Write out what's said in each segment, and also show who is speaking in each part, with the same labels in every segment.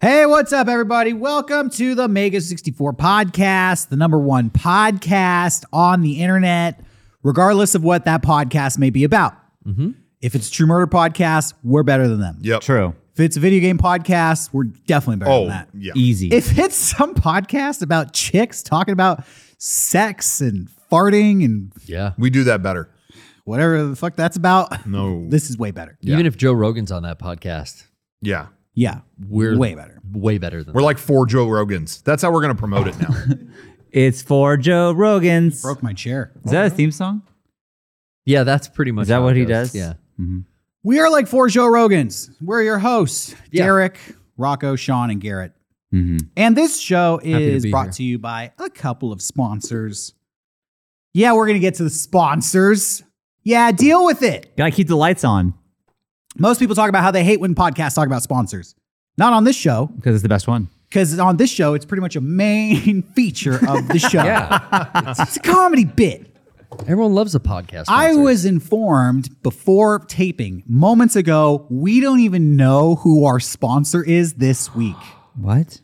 Speaker 1: Hey, what's up, everybody? Welcome to the Mega 64 podcast, the number one podcast on the internet, regardless of what that podcast may be about. If it's a true murder podcast, we're better than them.
Speaker 2: Mm-hmm. Yep.
Speaker 3: True.
Speaker 1: If it's a video game podcast, we're definitely better
Speaker 2: Oh,
Speaker 1: than that.
Speaker 2: yeah.
Speaker 3: Easy.
Speaker 1: If it's some podcast about chicks talking about sex and farting and
Speaker 4: Yeah.
Speaker 2: We do that better.
Speaker 1: whatever the fuck that's about,
Speaker 2: No.
Speaker 1: this is way better.
Speaker 4: Even if Joe Rogan's on that podcast,
Speaker 2: Yeah.
Speaker 1: Yeah.
Speaker 4: we're
Speaker 1: Way better.
Speaker 4: Way better than
Speaker 2: We're like four Joe Rogans. That's how we're going to promote it now.
Speaker 3: It's for Joe Rogan's.
Speaker 1: Broke my chair.
Speaker 3: Is that a theme song?
Speaker 4: Yeah, that's pretty much
Speaker 3: Is that
Speaker 4: how it
Speaker 3: what he
Speaker 4: goes.
Speaker 3: does?
Speaker 4: Yeah.
Speaker 1: We are like four Joe Rogans. We're your hosts,
Speaker 4: Yeah.
Speaker 1: Derek, Rocco, Sean, and Garrett.
Speaker 3: Mm-hmm.
Speaker 1: And this show
Speaker 4: to
Speaker 1: is
Speaker 4: be
Speaker 1: brought
Speaker 4: here.
Speaker 1: to you by a couple of sponsors. Yeah, we're going to get to the sponsors. Yeah, deal with it.
Speaker 3: Gotta keep the lights on
Speaker 1: Most people talk about how they hate when podcasts talk about sponsors. Not on this show,
Speaker 3: because it's the best one.
Speaker 1: because on this show, it's pretty much a main feature of the show.
Speaker 4: Yeah.
Speaker 1: It's a comedy bit.
Speaker 4: Everyone loves a podcast.
Speaker 1: I
Speaker 4: sponsor.
Speaker 1: was informed before taping moments ago, we don't even know who our sponsor is this week.
Speaker 3: What?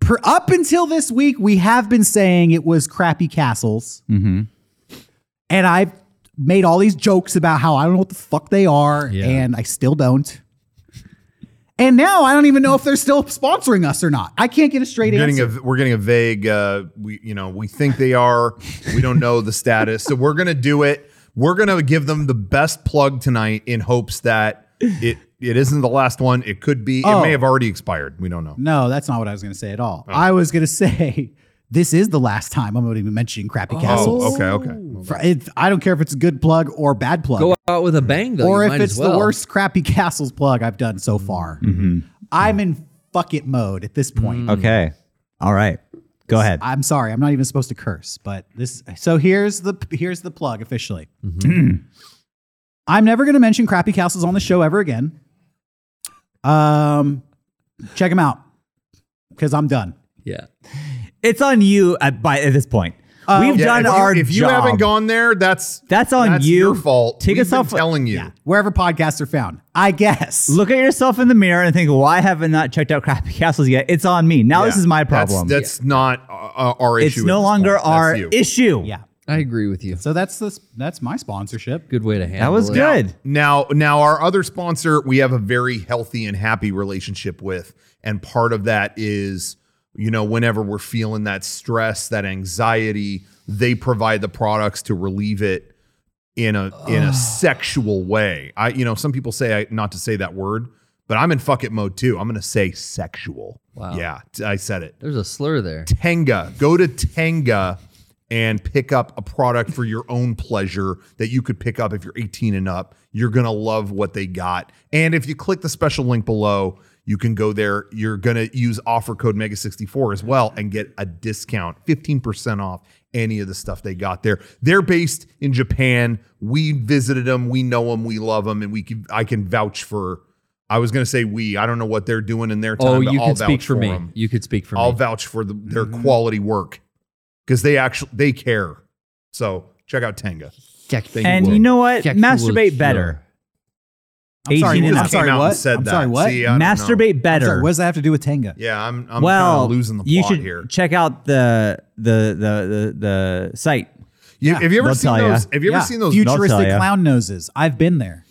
Speaker 1: Per, up until this week, we have been saying it was Crappy Castles.
Speaker 2: Mm-hmm.
Speaker 3: Mhm.
Speaker 1: And I've made all these jokes about how I don't know what the fuck they are,
Speaker 4: Yeah.
Speaker 1: and I still don't. And now I don't even know if they're still sponsoring us or not. I can't get a straight
Speaker 2: We're getting
Speaker 1: answer.
Speaker 2: a, we're getting a vague, uh, we, you know, we think they are. We don't know the status. So we're going to do it. We're going to give them the best plug tonight in hopes that it it isn't the last one. It could be.
Speaker 1: Oh.
Speaker 2: It may have already expired. We don't know.
Speaker 1: no, that's not what I was going to say at all.
Speaker 2: Oh.
Speaker 1: I was going to say this is the last time I'm going to be mentioning Crappy Castles.
Speaker 2: Oh, okay, okay.
Speaker 1: For- it- I don't care if it's a good plug or bad plug.
Speaker 4: go out with a bang though.
Speaker 1: or
Speaker 4: you
Speaker 1: if
Speaker 4: might
Speaker 1: it's
Speaker 4: as well.
Speaker 1: the worst crappy castles plug I've done so far.
Speaker 3: Mm-hmm.
Speaker 1: I'm in fuck it mode at this
Speaker 4: Mm.
Speaker 1: point.
Speaker 3: Okay. All right. Go ahead.
Speaker 1: I'm sorry, I'm not even supposed to curse, but this so here's the here's the plug officially.
Speaker 3: Mm-hmm.
Speaker 1: I'm never going to mention crappy castles on the show ever again. Um check them out cuz I'm done.
Speaker 4: Yeah.
Speaker 3: It's on you at, by at this point. We've
Speaker 2: Yeah, if,
Speaker 3: done
Speaker 2: you-
Speaker 3: our
Speaker 2: if you
Speaker 3: job.
Speaker 2: haven't gone there, that's
Speaker 3: That's on
Speaker 2: that's
Speaker 3: you.
Speaker 2: Your fault.
Speaker 3: Take
Speaker 2: We've
Speaker 3: us
Speaker 2: been
Speaker 3: off-
Speaker 2: Telling you.
Speaker 1: Wherever podcasts are found. I guess.
Speaker 3: Look at yourself in the mirror and think, why haven't I not checked out Crappy Castles yet? It's on me. Now Oh, this
Speaker 2: Yeah.
Speaker 3: is my
Speaker 2: That's-
Speaker 3: problem.
Speaker 2: That's, not uh, our
Speaker 3: it's
Speaker 2: issue. at
Speaker 3: no
Speaker 2: this
Speaker 3: longer
Speaker 2: point. That's
Speaker 3: our
Speaker 2: you.
Speaker 3: issue.
Speaker 1: yeah.
Speaker 4: I agree with you.
Speaker 1: So that's this that's my sponsorship.
Speaker 4: Good way to handle
Speaker 3: That was
Speaker 4: it.
Speaker 3: good.
Speaker 2: Now, now our other sponsor, we have a very healthy and happy relationship with, and part of that is, you know, whenever we're feeling that stress, that anxiety, they provide the products to relieve it in a in a sexual way. I, you know, some people say I, not to say that word, but I'm in fuck it mode too. I'm going to say sexual.
Speaker 4: Wow.
Speaker 2: Yeah, t- I said it.
Speaker 4: There's a slur there.
Speaker 2: Tenga. Go to Tenga and pick up a product for your own pleasure that you could pick up if you're 18 and up. You're going to love what they got. And if you click the special link below, you can go there. You're going to use offer code MEGA64 as well and get a discount, 15% off any of the stuff they got there. They're based in Japan. We visited them. We know them. We love them. And we can, I can vouch for, I was going to say we. I don't know what they're doing in their time.
Speaker 4: Oh,
Speaker 2: but
Speaker 4: you
Speaker 2: I'll
Speaker 4: could speak
Speaker 2: vouch
Speaker 4: for me.
Speaker 2: them.
Speaker 4: You could speak for
Speaker 2: I'll
Speaker 4: me.
Speaker 2: vouch for the, their
Speaker 3: Mm-hmm.
Speaker 2: quality work because they actually they care. So check out Tenga.
Speaker 4: Check the
Speaker 3: And
Speaker 4: world.
Speaker 3: you know what?
Speaker 4: Check the world.
Speaker 3: Masturbate better.
Speaker 1: I'm sorry,
Speaker 3: 18
Speaker 1: what-
Speaker 3: and
Speaker 1: I'm
Speaker 3: up.
Speaker 1: sorry
Speaker 2: Came out
Speaker 1: what?
Speaker 2: And said
Speaker 1: I'm
Speaker 2: that.
Speaker 1: sorry what?
Speaker 2: See, I don't know.
Speaker 3: Masturbate
Speaker 1: I'm
Speaker 3: better.
Speaker 1: sorry, what does that have to do with Tenga?
Speaker 2: Yeah, I'm. I'm
Speaker 3: well,
Speaker 2: kinda losing the plot
Speaker 3: you should
Speaker 2: here.
Speaker 3: check out the the the the, the site.
Speaker 2: You- have you ever
Speaker 3: they'll
Speaker 2: seen
Speaker 3: tell ya.
Speaker 2: those? Have you ever
Speaker 1: Yeah,
Speaker 2: seen those?
Speaker 3: They'll tell
Speaker 1: futuristic
Speaker 3: ya.
Speaker 1: clown noses? I've been there.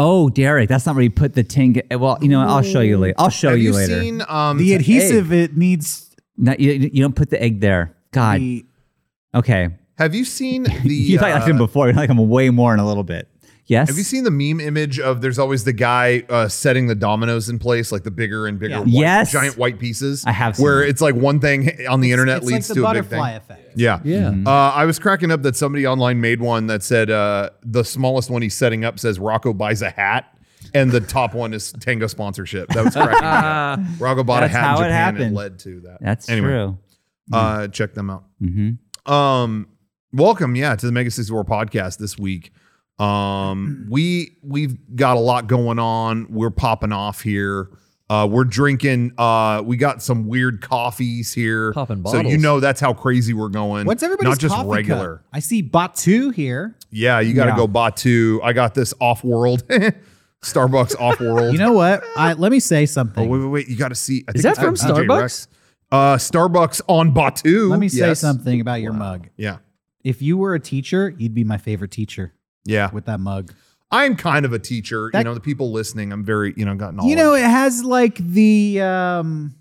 Speaker 3: Oh, Derek, that's not where you put the ting. Well, you know, what? I'll show you later. I'll show
Speaker 2: have
Speaker 3: you,
Speaker 2: you
Speaker 3: later.
Speaker 2: seen um,
Speaker 1: The
Speaker 2: t-
Speaker 1: adhesive it needs
Speaker 3: No, you, you don't put the egg there. God.
Speaker 1: the
Speaker 3: okay.
Speaker 2: Have you seen the?
Speaker 3: You thought I liked
Speaker 2: uh,
Speaker 3: him before. You like him way more in a little bit. Yes.
Speaker 2: Have you seen the meme image of there's always the guy uh, setting the dominoes in place, like the bigger and bigger,
Speaker 1: Yeah.
Speaker 2: white-
Speaker 3: Yes.
Speaker 2: giant white pieces?
Speaker 3: I have seen
Speaker 2: Where
Speaker 3: that.
Speaker 2: it's like one thing on the internet
Speaker 1: it's
Speaker 2: leads
Speaker 1: like the
Speaker 2: to a big thing.
Speaker 1: butterfly effect.
Speaker 2: Yeah.
Speaker 4: Yeah.
Speaker 2: Uh, I was cracking up that somebody online made one that said uh, the smallest one he's setting up says Rocco buys a hat. And the top one is Tango sponsorship. That was cracking. me up. Rocco bought
Speaker 3: That's
Speaker 2: a hat
Speaker 3: how
Speaker 2: in
Speaker 3: it
Speaker 2: Japan and
Speaker 3: happened.
Speaker 2: led to that.
Speaker 3: That's
Speaker 2: Anyway,
Speaker 3: true.
Speaker 2: Uh, check them out.
Speaker 1: Mm-hmm.
Speaker 2: Um, welcome, yeah, to the Mega 64 podcast this week. Um, we we've got a lot going on. We're popping off here. Uh, we're drinking. Uh, we got some weird coffees here.
Speaker 4: Popping
Speaker 2: So you
Speaker 4: bottles.
Speaker 2: know that's how crazy we're going.
Speaker 1: What's everybody's
Speaker 2: not just
Speaker 1: coffee
Speaker 2: regular?
Speaker 1: Cup? I see Batu here.
Speaker 2: Yeah, you got to
Speaker 3: Yeah.
Speaker 2: go Batu. I got this off world. Starbucks off world.
Speaker 1: You know what? I, let me say something.
Speaker 2: oh, wait, wait, wait. You got to see. I
Speaker 4: Is
Speaker 2: think
Speaker 4: that
Speaker 2: it's
Speaker 4: from
Speaker 2: DJ
Speaker 4: Starbucks?
Speaker 2: Rex. Uh, Starbucks on Batu.
Speaker 1: let me say
Speaker 2: Yes.
Speaker 1: something about your mug.
Speaker 2: Yeah.
Speaker 1: If you were a teacher, you'd be my favorite teacher
Speaker 2: Yeah.
Speaker 1: with that mug.
Speaker 2: I'm kind of a teacher. you
Speaker 1: That-
Speaker 2: know, the people listening, I'm very, you know, got knowledge.
Speaker 1: You know, it has like the um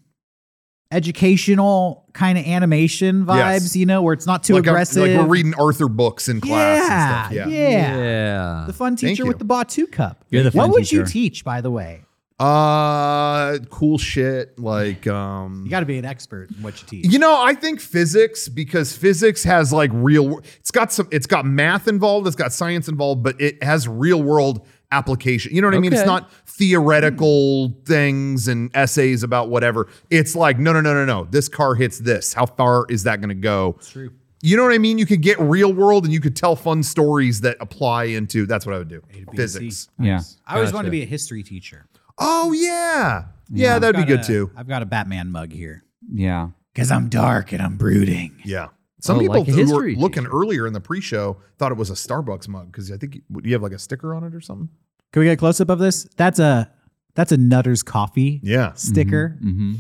Speaker 1: educational kind of animation vibes,
Speaker 2: Yes.
Speaker 1: you know, where it's not too
Speaker 2: like I'm-
Speaker 1: aggressive.
Speaker 2: like we're reading Arthur books in class
Speaker 1: yeah,
Speaker 2: and stuff. Yeah.
Speaker 1: yeah.
Speaker 4: Yeah.
Speaker 1: The fun
Speaker 2: Thank
Speaker 1: teacher
Speaker 2: you.
Speaker 1: with the Batu cup.
Speaker 3: You're the
Speaker 1: what
Speaker 3: fun
Speaker 1: would you
Speaker 3: teacher.
Speaker 1: teach, by the way?
Speaker 2: Uh cool shit. Like um
Speaker 1: You got to be an expert in what you teach.
Speaker 2: You know, I think physics because physics has like real. It's got some. It's got math involved. It's got science involved, but it has real world application. You know what I mean? It's
Speaker 4: Okay.
Speaker 2: not theoretical things and essays about whatever. It's like no, no, no, no, no. This car hits this. How far is that going to go?
Speaker 1: True.
Speaker 2: You know what I mean? You could get real world and you could tell fun stories that apply into. That's what I would do. Physics.
Speaker 3: Yeah.
Speaker 1: I always wanted to be
Speaker 4: Gotcha.
Speaker 1: a history teacher.
Speaker 2: Oh yeah, yeah, that'd be
Speaker 1: Got
Speaker 2: good
Speaker 1: a-
Speaker 2: too.
Speaker 1: I've got a Batman mug here
Speaker 3: Yeah.
Speaker 1: because I'm dark and I'm brooding.
Speaker 2: Yeah. Some
Speaker 4: Oh,
Speaker 2: people
Speaker 4: like a
Speaker 2: who were
Speaker 4: history
Speaker 2: looking
Speaker 4: teacher.
Speaker 2: earlier in the pre-show thought it was a Starbucks mug because I think you- would you have like a sticker on it or something.
Speaker 1: Can we get a close up of this? That's a that's a Nutter's coffee
Speaker 2: Yeah.
Speaker 1: sticker.
Speaker 3: Mm-hmm.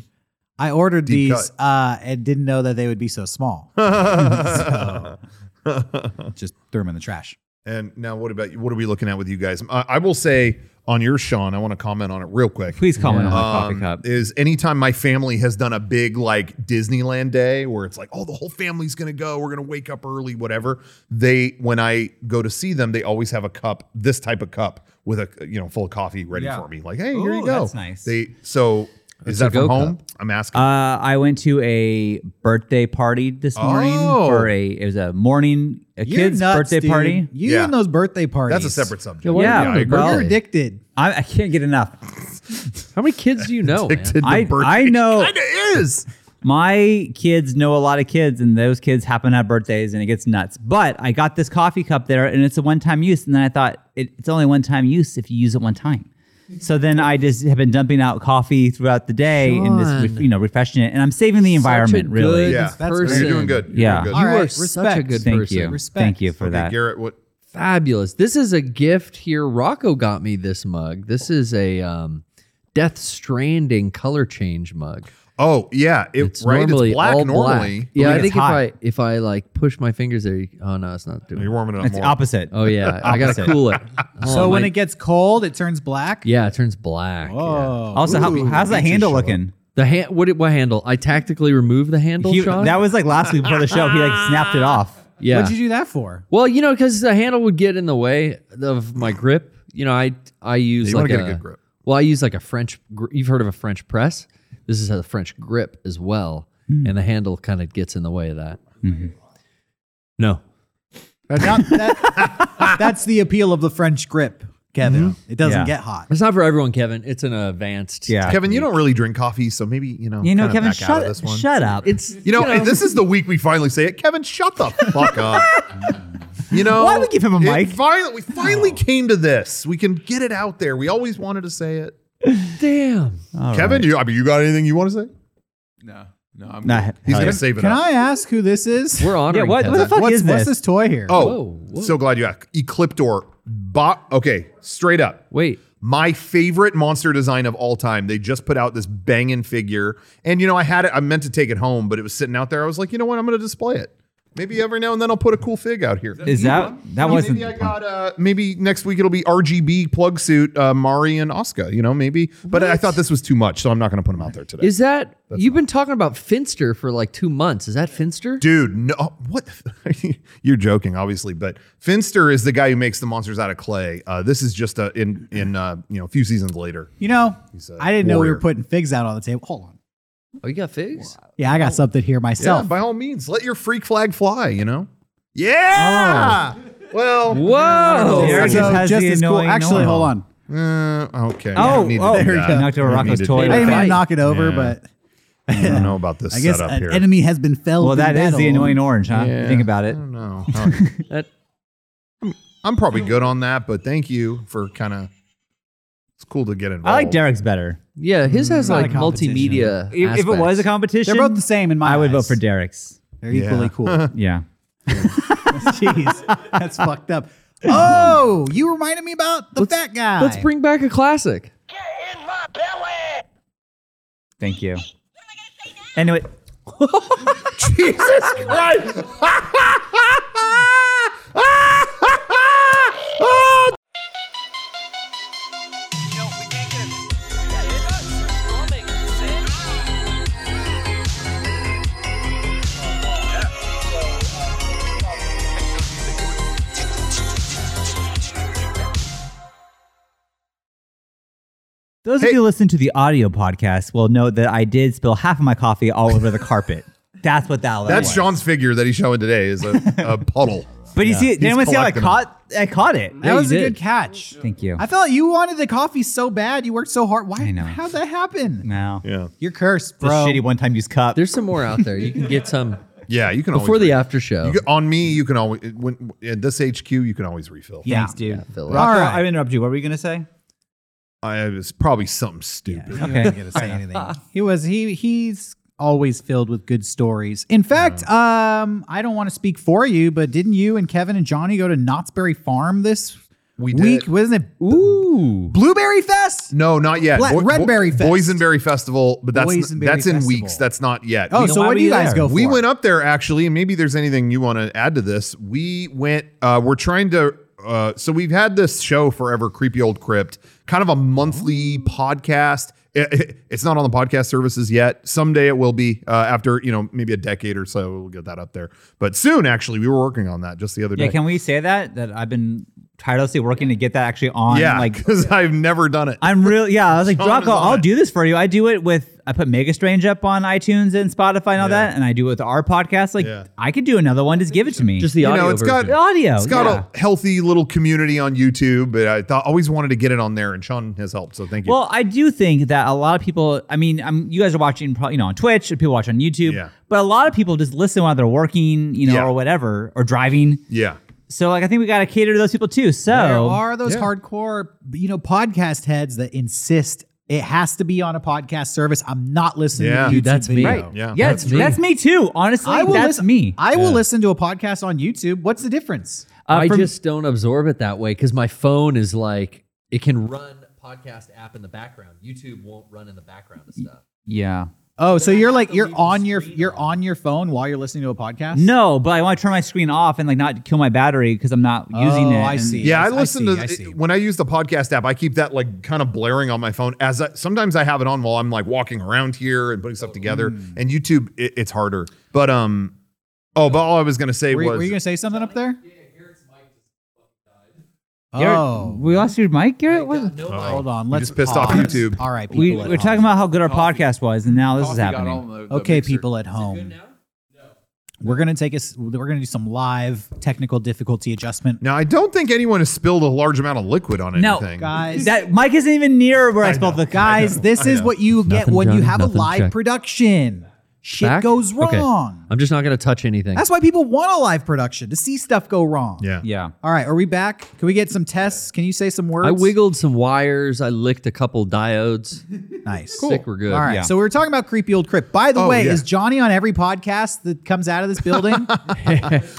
Speaker 1: I ordered
Speaker 2: Deep
Speaker 1: these uh, and didn't know that they would be so small. So, just threw them in the trash.
Speaker 2: And now, what about you? What are we looking at with you guys? I, I will say on your Sean, I want to comment on it real quick.
Speaker 3: Please comment on
Speaker 4: Yeah.
Speaker 3: my
Speaker 2: um,
Speaker 3: coffee cup.
Speaker 2: Is anytime my family has done a big like Disneyland day where it's like, oh, the whole family's gonna go, we're gonna wake up early, whatever. They when I go to see them, they always have a cup, this type of cup with a you know full of coffee ready
Speaker 1: Yeah.
Speaker 2: for me. Like, hey, here you
Speaker 1: Ooh,
Speaker 2: go.
Speaker 1: that's nice.
Speaker 2: They so is
Speaker 4: a
Speaker 2: that from
Speaker 4: go
Speaker 2: home? I'm asking.
Speaker 3: Uh, I went to a birthday party this morning
Speaker 2: Oh.
Speaker 3: for a. It was a morning a
Speaker 1: You
Speaker 3: kid's
Speaker 1: nuts,
Speaker 3: birthday
Speaker 1: dude.
Speaker 3: party.
Speaker 1: You
Speaker 2: Yeah.
Speaker 1: and those birthday parties.
Speaker 2: that's a separate subject.
Speaker 4: Yeah, what
Speaker 3: Yeah,
Speaker 4: are you doing?
Speaker 3: well-
Speaker 1: You're addicted.
Speaker 3: I, I can't get enough.
Speaker 4: How many kids do you know? man?
Speaker 2: Addicted to
Speaker 3: I
Speaker 2: birthday.
Speaker 3: I know
Speaker 2: Kinda is.
Speaker 3: my kids know a lot of kids, and those kids happen to have birthdays, and it gets nuts. But I got this coffee cup there, and it's a one time use. And then I thought it, it's only one time use if you use it one time. So then I just have been dumping out coffee throughout the day and just
Speaker 4: Sean.
Speaker 3: re- you know refreshing it, and I'm saving the environment
Speaker 4: Such a
Speaker 3: really.
Speaker 4: Good
Speaker 2: Yeah. Oh,
Speaker 1: That's
Speaker 4: person.
Speaker 2: You're doing good. You're
Speaker 3: Yeah.
Speaker 2: Doing
Speaker 1: All
Speaker 2: good.
Speaker 4: You
Speaker 1: right,
Speaker 4: are such a
Speaker 1: respect.
Speaker 4: good
Speaker 3: Thank
Speaker 4: person.
Speaker 3: you.
Speaker 1: Respect.
Speaker 3: Thank you for
Speaker 2: Okay,
Speaker 3: that.
Speaker 2: Garrett, what
Speaker 4: Fabulous. This is a gift here. Rocco got me this mug. This is a um, Death Stranding color change mug.
Speaker 2: Oh yeah, it,
Speaker 4: It's
Speaker 2: right.
Speaker 4: normally
Speaker 2: it's black
Speaker 4: all
Speaker 2: normally.
Speaker 4: black. Yeah,
Speaker 3: Look,
Speaker 4: I
Speaker 3: it's
Speaker 4: think
Speaker 3: hot.
Speaker 4: if I if I like push my fingers there, you, oh no, it's not doing.
Speaker 2: You're
Speaker 4: It.
Speaker 2: warming it up
Speaker 3: It's the
Speaker 2: more.
Speaker 3: opposite.
Speaker 4: Oh yeah, I gotta
Speaker 3: Opposite.
Speaker 4: cool it. Hold
Speaker 1: So
Speaker 4: on,
Speaker 1: when
Speaker 4: my-
Speaker 1: it gets cold, it turns black.
Speaker 4: yeah, it turns black. Yeah.
Speaker 1: Whoa.
Speaker 3: Also, how,
Speaker 2: Ooh,
Speaker 3: how's the
Speaker 2: peaches
Speaker 3: handle
Speaker 2: show up.
Speaker 3: looking?
Speaker 4: The hand. What? did- What handle? I tactically removed the handle.
Speaker 3: He-
Speaker 4: Sean?
Speaker 3: that was like last week before the show. He like snapped it off.
Speaker 4: yeah.
Speaker 1: What'd you do that for?
Speaker 4: Well, you know, because the handle would get in the way of my grip. You know, I I use
Speaker 2: you wanna
Speaker 4: like
Speaker 2: get a good grip.
Speaker 4: Well, I use like a French. Gr- you've heard of a French press. This is a French grip as well, and the handle kind of gets in the way of that. No,
Speaker 1: Now, that- that's the appeal of the French grip, Kevin. It doesn't
Speaker 3: Mm-hmm. Yeah.
Speaker 1: get hot.
Speaker 4: it's not for everyone, Kevin. It's an advanced.
Speaker 3: Yeah.
Speaker 2: Kevin, you don't really drink coffee, so maybe you know.
Speaker 3: You know,
Speaker 2: kinda
Speaker 3: Kevin,
Speaker 2: back out
Speaker 3: shut
Speaker 2: of this one.
Speaker 3: shut up.
Speaker 4: It's
Speaker 2: You know, and this is the week we finally say it. Kevin, shut the fuck up. You know,
Speaker 3: Why we give him a
Speaker 2: it
Speaker 3: mic?
Speaker 2: Finally, we finally came to this. We can get it out there. We always wanted to say it.
Speaker 4: damn.
Speaker 2: Kevin, you, I mean, you got anything you want to say?
Speaker 5: No, no, I'm
Speaker 3: Nah,
Speaker 2: He's
Speaker 3: hell
Speaker 2: gonna
Speaker 3: yeah.
Speaker 2: save it.
Speaker 1: Can
Speaker 2: up.
Speaker 1: I ask who this is?
Speaker 4: We're
Speaker 3: Yeah,
Speaker 4: honoring.
Speaker 3: what, what
Speaker 4: Kevin.
Speaker 3: the fuck
Speaker 1: what's,
Speaker 3: is
Speaker 1: what's
Speaker 3: this?
Speaker 1: this toy here?
Speaker 2: Oh,
Speaker 4: Whoa, whoa.
Speaker 2: so glad you asked. Ecliptor. Bot. Okay, straight up.
Speaker 4: Wait,
Speaker 2: my favorite monster design of all time. They just put out this banging figure. And, you know, I had it, I meant to take it home, but it was sitting out there. I was like, you know what? I'm going to display it. Maybe every now and then I'll put a cool fig out here.
Speaker 3: Is that that wasn't?
Speaker 2: maybe I got, uh, maybe next week it'll be RGB plug suit, uh, Mari and Oscar, you know, maybe. But I thought this was too much, so I'm not going to put them out there today.
Speaker 4: is that you've been talking about Finster for like two months? Is that Finster?
Speaker 2: Dude, no, what? You're joking, obviously, but Finster is the guy who makes the monsters out of clay. Uh, this is just a, in in uh, you know a few seasons later.
Speaker 1: You know,
Speaker 2: a
Speaker 1: I didn't know we
Speaker 2: warrior.
Speaker 1: were putting figs out on the table. Hold on.
Speaker 4: Oh, you got figs.
Speaker 1: Yeah,
Speaker 3: Oh.
Speaker 1: I got something here
Speaker 2: Yeah,
Speaker 1: myself.
Speaker 2: by all means, let your freak flag fly, you know? Yeah.
Speaker 3: Oh.
Speaker 2: Well,
Speaker 4: Whoa!
Speaker 1: There
Speaker 3: There
Speaker 1: it goes.
Speaker 3: has
Speaker 1: Just
Speaker 3: the
Speaker 1: as cool.
Speaker 3: annoying
Speaker 1: Actually,
Speaker 3: normal.
Speaker 1: hold on.
Speaker 2: uh, okay.
Speaker 3: Oh, oh, there you go. Knocked over
Speaker 2: I
Speaker 3: Rocco's
Speaker 2: needed-
Speaker 3: toy.
Speaker 1: I didn't mean to
Speaker 4: Right.
Speaker 1: knock it over,
Speaker 2: Yeah.
Speaker 1: but
Speaker 2: I don't know about this
Speaker 1: I guess
Speaker 2: setup
Speaker 1: an
Speaker 2: here.
Speaker 1: enemy has been felled.
Speaker 3: Well,
Speaker 1: in
Speaker 3: that is the
Speaker 1: battle.
Speaker 3: annoying orange, huh?
Speaker 2: Yeah.
Speaker 3: You think about it.
Speaker 2: I don't know. All right.
Speaker 4: That-
Speaker 2: I'm probably good on that, but thank you for kind of. It's cool to get involved.
Speaker 3: I like Derek's better.
Speaker 4: yeah, his has
Speaker 1: Not a
Speaker 4: like
Speaker 1: competition.
Speaker 4: multimedia.
Speaker 3: If, if it was a competition,
Speaker 1: They're both the same in my.
Speaker 3: I would vote
Speaker 1: eyes.
Speaker 3: for Derek's.
Speaker 1: They're
Speaker 2: Yeah.
Speaker 1: equally cool.
Speaker 3: Yeah.
Speaker 1: Jeez, that's fucked up. Oh, you reminded me about the fat guy.
Speaker 4: Let's bring back a classic.
Speaker 3: Thank you. Anyway,
Speaker 2: Jesus Christ. Oh,
Speaker 3: those
Speaker 2: Hey.
Speaker 3: of you who listen to the audio podcast will know that I did spill half of my coffee all over the carpet. That's what that
Speaker 2: That's
Speaker 3: was.
Speaker 2: Sean's figure that he's showing today is a, a puddle.
Speaker 3: But you see, did
Speaker 2: He's
Speaker 3: anyone see how I
Speaker 2: collecting 'em.
Speaker 3: caught? I caught it.
Speaker 1: that was a
Speaker 4: you did.
Speaker 1: good catch.
Speaker 3: Thank you.
Speaker 1: I felt you wanted the coffee so bad. You worked so hard. Why?
Speaker 3: I know.
Speaker 1: How'd that happen?
Speaker 3: no,
Speaker 2: Yeah.
Speaker 1: You're cursed,
Speaker 3: the
Speaker 1: bro.
Speaker 3: shitty one-time use cup.
Speaker 4: There's some more out there. You can get some
Speaker 2: Yeah, you can
Speaker 4: before
Speaker 2: always
Speaker 4: the
Speaker 2: re-
Speaker 4: after show.
Speaker 2: you can, on me, you can always when at this HQ you can always refill.
Speaker 1: Yeah.
Speaker 3: Thanks, dude.
Speaker 4: Phil.
Speaker 3: Rocco,
Speaker 1: All right.
Speaker 3: I interrupt you. What were you gonna say?
Speaker 2: I, it's probably something stupid.
Speaker 1: Okay.
Speaker 3: Okay.
Speaker 1: to say anything. He was he he's always filled with good stories. In fact, um, I don't want to speak for you, but didn't you and Kevin and Johnny go to Knott's Berry Farm this
Speaker 2: We
Speaker 1: week?
Speaker 2: did.
Speaker 1: Wasn't it
Speaker 3: Ooh.
Speaker 1: Blueberry Fest?
Speaker 2: No, not yet.
Speaker 1: Black- Red Berry Fest.
Speaker 2: Boysenberry Festival, but that's
Speaker 1: Boysenberry
Speaker 2: that's in
Speaker 1: Festival.
Speaker 2: weeks. That's not yet.
Speaker 1: Oh,
Speaker 2: We-
Speaker 1: so what
Speaker 3: why were
Speaker 1: do you
Speaker 3: you
Speaker 1: guys
Speaker 3: there?
Speaker 1: go for?
Speaker 2: we went up there actually, and maybe there's anything you want to add to this. We went. Uh, we're trying to. Uh, so we've had this show forever, creepy old crypt, kind of a monthly
Speaker 1: Oh.
Speaker 2: podcast. It- it- it's not on the podcast services yet. Someday it will be. Uh, after you know maybe a decade or so, we'll get that up there. But soon, actually, we were working on that just the other day.
Speaker 3: Yeah. Can we say that that I've been tirelessly working to get that actually on?
Speaker 2: yeah,
Speaker 3: Like
Speaker 2: because I've never done it.
Speaker 3: I'm real. Yeah. I was like,
Speaker 2: Sean
Speaker 3: Rocco,
Speaker 2: is on
Speaker 3: I'll
Speaker 2: it.
Speaker 3: do this for you. I do it with I put Mega Strange up on iTunes and Spotify and all that, and I do it with our podcast. Like
Speaker 2: Yeah.
Speaker 3: I could do another one. Just give it to me.
Speaker 4: Just the
Speaker 2: You
Speaker 4: audio
Speaker 2: know, it's got
Speaker 4: version.
Speaker 3: the audio.
Speaker 2: It's got
Speaker 3: yeah.
Speaker 2: a healthy little community on YouTube, but I thought, always wanted to get it on there, and Sean has helped, so thank you.
Speaker 3: Well, I do think that a lot of people. I mean, I'm, you guys are watching, probably, you know, on Twitch. and People watch on YouTube,
Speaker 2: Yeah.
Speaker 3: but a lot of people just listen while they're working, you know,
Speaker 2: Yeah.
Speaker 3: or whatever, or driving.
Speaker 2: yeah,
Speaker 3: So, like, I think we got to cater to those people too. So,
Speaker 1: There are those
Speaker 2: Yeah.
Speaker 1: hardcore, you know, podcast heads that insist it has to be on a podcast service. I'm not listening
Speaker 2: Yeah.
Speaker 1: to
Speaker 2: Dude,
Speaker 1: YouTube
Speaker 4: that's me.
Speaker 1: video.
Speaker 4: Right.
Speaker 2: yeah,
Speaker 3: yeah,
Speaker 4: That's
Speaker 3: that's
Speaker 4: me.
Speaker 3: me. too. Honestly,
Speaker 1: I will
Speaker 3: that's
Speaker 1: listen.
Speaker 3: me.
Speaker 1: I will listen to a podcast on YouTube. What's the difference?
Speaker 3: Uh,
Speaker 4: I
Speaker 3: from-
Speaker 4: just don't absorb it that way because my phone is like it can run podcast app in the background. YouTube won't run in the background of stuff.
Speaker 3: yeah.
Speaker 1: Oh, so you're like you're on your you're on your phone while you're listening to a podcast?
Speaker 3: No, but I want to turn my screen off and like not kill my battery because I'm not using
Speaker 1: Oh,
Speaker 3: it.
Speaker 1: I
Speaker 3: and-
Speaker 1: see.
Speaker 2: yeah. I
Speaker 1: Yes, I
Speaker 2: listen
Speaker 1: see,
Speaker 2: to
Speaker 1: I see.
Speaker 2: when I use the podcast app. I keep that like kind of blaring on my phone. As I, sometimes I have it on while I'm like walking around here and putting stuff together.
Speaker 1: Mm.
Speaker 2: And YouTube, it, it's harder. But um, oh, but all I was gonna say
Speaker 1: Were you,
Speaker 2: was
Speaker 1: were you gonna say something up there?
Speaker 3: Garrett,
Speaker 1: Oh,
Speaker 3: we lost your mic, Garrett. What-
Speaker 1: hold on. Let's
Speaker 2: just pissed off
Speaker 1: pause.
Speaker 2: YouTube.
Speaker 1: All right, people.
Speaker 3: We
Speaker 1: at
Speaker 3: were
Speaker 1: home.
Speaker 3: talking about how good our podcast was, and now this is
Speaker 5: Coffee got all
Speaker 3: happening.
Speaker 5: the- the
Speaker 1: Okay,
Speaker 5: mixer.
Speaker 1: people at home. We're gonna take us. We're gonna do some live technical difficulty adjustment.
Speaker 2: now I don't think anyone has spilled a large amount of liquid on
Speaker 3: No.
Speaker 2: anything.
Speaker 1: Guys,
Speaker 3: That mic isn't even near where I,
Speaker 2: I
Speaker 3: spelled
Speaker 2: know.
Speaker 3: the
Speaker 1: guys, this is what you get
Speaker 4: Nothing,
Speaker 1: when you
Speaker 4: Johnny,
Speaker 1: have a
Speaker 4: nothing,
Speaker 1: live
Speaker 4: check.
Speaker 1: production. Shit
Speaker 4: Back?
Speaker 1: goes
Speaker 4: Okay.
Speaker 1: wrong.
Speaker 4: I'm just not going to touch anything.
Speaker 1: That's why people want a live production to see stuff go wrong.
Speaker 2: yeah,
Speaker 3: Yeah.
Speaker 1: All right, are we back? Can we get some tests? Can you say some words?
Speaker 4: I wiggled some wires. I licked a couple diodes.
Speaker 1: Nice.
Speaker 4: Sick, we're good.
Speaker 1: All right.
Speaker 3: Yeah.
Speaker 1: So we were talking about creepy old crypt. By the
Speaker 2: Oh,
Speaker 1: way,
Speaker 2: yeah.
Speaker 1: is Johnny on every podcast that comes out of this building?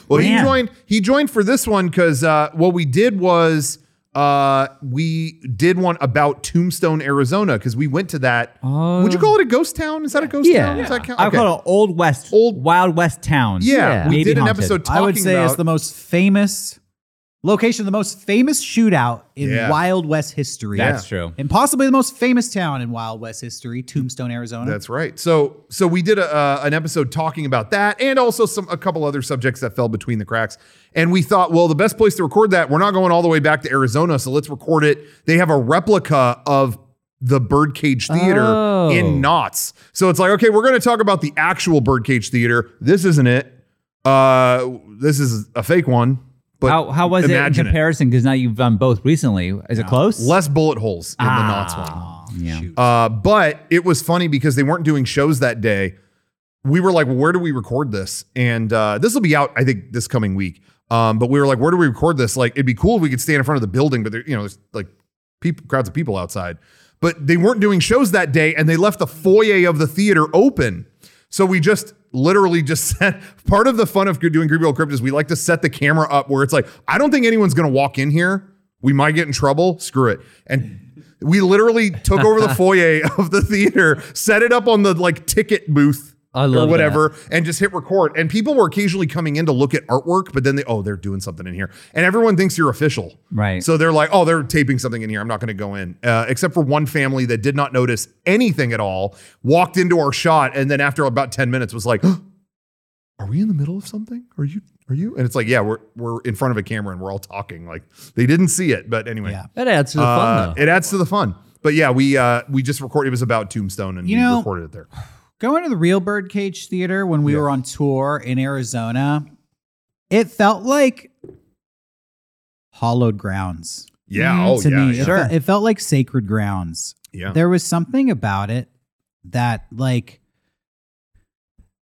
Speaker 2: Well, he
Speaker 3: Man.
Speaker 2: joined. He joined for this one because uh, what we did was uh, we did one about Tombstone, Arizona, because we went to that. would you call it a ghost town? Is that a ghost
Speaker 4: Yeah.
Speaker 2: town? Is that count?
Speaker 3: I
Speaker 2: Okay.
Speaker 3: call it an old west,
Speaker 2: Old-
Speaker 3: old wild west town.
Speaker 2: Yeah,
Speaker 4: yeah.
Speaker 2: we
Speaker 3: Maybe
Speaker 2: did an
Speaker 3: haunted.
Speaker 2: episode talking
Speaker 1: I would say
Speaker 2: about
Speaker 1: it's the most famous location, the most famous shootout in
Speaker 2: Yeah.
Speaker 1: Wild West history.
Speaker 3: That's Yeah. true.
Speaker 1: And possibly the most famous town in Wild West history, Tombstone, Arizona.
Speaker 2: That's right. So so we did a, uh, an episode talking about that and also some a couple other subjects that fell between the cracks. And we thought, well, the best place to record that, we're not going all the way back to Arizona, so let's record it. They have a replica of the Birdcage Theater
Speaker 4: Oh.
Speaker 2: in Knots. So it's like, okay, we're going to talk about the actual Birdcage Theater. This isn't it. Uh, this is a fake one. But
Speaker 3: How, how was it in
Speaker 2: imagine
Speaker 3: comparison? Because now you've done both recently. Is it close?
Speaker 2: Less bullet holes in the Knots
Speaker 3: Ah.
Speaker 2: one.
Speaker 3: yeah.
Speaker 2: Uh, but it was funny because they weren't doing shows that day. We were like, well, where do we record this? And uh, this will be out, I think, this coming week. Um, but we were like, where do we record this? Like, it'd be cool if we could stand in front of the building, but there, you know, there's like people, crowds of people outside. But they weren't doing shows that day, and they left the foyer of the theater open. So we just literally just set part of the fun of doing Creepy Old Crypt is we like to set the camera up where it's like, I don't think anyone's gonna walk in here. We might get in trouble. Screw it. And we literally took over the foyer of the theater, set it up on the like ticket booth
Speaker 4: I love
Speaker 2: or
Speaker 4: that.
Speaker 2: whatever and just hit record. And people were occasionally coming in to look at artwork, but then they, oh, they're doing something in here. And everyone thinks you're official.
Speaker 3: Right.
Speaker 2: So they're like, oh, they're taping something in here. I'm not going to go in. Uh, except for one family that did not notice anything at all, walked into our shot. And then after about 10 minutes was like, are we in the middle of something? Are you, are you? And it's like, yeah, we're, we're in front of a camera and we're all talking. Like they didn't see it. But anyway,
Speaker 1: Yeah.
Speaker 4: That adds to the
Speaker 2: uh,
Speaker 4: fun though.
Speaker 2: it adds to the fun. But yeah, we uh, we just recorded. It was about Tombstone, and
Speaker 1: You
Speaker 2: we
Speaker 1: know-
Speaker 2: recorded it there.
Speaker 1: Going to the real Birdcage Theater when we were on tour in Arizona, it felt like hollowed grounds.
Speaker 2: Yeah.
Speaker 3: Mm,
Speaker 2: oh,
Speaker 1: to
Speaker 2: yeah.
Speaker 1: me.
Speaker 2: yeah.
Speaker 1: It, felt, it felt like sacred grounds.
Speaker 2: Yeah.
Speaker 1: There was something about it that, like,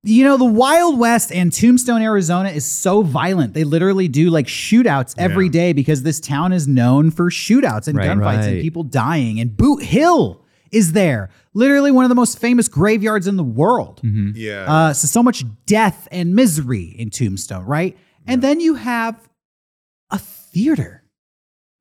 Speaker 1: you know, the Wild West and Tombstone, Arizona is so violent. They literally do like shootouts every
Speaker 2: Yeah.
Speaker 1: day because this town is known for shootouts and
Speaker 3: Right.
Speaker 1: gunfights and
Speaker 4: Right.
Speaker 1: people dying. And Boot Hill is there, literally one of the most famous graveyards in the world.
Speaker 2: Yeah.
Speaker 1: Uh, so so much death and misery in Tombstone, right? And then you have a theater,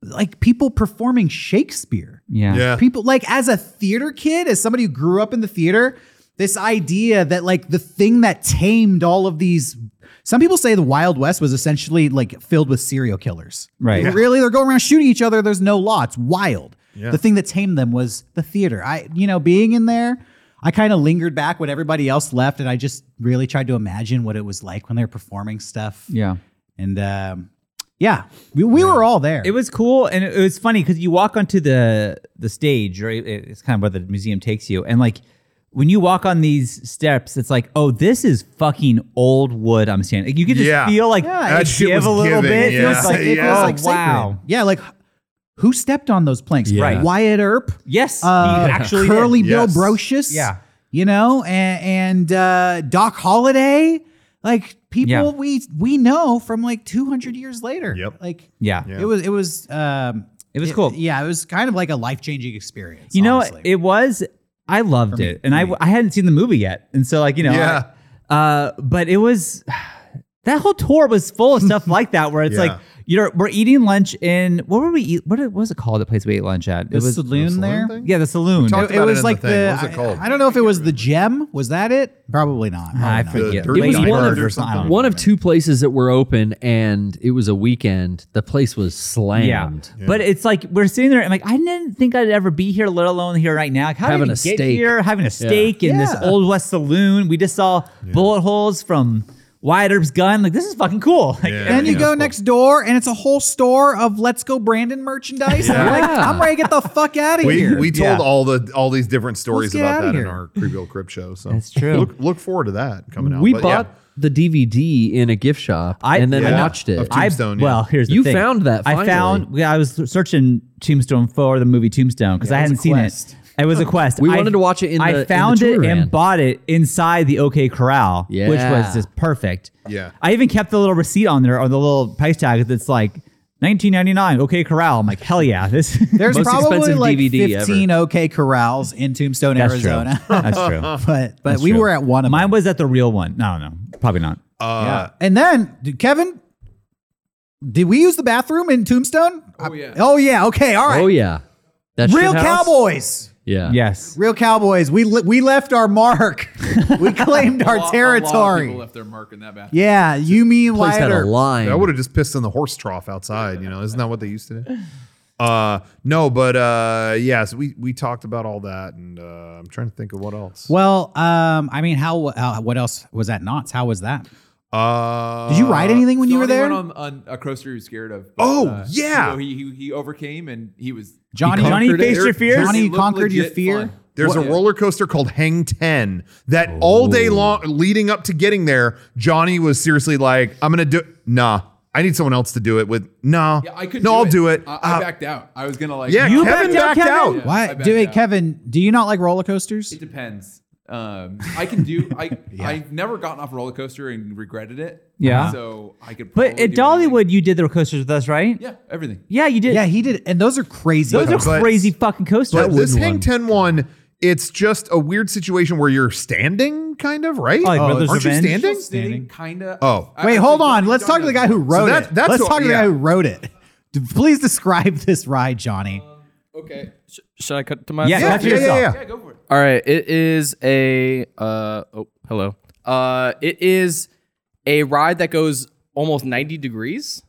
Speaker 1: like people performing Shakespeare.
Speaker 3: Yeah.
Speaker 2: yeah.
Speaker 1: People like as a theater kid, as somebody who grew up in the theater, this idea that like the thing that tamed all of these. Some people say the Wild West was essentially like filled with serial killers.
Speaker 3: Right.
Speaker 1: But Really, they're going around shooting each other. There's no law. It's wild.
Speaker 2: Yeah.
Speaker 1: The thing that tamed them was the theater. I, you know, being in there, I kind of lingered back when everybody else left, and I just really tried to imagine what it was like when they were performing stuff.
Speaker 3: Yeah.
Speaker 1: And um, yeah, we, we were all there.
Speaker 3: It was cool, and it, it was funny because you walk onto the the stage, right? It- It's kind of where the museum takes you, and like when you walk on these steps, it's like, oh, this is fucking old wood. I'm standing. Like, you can just
Speaker 2: Yeah.
Speaker 3: feel like
Speaker 1: Yeah,
Speaker 3: it
Speaker 1: that
Speaker 2: shit
Speaker 3: give
Speaker 2: was
Speaker 3: a little
Speaker 2: giving,
Speaker 3: bit. It
Speaker 2: yeah.
Speaker 3: feels like,
Speaker 1: it
Speaker 2: Yeah.
Speaker 1: feels
Speaker 3: oh,
Speaker 1: like sacred.
Speaker 3: wow.
Speaker 1: Yeah, like who stepped on those planks?
Speaker 4: Yeah.
Speaker 1: Right. Wyatt Earp.
Speaker 3: Yes,
Speaker 1: Uh,
Speaker 3: he actually did.
Speaker 1: Curly Bill
Speaker 2: Yes.
Speaker 1: Brocious.
Speaker 3: Yeah.
Speaker 1: You know, and, and uh, Doc Holliday. Like people
Speaker 3: Yeah.
Speaker 1: we we know from like 200 years later.
Speaker 2: Yep.
Speaker 1: Like
Speaker 3: Yeah.
Speaker 2: Yeah.
Speaker 1: it was it was um
Speaker 3: It was cool.
Speaker 1: yeah, it was kind of like a life changing experience.
Speaker 3: You know,
Speaker 1: honestly.
Speaker 3: it was. I loved
Speaker 1: me-
Speaker 3: it, and I I hadn't seen the movie yet, and so like you know,
Speaker 2: Yeah.
Speaker 3: I- uh, but it was that whole tour was full of stuff like that, where it's
Speaker 2: Yeah.
Speaker 3: like you know we're eating lunch in what were we eat? What it- what was it called? The place we ate lunch at?
Speaker 1: The saloon there?
Speaker 2: thing?
Speaker 3: Yeah, the saloon.
Speaker 2: talked-
Speaker 1: it
Speaker 2: about it
Speaker 1: was
Speaker 2: in the
Speaker 1: like
Speaker 2: thing.
Speaker 1: the,
Speaker 2: What was it called?
Speaker 1: I, I don't know if it was the gem. Was that it? Probably not.
Speaker 3: I
Speaker 1: Probably not.
Speaker 3: forget.
Speaker 2: The dirty
Speaker 3: Lady
Speaker 4: bird
Speaker 3: Bird
Speaker 2: or
Speaker 3: or something. I don't
Speaker 4: One of two places that were open, and it was a weekend. The place was slammed.
Speaker 3: Yeah. But it's like we're sitting there and like I didn't think I'd ever be here, let alone here right now. Like, how
Speaker 4: Having
Speaker 3: did I
Speaker 4: a
Speaker 3: get
Speaker 4: steak.
Speaker 3: here? Having a steak in this
Speaker 1: Yeah.
Speaker 3: old west saloon. We just saw bullet holes from Wyatt Earp's gun. Like this is fucking cool. Like,
Speaker 2: Yeah.
Speaker 1: Then you
Speaker 3: everything
Speaker 1: go
Speaker 3: was cool.
Speaker 1: next door, and it's a whole store of Let's Go Brandon merchandise. And I'm like, I'm ready to get the fuck out of
Speaker 2: We,
Speaker 1: here.
Speaker 2: we told
Speaker 3: Yeah.
Speaker 2: all the all these different stories
Speaker 1: Let's get
Speaker 2: about
Speaker 1: outta
Speaker 2: that in
Speaker 1: here.
Speaker 2: our Creepy Old Crypt show. So
Speaker 3: That's true.
Speaker 2: Look, look forward to that coming out.
Speaker 4: We
Speaker 2: But
Speaker 4: bought the DVD in a gift shop
Speaker 3: I-
Speaker 4: and then
Speaker 2: Yeah.
Speaker 4: watched it.
Speaker 2: Of
Speaker 4: I-
Speaker 2: Tombstone, yeah.
Speaker 3: Well, here's the
Speaker 4: You
Speaker 3: thing.
Speaker 4: found that
Speaker 3: I found. yeah, I was searching Tombstone for the movie Tombstone because I
Speaker 1: it was a
Speaker 3: hadn't seen
Speaker 1: quest.
Speaker 3: it. It was a quest.
Speaker 4: We
Speaker 3: I-
Speaker 4: wanted to watch it in the- in
Speaker 3: I
Speaker 4: the
Speaker 3: found
Speaker 4: tour
Speaker 3: it and
Speaker 4: van.
Speaker 3: bought it inside the OK Corral, which
Speaker 4: Yeah.
Speaker 3: was just perfect.
Speaker 2: Yeah.
Speaker 3: I even kept the little receipt on there or the little price tag that's like 19.99 OK Corral. I'm like, hell yeah, this.
Speaker 1: There's
Speaker 4: Most
Speaker 1: probably
Speaker 4: expensive
Speaker 1: like
Speaker 4: DVD ever.
Speaker 1: 15 OK corrals in Tombstone,
Speaker 3: that's true.
Speaker 1: Arizona,
Speaker 3: That's true.
Speaker 1: but but
Speaker 3: That's
Speaker 1: we
Speaker 3: true.
Speaker 1: were at one of
Speaker 3: Mine
Speaker 1: them.
Speaker 3: was at the real one. No, no, probably not.
Speaker 2: uh,
Speaker 1: And then dude, Kevin, did we use the bathroom in Tombstone?
Speaker 5: Oh, yeah.
Speaker 1: Oh yeah. Okay. All right.
Speaker 4: Oh yeah, that
Speaker 1: Real
Speaker 4: shit house?
Speaker 1: cowboys.
Speaker 4: Yeah,
Speaker 3: Yes.
Speaker 1: Real cowboys. We le- we left our mark. we claimed
Speaker 5: A lot-
Speaker 1: our
Speaker 5: a lot of
Speaker 1: territory.
Speaker 5: people left their mark in that bathroom.
Speaker 1: Yeah, you, me, and
Speaker 4: Place had
Speaker 1: Wyatt
Speaker 4: a
Speaker 1: Earp.
Speaker 4: line.
Speaker 2: I would have just pissed in the horse trough outside. You know, isn't that what they used to do? Uh, no, but uh, yeah, so we we talked about all that, and uh, I'm trying to think of what else.
Speaker 1: Well, um, I mean, how, how? What else was at Knott's? How was that?
Speaker 2: Uh,
Speaker 1: Did you ride anything when
Speaker 5: It's
Speaker 1: you
Speaker 5: the
Speaker 1: were
Speaker 5: only
Speaker 1: there?
Speaker 5: one on, on a coaster he was scared of. but,
Speaker 2: Oh,
Speaker 5: uh,
Speaker 2: yeah.
Speaker 5: you know, he, he he overcame and he was
Speaker 1: Johnny,
Speaker 2: He
Speaker 3: Johnny
Speaker 2: conquered
Speaker 3: faced
Speaker 2: it.
Speaker 3: your fears.
Speaker 1: Johnny
Speaker 5: It looked
Speaker 1: conquered your
Speaker 5: legit
Speaker 1: fear?
Speaker 5: fun.
Speaker 2: There's a
Speaker 5: Yeah.
Speaker 2: roller coaster called Hang 10 that all
Speaker 3: Oh.
Speaker 2: day long, leading up to getting there, Johnny was seriously like, I'm going to do Nah, I need someone else to do it with. Nah.
Speaker 5: Yeah, I could.
Speaker 2: no, I'll do it.
Speaker 5: I,
Speaker 2: Uh,
Speaker 5: I backed out. I was gonna like.
Speaker 2: yeah,
Speaker 3: You
Speaker 2: Kevin backed,
Speaker 3: backed out,
Speaker 2: out.
Speaker 3: Kevin?
Speaker 5: Yeah, I
Speaker 1: Why,
Speaker 5: backed
Speaker 1: do it,
Speaker 5: out.
Speaker 1: Kevin? Do you not like roller coasters?
Speaker 5: It depends. Um, I can do. I I've never gotten off a roller coaster and regretted it.
Speaker 3: Yeah.
Speaker 5: So I could.
Speaker 3: But
Speaker 5: probably
Speaker 3: at
Speaker 5: do anything.
Speaker 3: Dollywood, you did the coasters with us, right?
Speaker 5: Yeah, everything.
Speaker 3: Yeah, you did.
Speaker 1: yeah, he did, and those are crazy.
Speaker 3: Those are
Speaker 2: But-
Speaker 3: crazy fucking coasters.
Speaker 2: But this
Speaker 4: wooden
Speaker 2: Hang
Speaker 4: one.
Speaker 2: 10 one it's just a weird situation where you're standing, kind of, right?
Speaker 3: Oh, like Brothers
Speaker 2: aren't
Speaker 3: Revenge?
Speaker 2: you standing?
Speaker 5: Standing, kinda.
Speaker 2: Oh.
Speaker 5: I-
Speaker 1: Wait,
Speaker 5: I
Speaker 1: hold
Speaker 5: think
Speaker 1: on.
Speaker 5: we've
Speaker 1: Let's
Speaker 5: done
Speaker 1: talk to the
Speaker 5: that
Speaker 1: guy who
Speaker 5: before.
Speaker 1: wrote
Speaker 2: that-
Speaker 1: it.
Speaker 2: that's
Speaker 1: Let's
Speaker 2: what-
Speaker 1: talk to the guy
Speaker 2: yeah.
Speaker 1: who wrote it. D- Please describe this ride, Johnny.
Speaker 5: Okay.
Speaker 6: Should I cut to my?
Speaker 3: Yeah,
Speaker 2: Yeah,
Speaker 3: That's
Speaker 2: yeah, yeah,
Speaker 3: yourself.
Speaker 2: yeah.
Speaker 5: Yeah, go for it.
Speaker 6: All right. It is a. Uh, oh, hello. Uh, it is a ride that goes almost ninety degrees.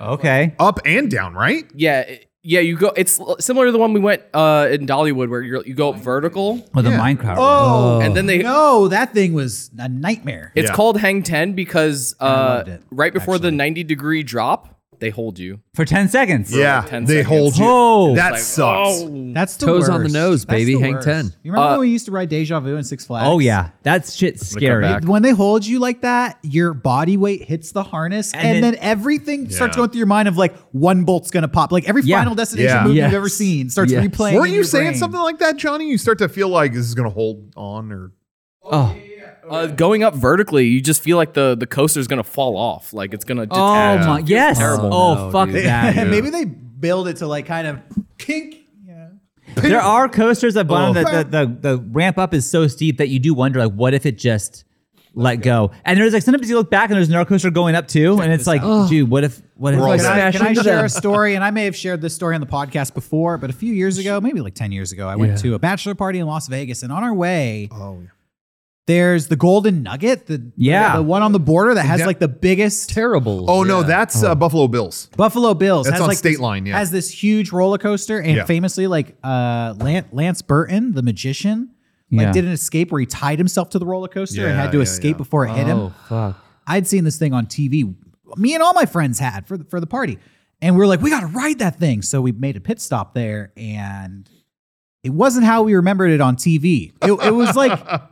Speaker 3: Okay.
Speaker 2: Up and down, right?
Speaker 6: Yeah. it- yeah. You go. It's l- similar to the one we went uh, in Dollywood, where you you go up vertical,
Speaker 3: With a
Speaker 2: Yeah.
Speaker 3: Minecraft.
Speaker 1: Oh,
Speaker 6: and then they.
Speaker 1: no, that thing was a nightmare.
Speaker 6: It's
Speaker 2: Yeah.
Speaker 6: called Hang Ten because uh,
Speaker 1: loved it,
Speaker 6: right before the ninety degree drop, they hold you.
Speaker 3: for 10 seconds.
Speaker 2: Yeah,
Speaker 6: 10
Speaker 2: they
Speaker 6: seconds.
Speaker 2: hold you.
Speaker 3: Oh.
Speaker 2: that
Speaker 6: Like,
Speaker 2: sucks.
Speaker 6: oh.
Speaker 1: That's the
Speaker 4: Toes on the
Speaker 1: worst.
Speaker 4: nose,
Speaker 1: That's
Speaker 4: baby.
Speaker 1: the
Speaker 4: Hang
Speaker 1: worst.
Speaker 4: 10.
Speaker 1: You remember
Speaker 6: Uh,
Speaker 1: when we used to ride Deja Vu in Six Flags?
Speaker 3: Oh, yeah. That shit's scary.
Speaker 4: back.
Speaker 1: When they hold you like that, your body weight hits the harness, and,
Speaker 3: And
Speaker 1: then,
Speaker 3: then-
Speaker 1: everything starts
Speaker 2: Yeah.
Speaker 1: going through your mind of like one bolt's gonna pop. Like every
Speaker 3: Yeah.
Speaker 1: Final Destination
Speaker 2: Yeah.
Speaker 1: movie
Speaker 4: Yes.
Speaker 1: you've ever seen starts
Speaker 4: Yes.
Speaker 1: replaying.
Speaker 2: Weren't
Speaker 1: in
Speaker 2: you
Speaker 1: your
Speaker 2: saying
Speaker 1: brain.
Speaker 2: something like that, Johnny? You start to feel like this is going to hold on, or
Speaker 4: Oh,
Speaker 6: Uh, going up vertically, you just feel like the the coaster's gonna fall off, like it's gonna.
Speaker 3: Oh,
Speaker 6: detach.
Speaker 3: my. Yes.
Speaker 4: Terrible.
Speaker 3: Oh,
Speaker 4: No,
Speaker 3: fuck
Speaker 4: dude.
Speaker 3: that.
Speaker 1: Maybe they build it to like kind of kink. Yeah.
Speaker 3: There are coasters that bottom
Speaker 2: Oh.
Speaker 3: that the, the, the ramp up is so steep that you do wonder like what if it just let go. And there's like sometimes you look back and there's another coaster going up too, and it's like, dude, what if what if
Speaker 2: We're all
Speaker 3: like,
Speaker 1: Can I,
Speaker 2: Smash
Speaker 1: can I
Speaker 4: into
Speaker 1: share
Speaker 4: them.
Speaker 1: a story? And I may have shared this story on the podcast before, but a few years ago, maybe like 10 years ago, I went
Speaker 4: Yeah.
Speaker 1: to a bachelor party in Las Vegas. And on our way,
Speaker 2: oh,
Speaker 1: there's the Golden Nugget, the,
Speaker 3: Yeah.
Speaker 1: the one on the border that has
Speaker 2: Yeah.
Speaker 1: like the biggest
Speaker 4: terrible.
Speaker 2: oh no,
Speaker 4: Yeah.
Speaker 2: that's uh, Buffalo Bills.
Speaker 1: Buffalo Bills.
Speaker 2: That's
Speaker 1: has
Speaker 2: on
Speaker 1: like
Speaker 2: state
Speaker 1: this-
Speaker 2: line, yeah.
Speaker 1: Has this huge roller coaster, and
Speaker 2: Yeah.
Speaker 1: famously, like uh, Lance, Lance Burton, the magician, like
Speaker 3: Yeah.
Speaker 1: did an escape where he tied himself to the roller coaster and
Speaker 2: Yeah,
Speaker 1: had to
Speaker 2: yeah,
Speaker 1: escape
Speaker 2: yeah.
Speaker 1: before it hit him.
Speaker 4: Oh fuck.
Speaker 1: I'd seen this thing on TV. Me and all my friends had for the, for the party, and we were like, we got to ride that thing. So we made a pit stop there, and it wasn't how we remembered it on TV. It, it was like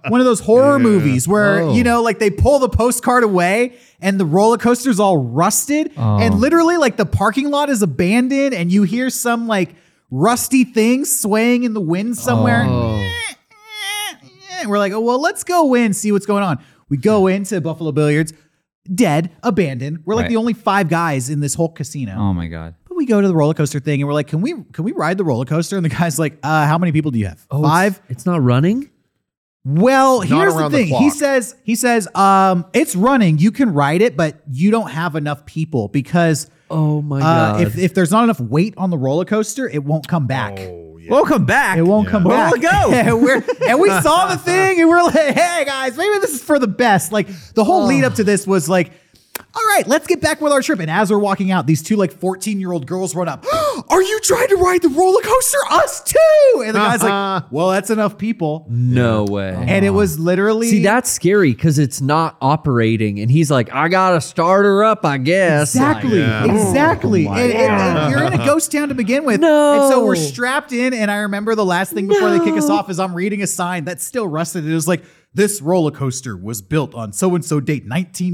Speaker 1: one of those horror movies where
Speaker 4: Oh.
Speaker 1: you know, like they pull the postcard away, and the roller coaster's all rusted,
Speaker 3: Oh.
Speaker 1: and literally like the parking lot is abandoned, and you hear some like rusty thing swaying in the wind somewhere.
Speaker 4: Oh.
Speaker 1: And we're like, oh, well, let's go in, see what's going on. We go into Buffalo Billiards, dead, abandoned. We're like
Speaker 3: Right.
Speaker 1: the only five guys in this whole casino.
Speaker 3: Oh my god.
Speaker 1: But we go to the roller coaster thing and we're like, can we can we ride the roller coaster? And the guy's like, uh, how many people do you have?
Speaker 4: Oh,
Speaker 1: Five.
Speaker 4: It's, it's not running.
Speaker 1: Well, here's the
Speaker 2: around the
Speaker 1: thing. he
Speaker 2: clock.
Speaker 1: says he says um, it's running. You can ride it, but you don't have enough people because
Speaker 4: Oh my
Speaker 1: uh,
Speaker 4: god.
Speaker 1: if if there's not enough weight on the roller coaster, it won't come back.
Speaker 2: Oh yeah.
Speaker 3: Welcome back.
Speaker 1: It won't come
Speaker 3: Where
Speaker 1: back.
Speaker 3: will it go?
Speaker 1: and, we're, and we saw the thing and we're like, hey guys, maybe this is for the best. Like the whole lead up to this was like, all right, let's get back with our trip. And as we're walking out, these two like 14 year old girls run up. Are you trying to ride the roller coaster? Us too. And the guy's
Speaker 3: Uh-huh.
Speaker 1: like, well, that's enough people.
Speaker 4: no way.
Speaker 1: And it was literally
Speaker 4: See, that's scary because it's not operating, and he's like, "I gotta start her up, I guess."
Speaker 1: Exactly.
Speaker 2: Oh,
Speaker 1: Exactly. and, and- and you're in a ghost town to begin with.
Speaker 4: No.
Speaker 1: And so we're strapped in. And I remember the last thing before they kick us off is I'm reading a sign that's still rusted. It was like, this roller coaster was built on so and so date,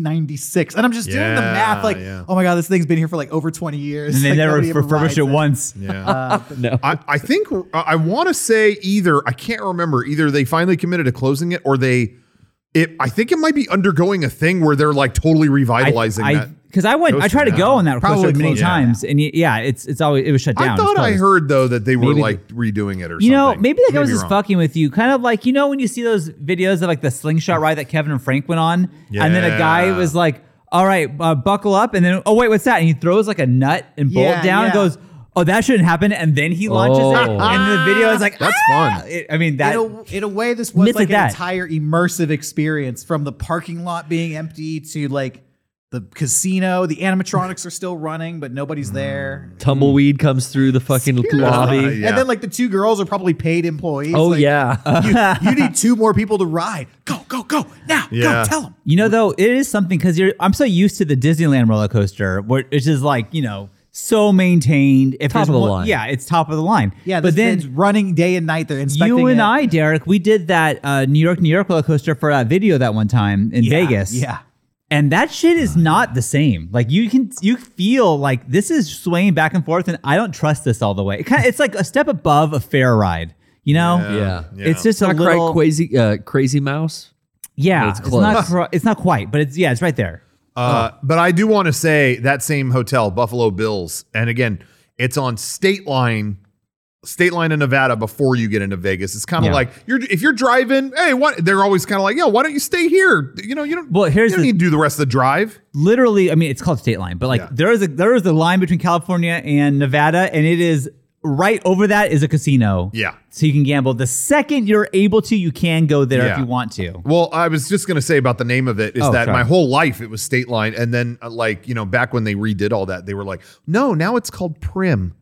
Speaker 1: 1996. And I'm just doing the
Speaker 2: Yeah,
Speaker 1: math like,
Speaker 2: yeah.
Speaker 1: oh my God, this thing's been here for like over 20 years.
Speaker 3: And they
Speaker 1: Like,
Speaker 3: never
Speaker 1: nobody ever rides
Speaker 3: refurbished it once.
Speaker 2: Yeah. Uh, I, I think uh, I- I want to say either I can't remember either they finally committed to closing it or they it I think it might be undergoing a thing where they're like totally revitalizing that.
Speaker 3: Because I, went, I
Speaker 2: Those-
Speaker 3: tried to go
Speaker 2: no.
Speaker 3: on that
Speaker 1: Probably
Speaker 3: coaster many
Speaker 1: closed.
Speaker 3: times, and y- yeah, it's it's always it was shut down.
Speaker 2: I
Speaker 3: It's
Speaker 2: thought I
Speaker 3: closed.
Speaker 2: heard though that they were
Speaker 3: Maybe-
Speaker 2: like redoing it or something.
Speaker 3: You know, maybe that guy was just
Speaker 2: wrong.
Speaker 3: fucking with you, kind of like you know when you see those videos of like the slingshot ride that Kevin and Frank went on, and then a guy
Speaker 2: Yeah.
Speaker 3: was like, "All right, uh, buckle up," and then oh wait, what's that? And he throws like a nut and bolt
Speaker 1: Yeah,
Speaker 3: down
Speaker 1: yeah.
Speaker 3: and goes, "Oh, that shouldn't happen," and then he launches it,
Speaker 4: Oh.
Speaker 3: and the video is like,
Speaker 2: That's
Speaker 3: "Ah!"
Speaker 2: fun.
Speaker 3: It- I mean
Speaker 1: In
Speaker 3: that.
Speaker 1: a, in a way, this was
Speaker 3: Myth
Speaker 1: like
Speaker 3: like
Speaker 1: an
Speaker 3: that.
Speaker 1: entire immersive experience from the parking lot being empty to like the casino. The animatronics are still running, but nobody's
Speaker 2: Mm.
Speaker 1: there.
Speaker 4: Tumbleweed comes through the fucking
Speaker 2: Uh,
Speaker 4: lobby.
Speaker 2: yeah.
Speaker 1: And then like the two girls are probably paid employees.
Speaker 4: Oh
Speaker 1: Like,
Speaker 4: yeah.
Speaker 1: you, you need two more people to ride. Go, go, go now.
Speaker 2: Yeah.
Speaker 1: Go tell them.
Speaker 3: You know, though, it is something because you're. I'm so used to the Disneyland roller coaster, where it's just like you know, so maintained. If
Speaker 4: Top
Speaker 3: there's
Speaker 4: of the
Speaker 3: one-
Speaker 4: line.
Speaker 3: Yeah, it's top of the line.
Speaker 1: Yeah,
Speaker 3: but then
Speaker 1: it's running day and night. They're inspecting
Speaker 3: you and
Speaker 1: it.
Speaker 3: I, Derek, we did that uh, New York, New York roller coaster for that video that one time in
Speaker 1: Yeah,
Speaker 3: Vegas.
Speaker 1: Yeah,
Speaker 3: and that shit is not the same. Like you can, you feel like this is swaying back and forth, and I don't trust this all the way. It kind of, it's like a step above a fair ride. You know,
Speaker 4: Yeah.
Speaker 3: it's just a
Speaker 4: Not quite
Speaker 3: little,
Speaker 4: crazy, uh, crazy mouse.
Speaker 3: yeah,
Speaker 4: it's
Speaker 3: it's, not,
Speaker 4: close.
Speaker 3: cro- it's not quite, but it's yeah, it's right there.
Speaker 2: Uh, But I do want to say that same hotel, Buffalo Bills, and again, it's on state line state line to Nevada before you get into Vegas. It's kind of
Speaker 3: Yeah.
Speaker 2: like you're if you're driving, hey, what they're always kind of like, yeah, why don't you stay here? You know, you don't
Speaker 3: Well, here's
Speaker 2: you don't
Speaker 3: the-
Speaker 2: need to do the rest of the drive.
Speaker 3: literally i mean it's called state line but like
Speaker 2: Yeah.
Speaker 3: there is a there is a line between california and nevada and it is right over that is a casino
Speaker 2: Yeah.
Speaker 3: so you can gamble the second you're able to you can go there if
Speaker 2: Yeah.
Speaker 3: you want to
Speaker 2: Well, I was just gonna say about the name of it is
Speaker 3: Oh,
Speaker 2: that
Speaker 3: sorry.
Speaker 2: my whole life it was state line, and then uh, like you know back when they redid all that, they were like, no, now it's called Prim.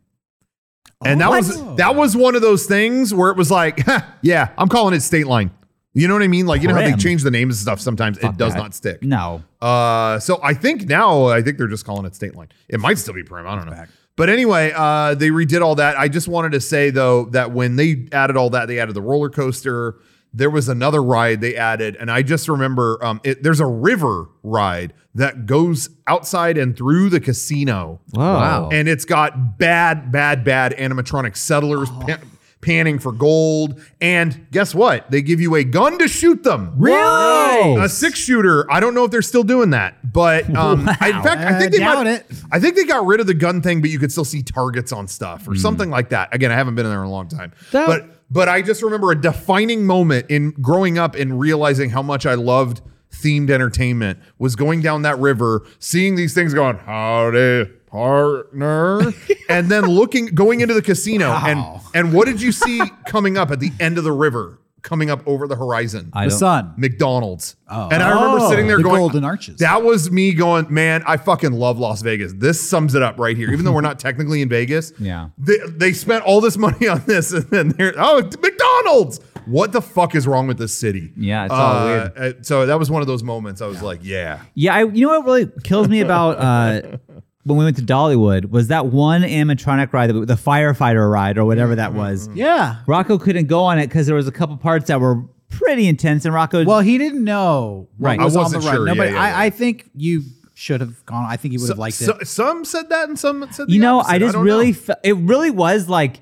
Speaker 2: And that
Speaker 3: What?
Speaker 2: was that was one of those things where it was like, "Huh, yeah, I'm calling it state line. You know what I mean? Like you know how they
Speaker 3: Prim.
Speaker 2: change the names and stuff sometimes. it does
Speaker 3: that.
Speaker 2: not stick.
Speaker 3: no
Speaker 2: Uh, so I think now I think they're just calling it state line. It might still be prim. I don't know. But anyway, uh, they redid all that. I just wanted to say though that when they added all that, they added the roller coaster. There was another ride they added, and I just remember um, it, there's a river ride that goes outside and through the casino,
Speaker 4: Wow.
Speaker 2: and it's got bad, bad, bad animatronic settlers pan- panning for gold. And guess what? They give you a gun to shoot them.
Speaker 3: really
Speaker 2: A six shooter. I don't know if they're still doing that, but um, I, in fact, I think they
Speaker 1: Uh, doubt
Speaker 2: might-
Speaker 1: it.
Speaker 2: I think they got rid of the gun thing, but you could still see targets on stuff
Speaker 3: Hmm.
Speaker 2: or something like that. Again, I haven't been in there in a long time,
Speaker 4: That-
Speaker 2: but but I just remember a defining moment in growing up and realizing how much I loved themed entertainment was going down that river, seeing these things going howdy partner, and then looking going into the casino and and what did you see coming up at the end of the river? Coming up over the horizon.
Speaker 3: I
Speaker 1: The
Speaker 3: don't-
Speaker 1: sun.
Speaker 2: McDonald's. And I remember
Speaker 1: Oh.
Speaker 2: sitting there
Speaker 1: The
Speaker 2: going,
Speaker 1: Golden Arches.
Speaker 2: That was me going, man, I fucking love Las Vegas. This sums it up right here. Even though we're not technically in Vegas,
Speaker 3: Yeah.
Speaker 2: they, they spent all this money on this, and then they're oh it's McDonald's. What the fuck is wrong with this city?
Speaker 3: Yeah, it's all weird.
Speaker 2: uh, So that was one of those moments. I was like, yeah,
Speaker 3: yeah I, you know what really kills me about uh when we went to dollywood was that one animatronic ride the firefighter ride or whatever that was
Speaker 1: Yeah.
Speaker 3: rocco couldn't go on it because there was a couple parts that were pretty intense and rocco
Speaker 1: Well, he didn't know. what
Speaker 3: Right.
Speaker 1: Was
Speaker 2: I
Speaker 1: on
Speaker 2: wasn't
Speaker 1: the run.
Speaker 2: sure. Yeah,
Speaker 1: Nobody,
Speaker 2: yeah, yeah.
Speaker 1: I, I think you should have gone. I think you would have liked
Speaker 2: So-
Speaker 1: it.
Speaker 2: some said that, and some said the
Speaker 3: you know,
Speaker 2: opposite.
Speaker 3: I just
Speaker 2: don't
Speaker 3: really,
Speaker 2: know.
Speaker 3: fe- it really was like,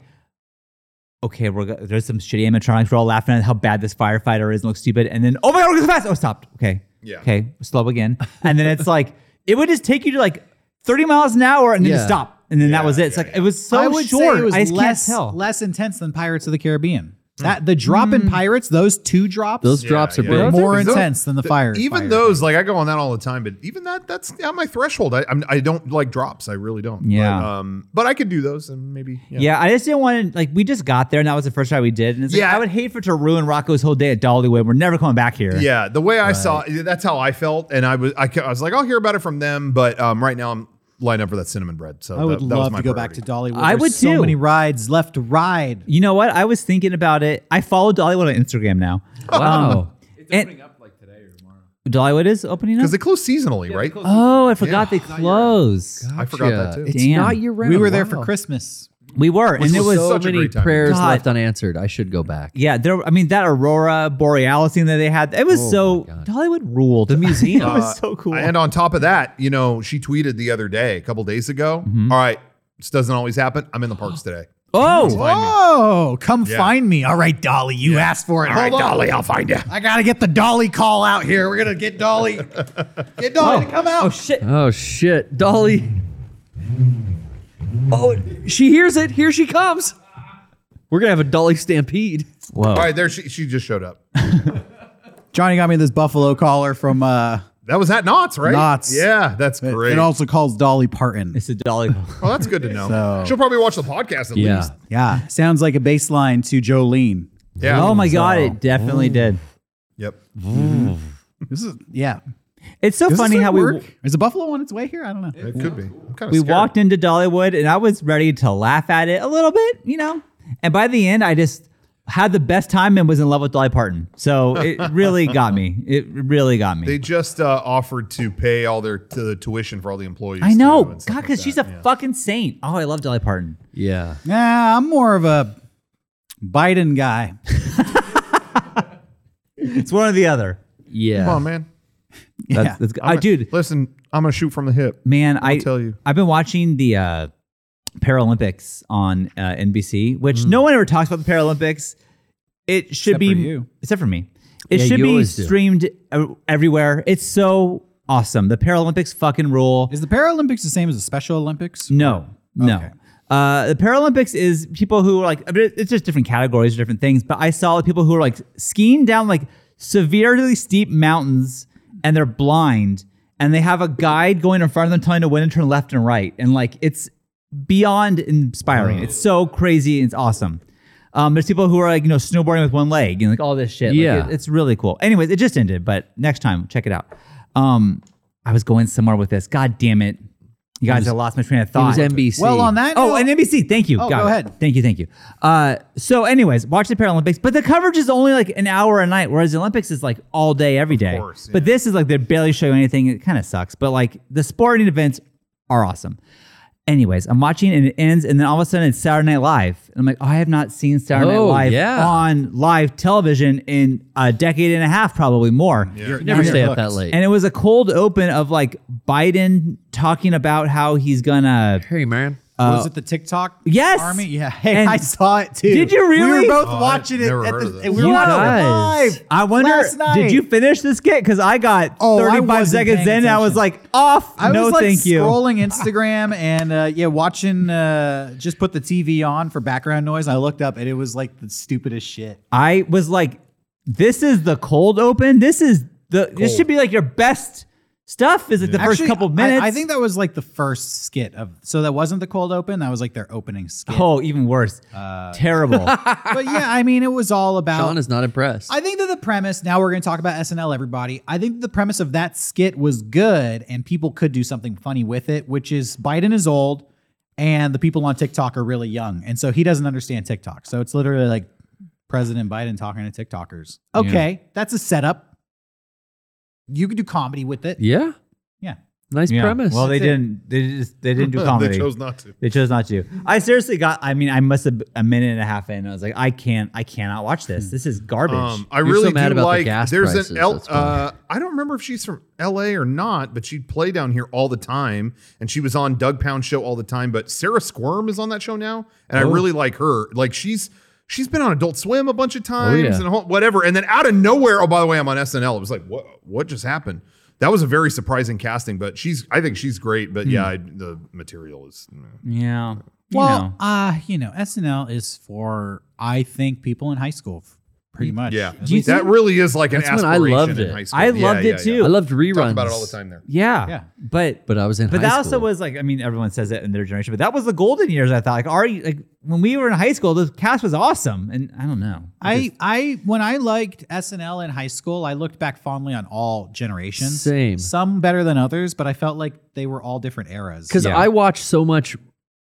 Speaker 3: okay, we're go- there's some shitty animatronics. We're all laughing at how bad this firefighter is and looks stupid. And then, oh my god, we're so fast. Oh, stopped. Okay,
Speaker 2: Yeah.
Speaker 3: okay, slow again. And then it's like it would just take you to like 30 miles an hour and then
Speaker 4: Yeah.
Speaker 3: just stop. And then that was it. It's like it was so
Speaker 1: I would
Speaker 3: short.
Speaker 1: say it was
Speaker 3: I just
Speaker 1: less
Speaker 3: can't tell.
Speaker 1: less intense than Pirates of the Caribbean. That the drop in Pirates, those two drops,
Speaker 4: Those drops
Speaker 2: yeah.
Speaker 4: are big.
Speaker 1: were more
Speaker 2: Those-
Speaker 1: intense than the fire.
Speaker 2: Even
Speaker 1: fire.
Speaker 2: those, like I go on that all the time, but even that, that's on my threshold. I I'm, I don't like drops. I really don't.
Speaker 3: Yeah.
Speaker 2: But, um, but I could do those, and maybe.
Speaker 3: yeah. I just didn't want to like we just got there and that was the first ride we did. And it's
Speaker 2: Yeah.
Speaker 3: like I would hate for it to ruin Rocco's whole day at Dollywood. We're never coming back here.
Speaker 2: Yeah, the way I saw that's how I felt, and I was I, ca- I was like, I'll hear about it from them, but um, right now I'm lined up for that cinnamon bread. So
Speaker 1: I would
Speaker 2: that, that was
Speaker 1: love
Speaker 2: my
Speaker 1: to go
Speaker 2: priority.
Speaker 1: back to Dollywood.
Speaker 3: I
Speaker 1: There's
Speaker 3: would
Speaker 1: so
Speaker 3: too.
Speaker 1: many rides left to ride.
Speaker 3: You know what? I was thinking about it. I follow Dollywood on Instagram now. Um,
Speaker 4: Wow.
Speaker 5: It's
Speaker 3: And-
Speaker 5: opening up like today or tomorrow.
Speaker 3: Dollywood is opening up.
Speaker 2: because they close seasonally, right?
Speaker 3: oh, I forgot they
Speaker 5: not your end.
Speaker 3: closed.
Speaker 2: I forgot that
Speaker 4: Gotcha.
Speaker 2: too.
Speaker 4: It's
Speaker 3: Damn.
Speaker 4: not year round.
Speaker 1: We were there for
Speaker 4: Wow.
Speaker 1: Christmas.
Speaker 3: We were, and
Speaker 2: It
Speaker 3: it
Speaker 2: was
Speaker 3: was
Speaker 2: such
Speaker 4: so
Speaker 2: a
Speaker 4: many
Speaker 2: great time.
Speaker 4: prayers
Speaker 3: God.
Speaker 4: left unanswered. I should go back.
Speaker 3: yeah. There, I mean, that Aurora Borealis thing that they had, it was so Dollywood ruled. The museum it was so cool.
Speaker 2: Uh, And on top of that, you know, she tweeted the other day, a couple days ago. "All right, this doesn't always happen. I'm in the parks today.
Speaker 3: oh,
Speaker 2: Find me.
Speaker 1: Oh, come
Speaker 2: Yeah.
Speaker 1: find me. All right, Dolly, you asked for it.
Speaker 2: All right,
Speaker 1: Hold on.
Speaker 2: Dolly, I'll find you.
Speaker 1: I gotta get the Dolly call out here. We're gonna get Dolly. get Dolly to come
Speaker 3: oh
Speaker 1: out.
Speaker 3: shit!
Speaker 4: Oh shit, Dolly. Oh, she hears it. Here she comes. We're gonna have a Dolly stampede.
Speaker 3: Whoa.
Speaker 2: All right, there she she just showed up.
Speaker 1: Johnny got me this buffalo collar from uh
Speaker 2: That was at Knott's, right?
Speaker 1: Knott's.
Speaker 2: Yeah, that's
Speaker 1: it-
Speaker 2: great.
Speaker 1: it also calls Dolly Parton.
Speaker 3: It's a Dolly.
Speaker 2: well, that's good to know.
Speaker 1: So-
Speaker 2: She'll probably watch the podcast at
Speaker 4: Yeah.
Speaker 2: least.
Speaker 1: Yeah. Sounds like a baseline to Jolene.
Speaker 2: Yeah.
Speaker 3: oh my god! It definitely did.
Speaker 2: Yep.
Speaker 1: This is yeah.
Speaker 3: It's so
Speaker 1: Does this
Speaker 3: funny
Speaker 1: thing
Speaker 3: how we
Speaker 1: work? is a buffalo on its way here? I don't know.
Speaker 2: It could be. I'm kind of
Speaker 3: we walked into Dollywood, and I was ready to laugh at it a little bit, you know. And by the end, I just had the best time and was in love with Dolly Parton. So it really got me. It really got me.
Speaker 2: They just uh, offered to pay all their to the tuition for all the employees.
Speaker 3: I know,
Speaker 2: too,
Speaker 3: God,
Speaker 2: and stuff
Speaker 3: because
Speaker 2: like
Speaker 3: she's
Speaker 2: that.
Speaker 3: a fucking saint. Oh, I love Dolly Parton.
Speaker 4: Yeah.
Speaker 1: Nah, I'm more of a Biden guy.
Speaker 3: It's one or the other.
Speaker 4: Yeah.
Speaker 2: Come on, man.
Speaker 1: Yeah.
Speaker 3: That's, that's good.
Speaker 2: I'm
Speaker 3: I,
Speaker 2: a-
Speaker 3: dude,
Speaker 2: Listen, I'm gonna shoot from the hip.
Speaker 3: man, I
Speaker 2: tell you.
Speaker 3: I've been watching the uh, Paralympics on uh, NBC, which no one ever talks about the Paralympics. It
Speaker 1: Mm.
Speaker 3: should
Speaker 1: Except
Speaker 3: be
Speaker 1: for you.
Speaker 3: except for me. It
Speaker 4: Yeah,
Speaker 3: should
Speaker 4: you
Speaker 3: be
Speaker 4: always do.
Speaker 3: streamed uh, everywhere. It's so awesome. The Paralympics fucking rule.
Speaker 1: Is the Paralympics the same as the Special Olympics?
Speaker 3: No, no. Uh, the Paralympics is people who are like, I mean, it's just different categories, different things. But I saw people who are like skiing down like severely steep mountains and they're blind and they have a guide going in front of them telling them when to turn left and right. And like, it's beyond inspiring. It's so
Speaker 4: Oh.
Speaker 3: crazy. And it's awesome. Um, there's people who are like, you know, snowboarding with one leg and like all this shit. Like,
Speaker 4: Yeah.
Speaker 3: it- it's really cool. Anyways, it just ended, but next time, check it out. Um, I was going somewhere with this. God damn it. You guys, I lost my train of
Speaker 4: It
Speaker 3: thought.
Speaker 4: was NBC.
Speaker 1: Well, on that.
Speaker 3: Oh,
Speaker 1: note-
Speaker 3: and NBC. Thank you.
Speaker 1: Oh,
Speaker 3: Got
Speaker 1: go
Speaker 3: it.
Speaker 1: ahead.
Speaker 3: Thank you. Thank you. Uh, so, anyways, watch the Paralympics, but the coverage is only like an hour a night, whereas the Olympics is like all day, every day.
Speaker 2: course,
Speaker 3: But this is like they barely show you anything. It kind of sucks, but like the sporting events are awesome. Anyways, I'm watching and it ends, and then all of a sudden it's Saturday Night Live. And I'm like, oh, I have not seen Saturday
Speaker 4: Oh,
Speaker 3: Night Live
Speaker 4: yeah.
Speaker 3: on live television in a decade and a half, probably more.
Speaker 4: You never stay up that late.
Speaker 3: And it was a cold open of like Biden talking about how he's gonna
Speaker 4: hey, man.
Speaker 1: was it the TikTok?
Speaker 3: Uh, Yes.
Speaker 1: Army. Yeah. Hey,
Speaker 3: And-
Speaker 1: I saw it too.
Speaker 3: Did you
Speaker 1: We
Speaker 3: really?
Speaker 1: were both
Speaker 2: Oh, I
Speaker 1: watching it.
Speaker 2: never
Speaker 1: At
Speaker 2: heard of
Speaker 1: the,
Speaker 2: this.
Speaker 1: and we
Speaker 4: You
Speaker 1: were watching
Speaker 4: guys.
Speaker 1: it live.
Speaker 3: I wonder,
Speaker 1: Last night.
Speaker 3: did you finish this skit? Because I got
Speaker 1: Oh, I
Speaker 3: 35
Speaker 1: wasn't
Speaker 3: seconds in
Speaker 1: paying
Speaker 3: and I was
Speaker 1: attention.
Speaker 3: like, off.
Speaker 1: I
Speaker 3: no,
Speaker 1: was like
Speaker 3: thank you.
Speaker 1: scrolling Instagram and uh, yeah, watching. Uh, just put the TV on for background noise. I looked up and it was like the stupidest shit.
Speaker 3: I was like, this is the cold open. This is the, this should be like your best stuff is like the first
Speaker 1: Actually,
Speaker 3: couple
Speaker 1: I-
Speaker 3: minutes.
Speaker 1: I, think that was like the first skit of. So that wasn't the cold open. That was like their opening skit.
Speaker 3: Oh, even worse.
Speaker 2: Uh,
Speaker 3: Terrible.
Speaker 1: But yeah, I mean, it was all about.
Speaker 4: John is not impressed.
Speaker 1: I think that the premise, now we're going to talk about SNL, everybody. I think that the premise of that skit was good and people could do something funny with it, which is Biden is old and the people on TikTok are really young. And so he doesn't understand TikTok. So it's literally like President Biden talking to TikTokers. Okay, that's a setup. You could do comedy with it.
Speaker 4: yeah.
Speaker 1: Yeah.
Speaker 4: Nice
Speaker 3: Yeah.
Speaker 4: premise.
Speaker 3: Well, they
Speaker 1: That's it.
Speaker 3: didn't, they just, they didn't do comedy.
Speaker 2: they chose not to.
Speaker 3: They chose not to. I seriously got. I mean, I must have a minute and a half in. I was like, I can't. I cannot watch this. This is garbage.
Speaker 2: Um, I
Speaker 4: You're
Speaker 2: really
Speaker 4: so mad
Speaker 2: do
Speaker 4: about the
Speaker 2: like.
Speaker 4: gas
Speaker 2: there's
Speaker 4: prices,
Speaker 2: an L.
Speaker 4: that's
Speaker 2: Uh, I don't remember if she's from L.A. or not, but she'd play down here all the time, and she was on Doug Pound show all the time. But Sarah Squirm is on that show now, and
Speaker 4: Oh.
Speaker 2: I really like her. Like she's she's been on Adult Swim a bunch of times
Speaker 4: Oh, yeah.
Speaker 2: and a whole- whatever. And then out of nowhere, oh by the way, I'm on SNL. It was like what what just happened. That was a very surprising casting, but she's I think she's great. But
Speaker 4: Hmm.
Speaker 2: yeah, I, the material is.
Speaker 3: yeah. You
Speaker 1: Well,
Speaker 3: know.
Speaker 1: uh, you know, SNL is for, I think, people in high school, pretty much.
Speaker 2: Yeah,
Speaker 1: At least-
Speaker 2: that really is like an
Speaker 4: That's when
Speaker 2: aspiration
Speaker 4: I loved
Speaker 2: in
Speaker 4: it.
Speaker 2: high school.
Speaker 3: I
Speaker 2: Yeah,
Speaker 3: loved
Speaker 2: yeah,
Speaker 3: it
Speaker 2: yeah.
Speaker 3: too.
Speaker 4: I loved reruns.
Speaker 2: Talk about it all the time there.
Speaker 3: yeah.
Speaker 1: Yeah.
Speaker 3: But
Speaker 4: But I was in
Speaker 3: but
Speaker 4: high
Speaker 3: that also
Speaker 4: school.
Speaker 3: was like. I mean, everyone says it in their generation. But that was the golden years. I thought like, are you like when we were in high school, the cast was awesome. And I don't know.
Speaker 1: I, I when I liked SNL in high school, I looked back fondly on all generations.
Speaker 4: Same.
Speaker 1: Some better than others, but I felt like they were all different eras.
Speaker 4: because
Speaker 3: Yeah.
Speaker 4: I watched so much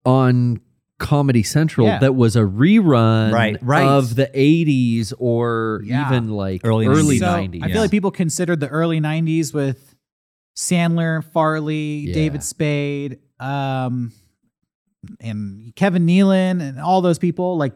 Speaker 4: on Comedy Central
Speaker 1: Yeah.
Speaker 4: that was a rerun
Speaker 3: Right, right.
Speaker 4: of the 80s or
Speaker 1: Yeah.
Speaker 4: even like
Speaker 3: Early
Speaker 4: early,
Speaker 3: 90s.
Speaker 4: 90s.
Speaker 1: So, I feel like people considered the early '90s with Sandler, Farley,
Speaker 4: Yeah.
Speaker 1: David Spade, um, and Kevin Nealon, and all those people like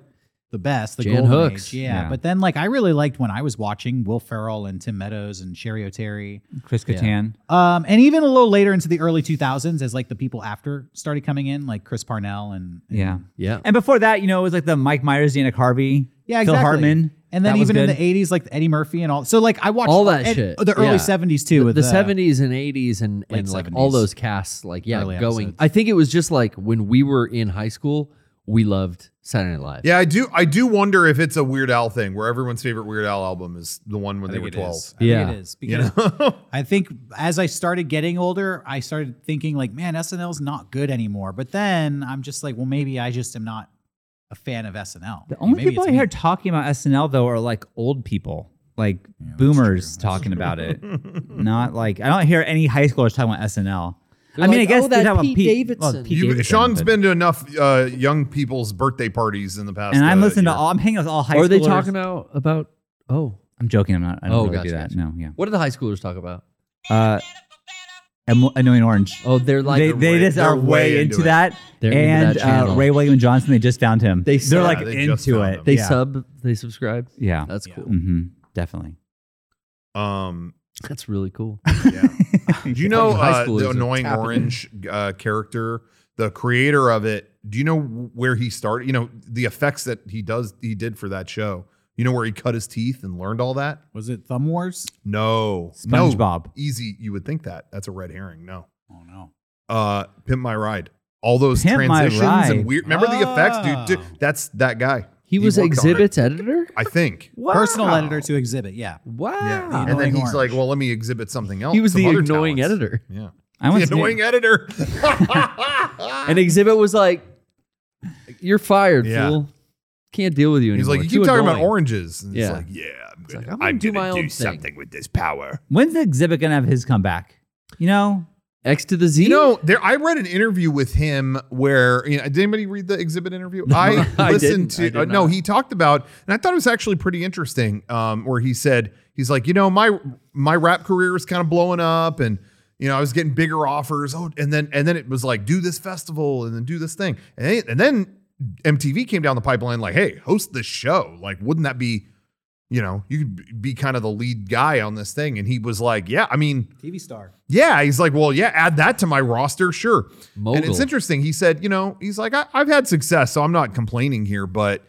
Speaker 1: the best, the
Speaker 4: Jan
Speaker 1: golden
Speaker 4: Hooks.
Speaker 1: age. Yeah.
Speaker 3: Yeah.
Speaker 1: But then, like, I really liked when I was watching Will Ferrell and Tim Meadows and Sherry O'Terry.
Speaker 3: Chris Kattan.
Speaker 1: Um, and even a little later into the early 2000s, as like the people after started coming in, like Chris Parnell and, and-
Speaker 3: Yeah.
Speaker 4: yeah.
Speaker 3: And before that, you know, it was like the Mike Myers, Dana Carvey,
Speaker 1: yeah,
Speaker 3: Phil
Speaker 1: exactly.
Speaker 3: Hartman,
Speaker 1: And then
Speaker 3: That was
Speaker 1: even in
Speaker 3: good.
Speaker 1: the 80s, like Eddie Murphy and all. So like I watched
Speaker 4: All that
Speaker 1: and
Speaker 4: shit.
Speaker 1: The early
Speaker 4: Yeah.
Speaker 1: 70s too. with
Speaker 4: the
Speaker 1: uh,
Speaker 4: seventies and eighties and,
Speaker 1: late
Speaker 4: and like all
Speaker 1: 70s.
Speaker 4: those casts, like yeah,
Speaker 1: Early
Speaker 4: going.
Speaker 1: episodes.
Speaker 4: I think it was just like when we were in high school, we loved Saturday Night Live.
Speaker 2: Yeah, I do. I do wonder if it's a Weird Al thing, where everyone's favorite Weird Al album is the one when
Speaker 1: I
Speaker 2: they
Speaker 1: think
Speaker 2: were
Speaker 1: it
Speaker 2: twelve.
Speaker 1: is. I think
Speaker 4: Yeah.
Speaker 1: it is
Speaker 2: You
Speaker 1: because
Speaker 2: know,
Speaker 1: I think as I started getting older, I started thinking like, man, SNL's not good anymore. But then I'm just like, well, maybe I just am not a fan of SNL.
Speaker 3: The only
Speaker 1: Maybe
Speaker 3: people
Speaker 1: it's
Speaker 3: I
Speaker 1: me.
Speaker 3: hear talking about SNL though are like old people, like boomers talking about it. Not like I don't hear any high schoolers talking about SNL. I
Speaker 4: They're
Speaker 3: mean, I
Speaker 4: like,
Speaker 3: guess
Speaker 4: "Oh,
Speaker 3: they
Speaker 4: that
Speaker 3: talk about
Speaker 4: Pete Davidson."
Speaker 3: Pete
Speaker 2: you,
Speaker 3: Davidson,
Speaker 2: Sean's
Speaker 3: but-
Speaker 2: been to enough uh, young people's birthday parties in the past.
Speaker 3: and I'm
Speaker 2: uh,
Speaker 3: listening to
Speaker 2: year.
Speaker 3: all. I'm hanging out with all high.
Speaker 4: Or are
Speaker 3: schoolers.
Speaker 4: they talking about about oh
Speaker 3: I'm joking. I'm not. I don't
Speaker 4: Oh,
Speaker 3: really
Speaker 4: gotcha,
Speaker 3: do that.
Speaker 4: gotcha.
Speaker 3: No, yeah.
Speaker 4: what do the high schoolers talk about?
Speaker 3: Uh, Am- annoying orange.
Speaker 4: Oh, they're like
Speaker 3: they, they
Speaker 2: way-
Speaker 3: just
Speaker 2: they're
Speaker 3: are
Speaker 2: way
Speaker 3: way into,
Speaker 2: into it.
Speaker 3: that.
Speaker 4: They're into
Speaker 3: and
Speaker 4: that channel.
Speaker 3: uh, Ray William Johnson, they just found him.
Speaker 4: They-
Speaker 3: they're
Speaker 4: yeah,
Speaker 3: like
Speaker 2: they just
Speaker 3: into
Speaker 2: found
Speaker 3: it.
Speaker 2: him.
Speaker 4: they
Speaker 3: yeah.
Speaker 4: sub they subscribe.
Speaker 3: Yeah.
Speaker 4: That's
Speaker 1: Yeah.
Speaker 4: cool.
Speaker 3: hmm Definitely.
Speaker 2: Um,
Speaker 4: That's really cool.
Speaker 2: yeah. do you know
Speaker 4: High
Speaker 2: uh,
Speaker 4: schoolers
Speaker 2: the
Speaker 4: are
Speaker 2: annoying
Speaker 4: tapping in.
Speaker 2: orange uh, character, the creator of it? Do you know where he started? You know the effects that he does. He did for that show. You know where he cut his teeth and learned all that?
Speaker 1: was it Thumb Wars?
Speaker 2: No,
Speaker 3: SpongeBob.
Speaker 2: No. Easy. You would think that. That's a red herring. No.
Speaker 1: Oh no.
Speaker 2: Uh, Pimp My Ride. all those
Speaker 3: Pimp My
Speaker 2: transitions
Speaker 3: Ride.
Speaker 2: and weird. Remember the effects, dude, dude? That's that guy.
Speaker 4: He was
Speaker 2: worked on it,
Speaker 4: exhibits editor.
Speaker 2: I think.
Speaker 1: Personal editor to exhibit. Yeah.
Speaker 4: Wow.
Speaker 2: Yeah. And then
Speaker 1: Annoying
Speaker 2: he's
Speaker 1: orange.
Speaker 2: like, well, let me exhibit something else.
Speaker 4: He was
Speaker 2: some
Speaker 4: the
Speaker 2: other
Speaker 4: annoying
Speaker 2: talents.
Speaker 4: editor.
Speaker 2: Yeah.
Speaker 3: I
Speaker 2: The
Speaker 3: once knew-
Speaker 2: annoying editor.
Speaker 4: And exhibit was like, "You're fired,
Speaker 2: Yeah.
Speaker 4: fool. Can't deal with you
Speaker 2: He's
Speaker 4: anymore."
Speaker 2: like, you
Speaker 4: Too
Speaker 2: keep talking about
Speaker 4: annoying."
Speaker 2: oranges. And
Speaker 4: Yeah.
Speaker 2: It's like, yeah, I'm gonna,
Speaker 4: like, "Ah, I'm gonna
Speaker 2: I'm
Speaker 4: do
Speaker 2: gonna
Speaker 4: my
Speaker 2: do
Speaker 4: own thing."
Speaker 2: something with this power.
Speaker 3: When's the exhibit gonna have his comeback? You know,
Speaker 4: X to the Z.
Speaker 2: You know, there. I read an interview with him where you know, did anybody read the exhibit interview? I
Speaker 4: I
Speaker 2: listened
Speaker 4: didn't. I
Speaker 2: to.
Speaker 4: did
Speaker 2: uh, no,
Speaker 4: not.
Speaker 2: he talked about, and I thought it was actually pretty interesting. Um, where he said he's like, you know, my my rap career is kind of blowing up, and you know, I was getting bigger offers. Oh, and then and then it was like, do this festival, and then do this thing, and then- and then MTV came down the pipeline like, hey, host this show. Like, wouldn't that be? You know, you could be kind of the lead guy on this thing. And he was like, Yeah, I mean,
Speaker 1: TV star.
Speaker 2: yeah, he's like, well, yeah, add that to my roster, sure. And it's
Speaker 4: Mogul.
Speaker 2: interesting. He said, you know, he's like, I, I've had success, so I'm not complaining here, but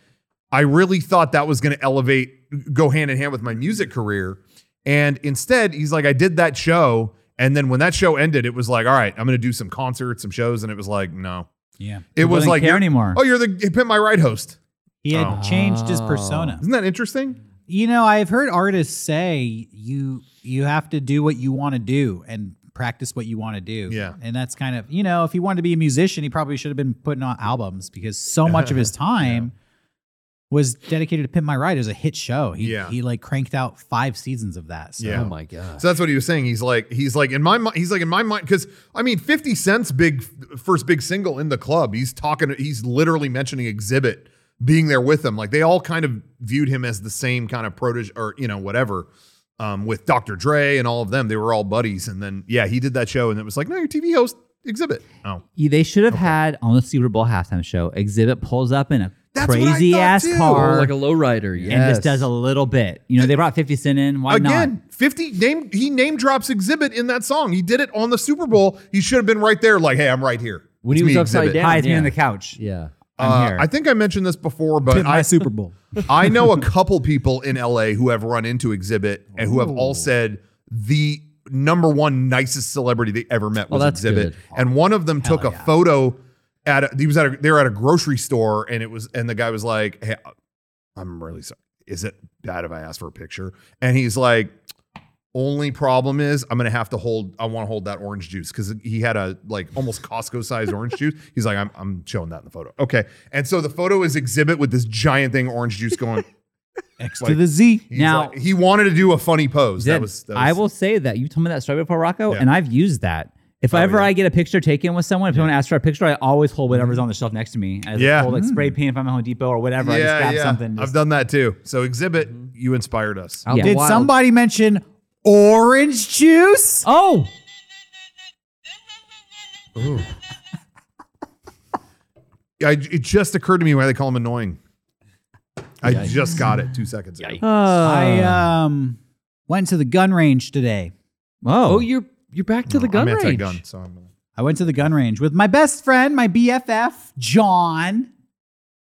Speaker 2: I really thought that was going to elevate, go hand in hand with my music career. And instead, he's like, I did that show. And then when that show ended, it was like, all right, I'm going to do some concerts, some shows. And it was like, no.
Speaker 1: Yeah.
Speaker 2: It was
Speaker 3: doesn't
Speaker 2: like,
Speaker 3: care
Speaker 2: you're-
Speaker 3: anymore.
Speaker 2: oh, you're the Pimp My Ride host.
Speaker 1: He had
Speaker 2: Oh.
Speaker 1: changed his persona.
Speaker 2: Isn't that interesting?
Speaker 1: You know, I've heard artists say you you have to do what you want to do and practice what you want to do.
Speaker 2: Yeah.
Speaker 1: And that's kind of, you know, if he wanted to be a musician, he probably should have been putting out albums because so much of his time was dedicated to Pimp My Ride. It was a hit show. He,
Speaker 2: Yeah.
Speaker 1: he like cranked out five seasons of that. So.
Speaker 2: Yeah.
Speaker 4: Oh my god.
Speaker 2: So that's what he was saying. He's like, he's like, in my mind, he's like, in my mind, because I mean, 50 Cent's big first big single in the club. He's talking, he's literally mentioning Exhibit being there with him. Like they all kind of viewed him as the same kind of protege or, you know, whatever. Um, with Dr. Dre and all of them, they were all buddies. And then, yeah, he did that show and it was like, no, your TV host, Exhibit. Oh,
Speaker 3: Yeah, They should have had on the Super Bowl halftime show. Exhibit pulls up in a
Speaker 2: That's what I
Speaker 3: crazy
Speaker 2: thought
Speaker 3: ass
Speaker 2: too.
Speaker 3: car
Speaker 4: Oh, like a lowrider. Yes.
Speaker 3: and just does a little bit. You know, they brought Fifty Cent in. Why
Speaker 2: Again, 50 name he name drops exhibit in that song. He did it on the Super Bowl. He should have been right there, like, hey, I'm right here.
Speaker 4: When he
Speaker 2: It's
Speaker 4: was
Speaker 2: me,
Speaker 4: upside
Speaker 2: Exhibit.
Speaker 3: not?
Speaker 4: down.
Speaker 3: Hides me
Speaker 4: yeah.
Speaker 3: on the couch.
Speaker 4: Yeah.
Speaker 3: I'm
Speaker 2: Uh,
Speaker 3: here.
Speaker 2: I think I mentioned this before, but
Speaker 1: Pimp My
Speaker 2: I,
Speaker 1: Super Bowl.
Speaker 2: I know a couple people in LA who have run into Exhibit and who have all said the number one nicest celebrity they ever met was
Speaker 4: that's
Speaker 2: Exhibit.
Speaker 4: good.
Speaker 2: And one of them took a photo at a, he was at a, they were at a grocery store and it was and the guy was like, "Hey, I'm really sorry. Is it bad if I ask for a picture?" And he's like, only problem is I'm gonna have to hold. I want to hold that orange juice because he had a like almost Costco sized orange juice. He's like, I'm I'm showing that in the photo. Okay, and so the photo is exhibit with this giant thing of orange juice going.
Speaker 1: X to
Speaker 2: Like-
Speaker 1: the Z.
Speaker 2: He's
Speaker 3: Now-
Speaker 2: like- he wanted to do a funny pose. That
Speaker 3: Then
Speaker 2: was, that was
Speaker 3: I will say that you told me that story before, Rocco,
Speaker 2: Yeah. Oh,
Speaker 3: and I've used that. If ever I get a picture taken with someone, if someone asks for a picture, I always hold whatever's on the shelf next to me. I just
Speaker 2: Mm-hmm. Yeah. Mm.
Speaker 3: hold like spray paint if I'm at Home Depot or whatever. I just
Speaker 2: Yeah,
Speaker 3: grab
Speaker 2: yeah.
Speaker 3: something.
Speaker 2: I've
Speaker 3: Just, Mm-hmm. Oh.
Speaker 2: done that too. So exhibit, you inspired us.
Speaker 4: Out in the
Speaker 1: Did
Speaker 4: wild.
Speaker 1: somebody mention orange juice?
Speaker 3: oh,
Speaker 2: I, it just occurred to me why they call him annoying. I just got it two seconds ago.
Speaker 3: Uh.
Speaker 1: I um went to the gun range today.
Speaker 3: oh,
Speaker 4: Oh, you're you're back to the
Speaker 2: No,
Speaker 4: gun
Speaker 2: I'm
Speaker 4: range.
Speaker 2: anti-gun, so I'm
Speaker 1: I went to the gun range with my best friend, my BFF, John.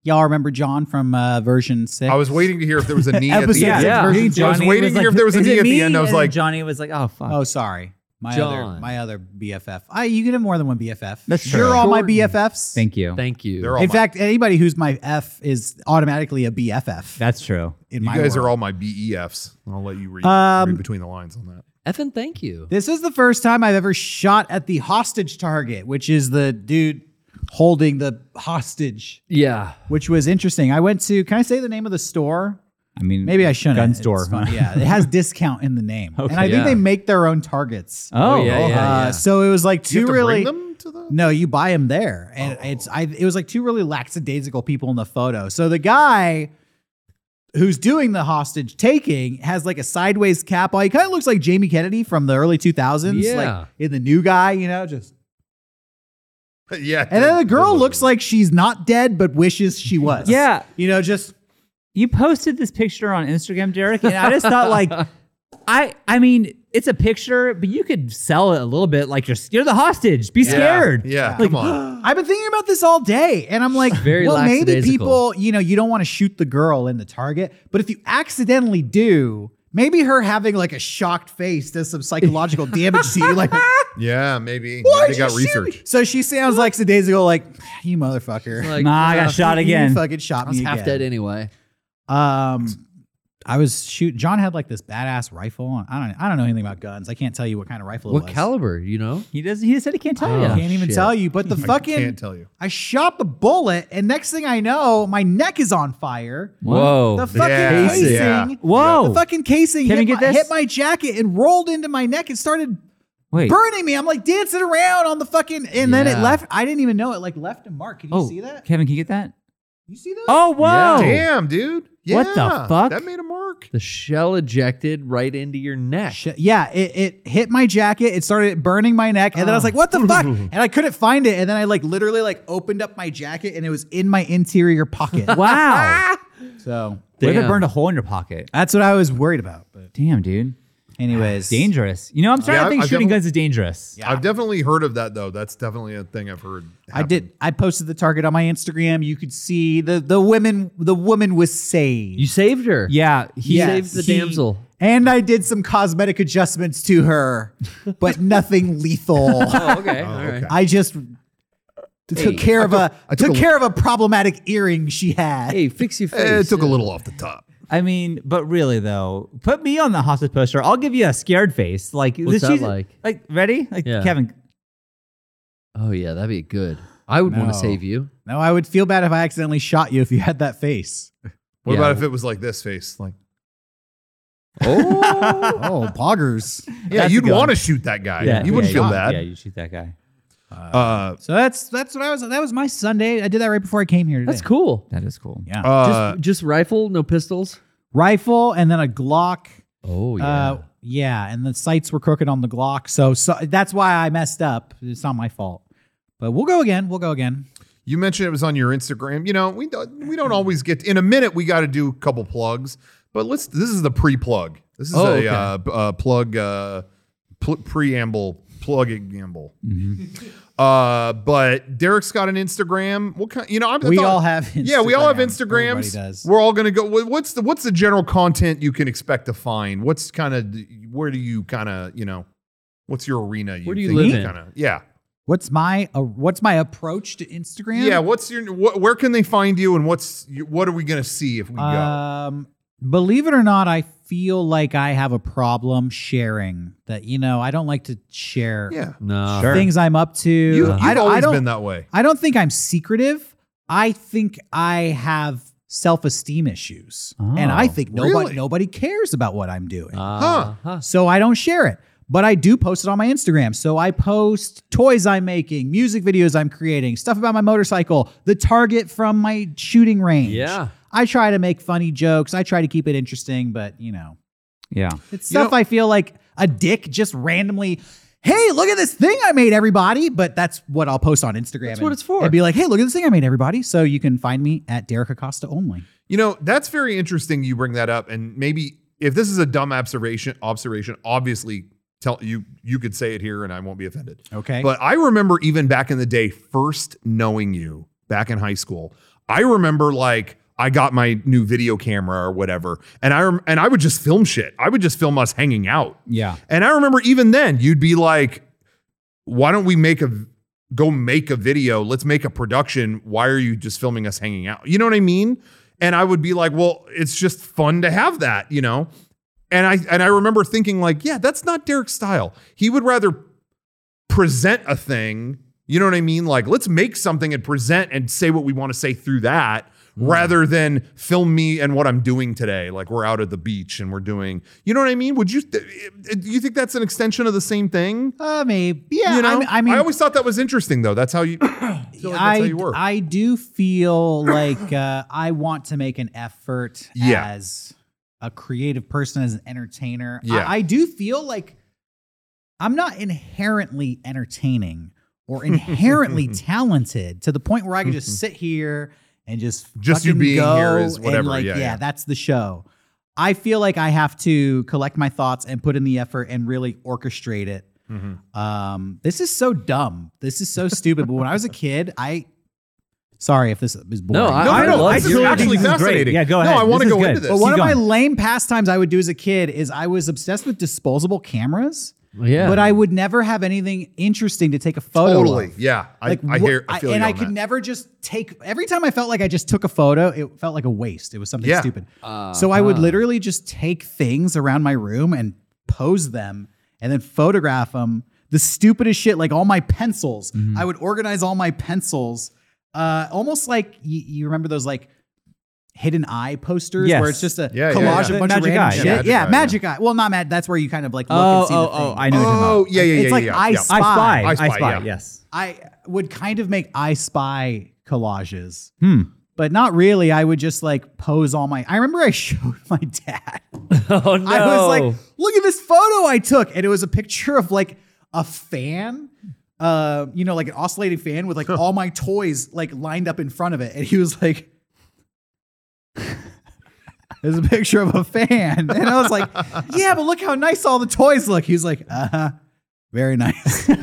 Speaker 1: Y'all remember John from uh, version six?
Speaker 2: I was waiting to hear if there was a knee at the
Speaker 1: Episode
Speaker 2: end.
Speaker 1: six.
Speaker 4: Yeah.
Speaker 1: version
Speaker 4: I was
Speaker 1: six.
Speaker 2: waiting to hear if there was a
Speaker 3: "Is
Speaker 2: knee
Speaker 3: it
Speaker 2: at the
Speaker 3: me?"
Speaker 2: end. I
Speaker 3: And
Speaker 2: was
Speaker 3: then
Speaker 2: like-
Speaker 3: Johnny was like, oh fuck.
Speaker 1: Oh, sorry, my other
Speaker 4: John.
Speaker 1: my other BFF. I you can have more than one BFF.
Speaker 3: That's true.
Speaker 1: You're all my
Speaker 4: Jordan.
Speaker 1: BFFs.
Speaker 3: Thank
Speaker 2: Um,
Speaker 3: you.
Speaker 4: Thank you.
Speaker 2: They're all
Speaker 1: In
Speaker 2: my-
Speaker 1: fact, anybody who's my F is automatically a BFF.
Speaker 3: That's true.
Speaker 1: in
Speaker 2: You
Speaker 1: my
Speaker 2: guys
Speaker 1: world.
Speaker 2: are all my BEFs. I'll let you read,
Speaker 1: Um,
Speaker 2: read between the lines on that.
Speaker 4: Effin, thank you.
Speaker 1: This is the first time I've ever shot at the hostage target, which is the dude holding the hostage,
Speaker 4: Yeah.
Speaker 1: which was interesting. I went to. Can I say the name of the store?
Speaker 3: I mean,
Speaker 1: Maybe I shouldn't.
Speaker 3: Gun
Speaker 1: It's
Speaker 3: store.
Speaker 1: fine. yeah, it has discount in the name,
Speaker 3: Okay.
Speaker 1: and I think
Speaker 4: Yeah.
Speaker 1: they make their own targets.
Speaker 3: Oh,
Speaker 4: yeah,
Speaker 3: oh,
Speaker 1: uh,
Speaker 4: yeah.
Speaker 1: so it was like
Speaker 2: Do
Speaker 1: two
Speaker 2: you have to
Speaker 1: really.
Speaker 2: bring them to the
Speaker 1: No, you buy them there, and it's I. It was like two really lackadaisical people in the photo. So the guy who's doing the hostage taking has like a sideways cap on. He kind of looks like Jamie Kennedy from the early two thousands,
Speaker 4: Yeah.
Speaker 1: like in the new guy, you know, just.
Speaker 2: yeah.
Speaker 1: And then the girl
Speaker 2: They're
Speaker 1: looks like she's not dead, but wishes she was.
Speaker 3: Yeah.
Speaker 1: you know, just
Speaker 3: you posted this picture on Instagram, Derek, and I just thought like I I mean, it's a picture, but you could sell it a little bit like you're you're the hostage. Be scared.
Speaker 2: Yeah,
Speaker 3: Like,
Speaker 2: come on.
Speaker 1: I've been thinking about this all day, and I'm like,
Speaker 4: Very
Speaker 1: well, maybe
Speaker 4: lackadaisical.
Speaker 1: people, you know, you don't want to shoot the girl in the target, but if you accidentally do, Maybe her having like a shocked face does some psychological damage to you. Like,
Speaker 2: Yeah, maybe.
Speaker 1: "Why'd
Speaker 2: They got
Speaker 1: you shoot me?"
Speaker 2: research.
Speaker 1: So she sounds like some days ago, like you motherfucker.
Speaker 4: Like,
Speaker 3: nah, I
Speaker 4: yeah,
Speaker 3: got shot
Speaker 1: You
Speaker 3: again.
Speaker 1: fucking shot
Speaker 4: I was
Speaker 1: me
Speaker 4: half
Speaker 1: again.
Speaker 4: dead anyway.
Speaker 1: Um, I was shoot. John had like this badass rifle. I don't. I don't know anything about guns. I can't tell you what kind of rifle
Speaker 4: What
Speaker 1: it was.
Speaker 4: caliber? You know?
Speaker 3: He does. He said he can't tell
Speaker 4: Oh,
Speaker 3: you.
Speaker 1: I can't even
Speaker 4: Shit.
Speaker 1: tell you. But the fucking.
Speaker 2: Can't tell you.
Speaker 1: I shot the bullet, and next thing I know, my neck is on fire.
Speaker 3: Oh,
Speaker 4: Whoa!
Speaker 1: The fucking
Speaker 2: Yeah.
Speaker 1: casing.
Speaker 2: Yeah.
Speaker 3: Whoa.
Speaker 1: The fucking casing
Speaker 3: Can
Speaker 1: hit,
Speaker 3: we get
Speaker 1: my,
Speaker 3: this?
Speaker 1: hit my jacket and rolled into my neck and started
Speaker 3: Wait.
Speaker 1: burning me. I'm like dancing around on the fucking, and then it
Speaker 4: Yeah.
Speaker 1: left. I didn't even know it like left a mark. Can you
Speaker 3: oh,
Speaker 1: see that?
Speaker 3: Kevin, can you get that?
Speaker 1: You see that?
Speaker 3: Oh, whoa.
Speaker 2: Damn, dude. Yeah,
Speaker 3: What the fuck?
Speaker 2: That made a mark.
Speaker 4: the shell ejected right into your neck.
Speaker 1: Sh- Yeah, it, it hit my jacket. It started burning my neck, and then I was like, "What
Speaker 3: Oh.
Speaker 1: the fuck?" And I couldn't find it. And then I like literally like opened up my jacket, and it was in my interior pocket.
Speaker 3: Wow.
Speaker 1: so
Speaker 3: Would have
Speaker 4: Damn.
Speaker 3: burned a hole in your pocket. Uh,
Speaker 1: that's what I was worried about. But
Speaker 3: Damn, dude.
Speaker 1: anyways,
Speaker 3: Dangerous. You know, I'm starting
Speaker 2: Yeah,
Speaker 3: to think
Speaker 2: I've
Speaker 3: shooting
Speaker 2: definitely-
Speaker 3: guns is dangerous. Yeah.
Speaker 2: I've definitely heard of that though. That's definitely a thing I've heard.
Speaker 1: I did. I posted the target on my Instagram. You could see the the women. The woman was saved,
Speaker 4: You saved her.
Speaker 3: he
Speaker 1: Yes.
Speaker 4: saved the
Speaker 3: he-
Speaker 4: damsel.
Speaker 1: and I did some cosmetic adjustments to her, but nothing lethal.
Speaker 4: Oh, okay. All
Speaker 2: okay.
Speaker 4: right.
Speaker 1: I just took care of a
Speaker 2: I
Speaker 1: I
Speaker 2: took
Speaker 1: took
Speaker 2: a-
Speaker 1: care of a problematic earring she had.
Speaker 4: Hey, fix your
Speaker 2: happen. Eh,
Speaker 4: face.
Speaker 2: It took a little off the top.
Speaker 3: I mean, but really though, put me on the hostage poster. I'll give you a scared face. Like
Speaker 4: What's
Speaker 3: this-
Speaker 4: that
Speaker 3: she's-
Speaker 4: like?
Speaker 3: Like ready? Like
Speaker 4: Yeah.
Speaker 3: Kevin.
Speaker 4: Oh yeah, that'd be good. I would want
Speaker 1: No.
Speaker 4: to save you.
Speaker 1: No, I would feel bad if I accidentally shot you if you had that face.
Speaker 2: What
Speaker 4: Yeah.
Speaker 2: about if it was like this face? Like,
Speaker 1: Oh, poggers.
Speaker 2: yeah,
Speaker 3: That's
Speaker 2: you'd
Speaker 3: a gun.
Speaker 2: want to shoot that guy. you wouldn't feel
Speaker 3: you-
Speaker 2: bad.
Speaker 3: Yeah, you shoot that guy.
Speaker 2: Uh,
Speaker 1: So that's that's what I was. That was my Sunday. I did that right before I came here. Today.
Speaker 4: That's cool.
Speaker 3: That is cool.
Speaker 1: Yeah.
Speaker 2: uh,
Speaker 4: just, just rifle, no pistols.
Speaker 1: Rifle and then a Glock.
Speaker 4: Oh yeah.
Speaker 1: Uh, yeah, and the sights were crooked on the Glock, so, so that's why I messed up. It's not my fault. But we'll go again. We'll go again.
Speaker 2: you mentioned it was on your Instagram. You know, we don't we don't always get in a minute. We got to do a couple plugs, but let's. This is the pre-plug. This is
Speaker 4: Oh,
Speaker 2: a
Speaker 4: okay.
Speaker 2: uh, b- uh, plug uh, pl- preamble plug gamble.
Speaker 1: Mm-hmm.
Speaker 2: Uh, but Derek's got an Instagram. What kind? You know, I'm, I
Speaker 1: We
Speaker 2: thought-
Speaker 1: all have. Instagram.
Speaker 2: Yeah, we all have
Speaker 1: Everybody
Speaker 2: Instagrams.
Speaker 1: does.
Speaker 2: We're all gonna go. wh- What's the what's the general content you can expect to find? What's kind of where do you kind of you know, what's your arena?
Speaker 4: Where do you
Speaker 2: think
Speaker 4: live
Speaker 2: you're
Speaker 4: in?
Speaker 2: Kinda, yeah,
Speaker 1: What's my uh, what's my approach to Instagram?
Speaker 2: yeah. What's your wh- where can they find you and what's you- what are we gonna see if we go?
Speaker 1: Um, believe it or not, I feel like I have a problem sharing. That you know, I don't like to share
Speaker 2: Yeah,
Speaker 4: no.
Speaker 1: things I'm up to.
Speaker 2: you, you've
Speaker 1: I, don't- I
Speaker 2: always
Speaker 1: don't.
Speaker 2: been that way.
Speaker 1: I don't think I'm secretive. I think I have self-esteem issues, and I
Speaker 3: Oh,
Speaker 1: think nobody
Speaker 2: really?
Speaker 1: nobody cares about what I'm doing.
Speaker 4: Uh, huh.
Speaker 1: So I don't share it. But I do post it on my Instagram. So I post toys I'm making, music videos I'm creating, stuff about my motorcycle, the target from my shooting range.
Speaker 4: Yeah.
Speaker 1: I try to make funny jokes. I try to keep it interesting, but you know,
Speaker 3: Yeah.
Speaker 1: it's
Speaker 2: You know-
Speaker 1: stuff I feel like a dick just randomly, hey, look at this thing I made, everybody. But that's what I'll post on Instagram.
Speaker 4: That's what
Speaker 1: and-
Speaker 4: it's for.
Speaker 1: And be like, hey, look at this thing I made, everybody. So you can find me at Derek Acosta only.
Speaker 2: You know, that's very interesting. You bring that up, and maybe if this is a dumb observation, observation, obviously, tell you you could say it here, and I won't be offended.
Speaker 1: Okay.
Speaker 2: But I remember even back in the day, first knowing you back in high school, I remember like I got my new video camera or whatever, and I rem- and I would just film shit. I would just film us hanging out.
Speaker 1: yeah.
Speaker 2: And I remember even then, you'd be like, "Why don't we make a go make a video? Let's make a production. Why are you just filming us hanging out?" You know what I mean? And I would be like, "Well, it's just fun to have that, you know." And I and I remember thinking like, "Yeah, that's not Derek's style. He would rather present a thing. You know what I mean? Like, let's make something and present and say what we want to say through that."
Speaker 1: Mm.
Speaker 2: Rather than film me and what I'm doing today, like we're out at the beach and we're doing, you know what I mean? Would you, eh, do you think that's an extension of the same thing?
Speaker 1: Uh, maybe. Yeah.
Speaker 2: you know,
Speaker 1: I mean, I mean,
Speaker 2: always thought that was interesting, though. That's how you. I feel like that's how you were.
Speaker 1: I do feel like uh, I want to make an effort
Speaker 2: Yeah.
Speaker 1: as a creative person, as an entertainer. I-
Speaker 2: Yeah.
Speaker 1: I, do feel like I'm not inherently entertaining or inherently talented to the point where I can just sit here and just
Speaker 2: Just you
Speaker 1: fucking
Speaker 2: being
Speaker 1: go
Speaker 2: here is
Speaker 1: and,
Speaker 2: whatever.
Speaker 1: like,
Speaker 2: Yeah, yeah.
Speaker 1: that's the show. I feel like I have to collect my thoughts and put in the effort and really orchestrate it um, this is so dumb. This is so stupid. But when I was a kid, I Sorry if this is boring.
Speaker 4: No, I,
Speaker 2: No,
Speaker 4: I
Speaker 2: no, no.
Speaker 4: love
Speaker 2: this
Speaker 4: your
Speaker 2: is
Speaker 4: idea.
Speaker 2: actually
Speaker 3: This is great.
Speaker 2: fascinating.
Speaker 3: Yeah, go
Speaker 2: No,
Speaker 3: ahead.
Speaker 2: I want to
Speaker 3: This is
Speaker 2: go
Speaker 3: good.
Speaker 2: into this.
Speaker 3: Well,
Speaker 1: But one
Speaker 3: Keep
Speaker 1: of my
Speaker 3: going.
Speaker 1: lame pastimes I would do as a kid is I was obsessed with disposable cameras.
Speaker 4: Yeah.
Speaker 1: But I would never have anything interesting to take a photo.
Speaker 2: totally.
Speaker 1: Of.
Speaker 2: Yeah, I,
Speaker 1: Like
Speaker 2: I
Speaker 1: wha-
Speaker 2: hear. I feel
Speaker 1: and
Speaker 2: you
Speaker 1: I
Speaker 2: on
Speaker 1: could
Speaker 2: that.
Speaker 1: never just take. Every time I felt like I just took a photo, it felt like a waste. It was something
Speaker 2: Yeah.
Speaker 1: stupid.
Speaker 3: Uh,
Speaker 1: so I would literally just take things around my room and pose them, and then photograph them. The stupidest shit, like all my pencils.
Speaker 2: Mm-hmm.
Speaker 1: I would organize all my pencils, uh, almost like you, you remember those like hidden eye posters
Speaker 3: Yes.
Speaker 1: where it's just a
Speaker 2: Yeah, yeah,
Speaker 1: collage
Speaker 2: yeah.
Speaker 1: of a bunch
Speaker 3: Magic
Speaker 1: of random
Speaker 3: eye.
Speaker 1: shit.
Speaker 2: Yeah,
Speaker 1: Yeah,
Speaker 2: magic
Speaker 1: magic,
Speaker 2: eye,
Speaker 1: eye, Well, not mad. That's where you kind of like look
Speaker 3: Oh,
Speaker 1: and see
Speaker 3: oh,
Speaker 1: the thing.
Speaker 3: oh! I know. what you're talking about.
Speaker 2: Oh yeah, yeah, yeah.
Speaker 1: it's like
Speaker 2: yeah,
Speaker 1: I
Speaker 2: yeah.
Speaker 1: Spy.
Speaker 3: I spy.
Speaker 2: I
Speaker 3: I
Speaker 2: Spy,
Speaker 3: spy.
Speaker 2: yeah.
Speaker 3: Yes.
Speaker 1: I would kind of make I spy collages. But not really. I would just like pose all my. I remember I showed my dad.
Speaker 4: oh no!
Speaker 1: I was like, look at this photo I took. And it was a picture of like a fan, uh, you know, like an oscillating fan with like all my toys like lined up in front of it. And he was like, there's a picture of a fan. And I was like, yeah, but look how nice all the toys look. He's like, uh huh. Very nice. But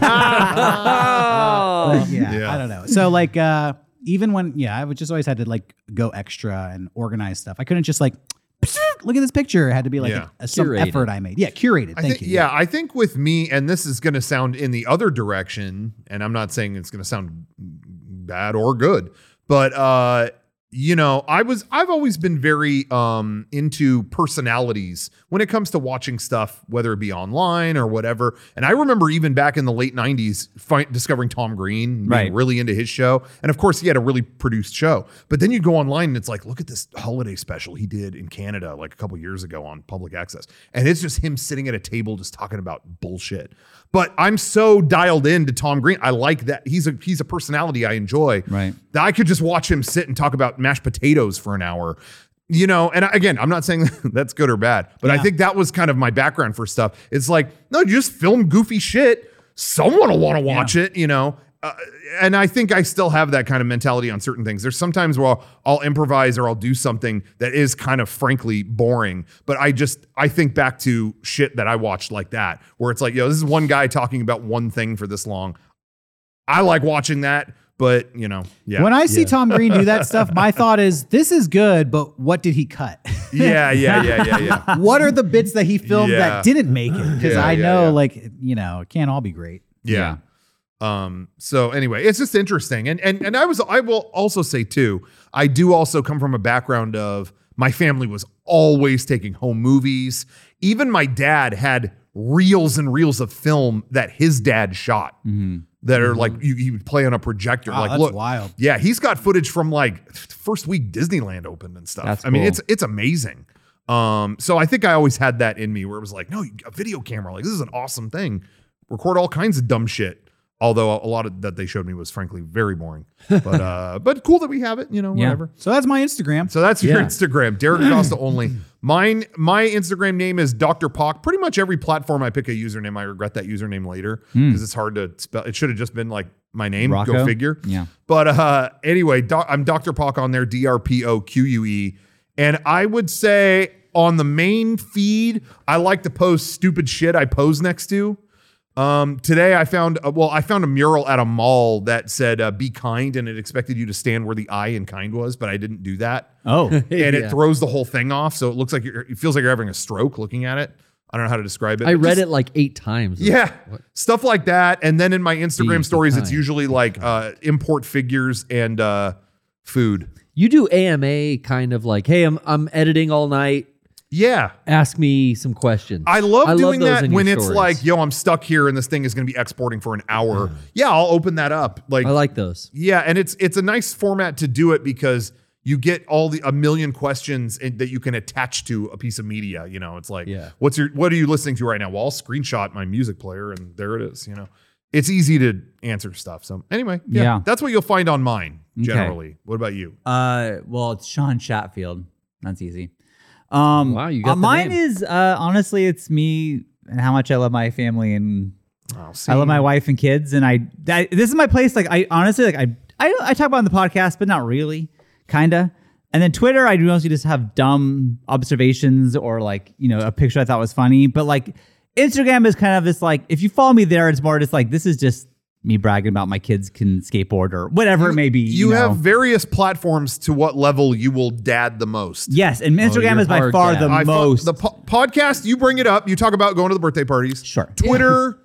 Speaker 1: yeah,
Speaker 2: Yeah.
Speaker 1: I don't know.
Speaker 2: Mm-hmm.
Speaker 1: So like uh even when yeah, I would just always had to like go extra and organize stuff. I couldn't just like look at this picture. It had to be like
Speaker 2: Yeah.
Speaker 1: a, a- some
Speaker 4: Curated.
Speaker 1: effort I made. Yeah, curated.
Speaker 2: I
Speaker 1: Thank
Speaker 2: think,
Speaker 1: you.
Speaker 2: Yeah, I think with me, and this is going to sound in the other direction, and I'm not saying it's going to sound bad or good, but uh, you know, I was I've always been very um into personalities when it comes to watching stuff, whether it be online or whatever. And I remember even back in the late '90s, fi- discovering Tom Green, being
Speaker 3: Right.
Speaker 2: really into his show, and of course, he had a really produced show. But then you go online and it's like, look at this holiday special he did in Canada like a couple years ago on public access, and it's just him sitting at a table just talking about bullshit. But I'm so dialed into Tom Green. I like that he's a he's a personality I enjoy.
Speaker 3: Right.
Speaker 2: That I could just watch him sit and talk about mashed potatoes for an hour. You know, and I- again, I'm not saying that's good or bad, but I think that was kind of my background for stuff. It's like, no, you just film goofy shit. Someone will want to watch it, you know. Uh, and I think I still have that kind of mentality on certain things. There's sometimes where I'll, I'll improvise or I'll do something that is kind of frankly boring, but I just I think back to shit that I watched like that, where it's like, yo, this is one guy talking about one thing for this long. I like watching that, but you know, yeah,
Speaker 1: When I see Tom Green do that stuff, my thought is this is good, but what did he cut?
Speaker 2: yeah, yeah, yeah, yeah, yeah.
Speaker 1: what are the bits that he filmed
Speaker 2: Yeah.
Speaker 1: that didn't make it? Because
Speaker 2: Yeah,
Speaker 1: I
Speaker 2: yeah,
Speaker 1: know,
Speaker 2: yeah.
Speaker 1: like, you know, it can't all be great.
Speaker 2: yeah. Um, so anyway, it's just interesting. And and and I was I will also say too, I do also come from a background of my family was always taking home movies. Even my dad had reels and reels of film that his dad shot that are like you, he would play on a projector.
Speaker 1: Mm-hmm. Wow,
Speaker 2: like
Speaker 1: that's
Speaker 2: look,
Speaker 1: wild.
Speaker 2: Yeah, he's got footage from like first week Disneyland opened and stuff.
Speaker 3: That's
Speaker 2: I mean,
Speaker 3: cool.
Speaker 2: it's it's amazing. Um, so I think I always had that in me where it was like, no, you- a video camera, like this is an awesome thing. Record all kinds of dumb shit. Although a lot of that they showed me was frankly very boring, but uh, but cool that we have it, you know,
Speaker 3: Yeah.
Speaker 2: whatever.
Speaker 1: So that's my Instagram.
Speaker 2: So that's your
Speaker 4: Yeah.
Speaker 2: Instagram, Derek Acosta only. Mine, my Instagram name is Dr. Pock. Pretty much every platform I pick a username. I regret that username later because it's hard to spell. It should have just been like my name. Go
Speaker 3: Hmm. Rocco?
Speaker 2: figure.
Speaker 3: Yeah.
Speaker 2: But uh, anyway, doc, I'm Dr. Pock on there, D R P O Q U E. And I would say on the main feed, I like to post stupid shit I pose next to. Um, today I found, uh, well, I found a mural at a mall that said, uh, be kind, and it expected you to stand where the I in kind was, but I didn't do that
Speaker 3: Oh.
Speaker 2: and it
Speaker 4: Yeah.
Speaker 2: throws the whole thing off. So it looks like you're, it feels like you're having a stroke looking at it. I don't know how to describe it.
Speaker 4: I read
Speaker 2: Just-
Speaker 4: it like eight times.
Speaker 2: Yeah, stuff like that. And then in my Instagram
Speaker 4: Be
Speaker 2: stories, it's
Speaker 4: kind.
Speaker 2: usually like uh, import figures and uh, food.
Speaker 4: You do AMA kind of like, hey, I'm I'm editing all night.
Speaker 2: Yeah,
Speaker 4: Ask me some questions.
Speaker 2: I love doing
Speaker 4: those
Speaker 2: that
Speaker 4: in your
Speaker 2: when it's
Speaker 4: stories. Uh-huh.
Speaker 2: like, yo, I'm stuck here, and this thing is going to be exporting for an hour. Yeah, I'll open that up. Like,
Speaker 4: I like those.
Speaker 2: Yeah, and it's it's a nice format to do it because you get all the a million questions in, that you can attach to a piece of media. You know, it's like,
Speaker 4: Yeah.
Speaker 2: what's your what are you listening to right now? Well, I'll screenshot my music player, and there it is. You know, it's easy to answer stuff. So anyway, yeah,
Speaker 3: Yeah.
Speaker 2: that's what you'll find on mine
Speaker 3: Okay.
Speaker 2: generally. What about you?
Speaker 3: Uh, well, it's Sean Chatfield. That's easy. Um,
Speaker 4: Wow, you got
Speaker 3: uh,
Speaker 4: the
Speaker 3: mine
Speaker 4: name.
Speaker 3: is uh, honestly, it's me and how much I love my family and
Speaker 2: I'll see.
Speaker 3: I love my wife and kids, and I that, this is my place. Like I honestly, like I, I I talk about it on the podcast, but not really, kinda. And then Twitter, I do mostly just have dumb observations or like you know a picture I thought was funny, but like Instagram is kind of this like if you follow me there, it's more just like this is just me bragging about my kids can skateboard or whatever it may be.
Speaker 2: You,
Speaker 3: know.
Speaker 2: have various platforms to what level you will dad the most.
Speaker 3: yes, and Instagram
Speaker 4: you're
Speaker 3: is by
Speaker 4: hard
Speaker 3: far
Speaker 4: dad.
Speaker 3: the
Speaker 2: I fo-
Speaker 3: most.
Speaker 2: the po- podcast. You bring it up. You talk about going to the birthday parties.
Speaker 3: Sure.
Speaker 2: Twitter,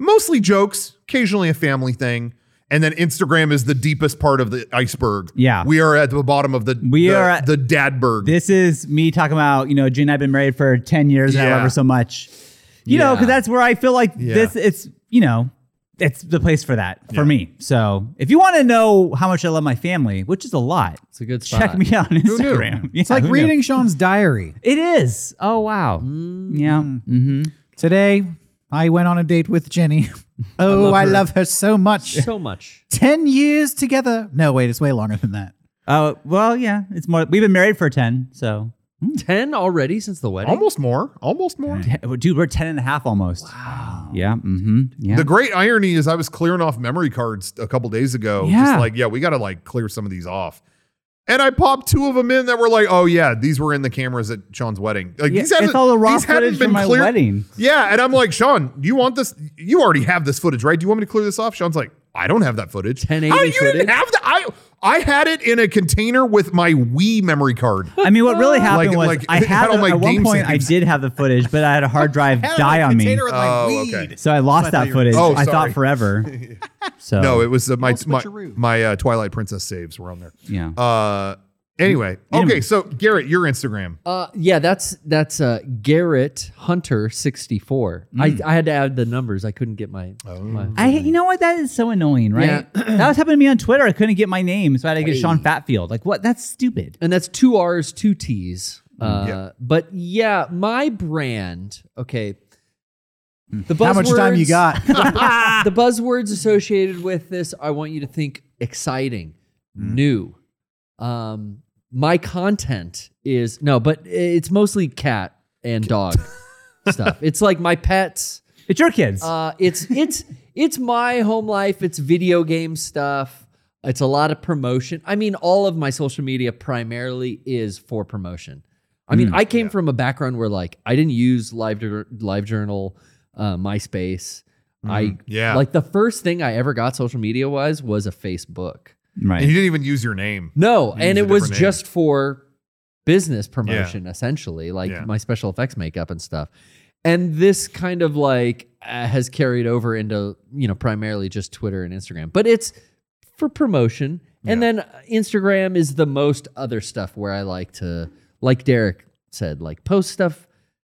Speaker 2: mostly jokes, occasionally a family thing, and then Instagram is the deepest part of the iceberg.
Speaker 3: Yeah.
Speaker 2: we are at the bottom of the
Speaker 3: We
Speaker 2: the,
Speaker 3: are at-
Speaker 2: the dadberg.
Speaker 3: this is me talking about you know Jane. I've been married for ten years and I love
Speaker 2: Yeah.
Speaker 3: her so much. You know,
Speaker 4: Yeah.
Speaker 3: because that's where I feel like this. It's you know, it's the place for that for me. So if you want to know how much I love my family, which is a lot,
Speaker 4: It's a good spot.
Speaker 3: check me out on Instagram.
Speaker 1: It's like reading Sean's diary.
Speaker 3: It is. Oh wow. Yeah. Mm-hmm.
Speaker 1: Today, I went on a date with Jenny. Oh, I love her, so much.
Speaker 4: so much.
Speaker 1: 10 years together. No, wait, it's way longer than that.
Speaker 3: Oh well, yeah. It's more. We've been married for ten. So,
Speaker 4: Ten already since the wedding.
Speaker 2: Almost more. Almost more.
Speaker 3: dude, we're ten and a half almost. Wow. Yeah. Mm-hmm. Yeah.
Speaker 2: The great irony is I was clearing off memory cards a couple days ago.
Speaker 3: Yeah.
Speaker 2: Just like, yeah, we got to like clear some of these off. And I popped two of them in that were like, oh yeah, these were in the cameras at Sean's wedding. Like
Speaker 3: Yeah,
Speaker 2: these haven't,
Speaker 3: it's all the raw
Speaker 2: these hadn't
Speaker 3: footage from
Speaker 2: been
Speaker 3: my
Speaker 2: cleared-
Speaker 3: wedding.
Speaker 2: Yeah, and I'm like, Sean, do you want this? You already have this footage, right? Do you want me to clear this off? Sean's like, I don't have that footage.
Speaker 4: 1080
Speaker 2: How you
Speaker 4: footage?
Speaker 2: didn't have that? I I had it in a container with my Wii memory card.
Speaker 3: I mean, what really happened
Speaker 2: Like-
Speaker 3: was
Speaker 2: like,
Speaker 3: I
Speaker 2: it had
Speaker 3: had,
Speaker 2: all my
Speaker 3: at one
Speaker 2: game
Speaker 3: point I
Speaker 2: saves.
Speaker 3: did have the footage, but I had a hard drive die on me,
Speaker 2: Oh, okay.
Speaker 3: so I lost that footage.
Speaker 2: Oh,
Speaker 3: I thought
Speaker 2: sorry.
Speaker 3: forever. So
Speaker 2: No, it was uh, my my,
Speaker 1: switcheroo.
Speaker 2: my uh, Twilight Princess saves were on there.
Speaker 3: yeah.
Speaker 2: Uh, anyway, okay. So Garrett, your Instagram.
Speaker 4: Uh, yeah, that's that's uh, Garrett Hunter sixty four.
Speaker 2: Hmm.
Speaker 4: I, I had to add the numbers. I couldn't get my. my-
Speaker 3: I you know what that is so annoying, right? that was happening to me on Twitter. I couldn't get my name, so I had to get Sean Fatfield. Like what? That's stupid.
Speaker 4: and that's two R's, two T's. Uh,
Speaker 1: Mm,
Speaker 2: Yeah.
Speaker 4: But yeah, my brand. Okay. The buzzwords,
Speaker 1: Mm. How much time you got?
Speaker 4: the buzzwords associated with this, I want you to think exciting,
Speaker 1: Mm.
Speaker 4: new. Um, my content is no, but it's mostly cat and dog stuff. It's like my pets.
Speaker 3: It's your kids.
Speaker 4: Uh, it's it's it's my home life. It's video game stuff. It's a lot of promotion. I mean, all of my social media primarily is for promotion. I mean, I came from a background where like I didn't use Live LiveJournal, uh, MySpace. I
Speaker 2: yeah.
Speaker 4: like the first thing I ever got social media wise was a Facebook.
Speaker 3: right.
Speaker 2: And you didn't even use your name.
Speaker 4: No,
Speaker 2: You use
Speaker 4: and
Speaker 2: a
Speaker 4: it was
Speaker 2: different name.
Speaker 4: just for business promotion, essentially, like
Speaker 2: Yeah.
Speaker 4: my special effects makeup and stuff. And this kind of like uh, has carried over into you know primarily just Twitter and Instagram, but it's for promotion. And then uh, Instagram is the most other stuff where I like to, like Derek said, like post stuff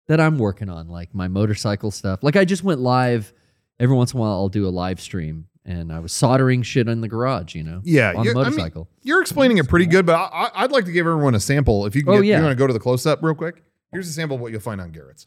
Speaker 4: that I'm working on, like my motorcycle stuff. Like I just went live. Every once in a while, I'll do a live stream, and I was soldering shit in the garage, you know,
Speaker 2: Yeah,
Speaker 4: on
Speaker 2: you-
Speaker 4: the
Speaker 2: I mean,
Speaker 4: motorcycle.
Speaker 2: You're explaining it pretty good, but I, I- I'd like to give everyone a sample. If you can
Speaker 4: Oh,
Speaker 2: get,
Speaker 4: yeah.
Speaker 2: you want to go to the close up real quick. Here's a sample of what you'll find on Garrett's.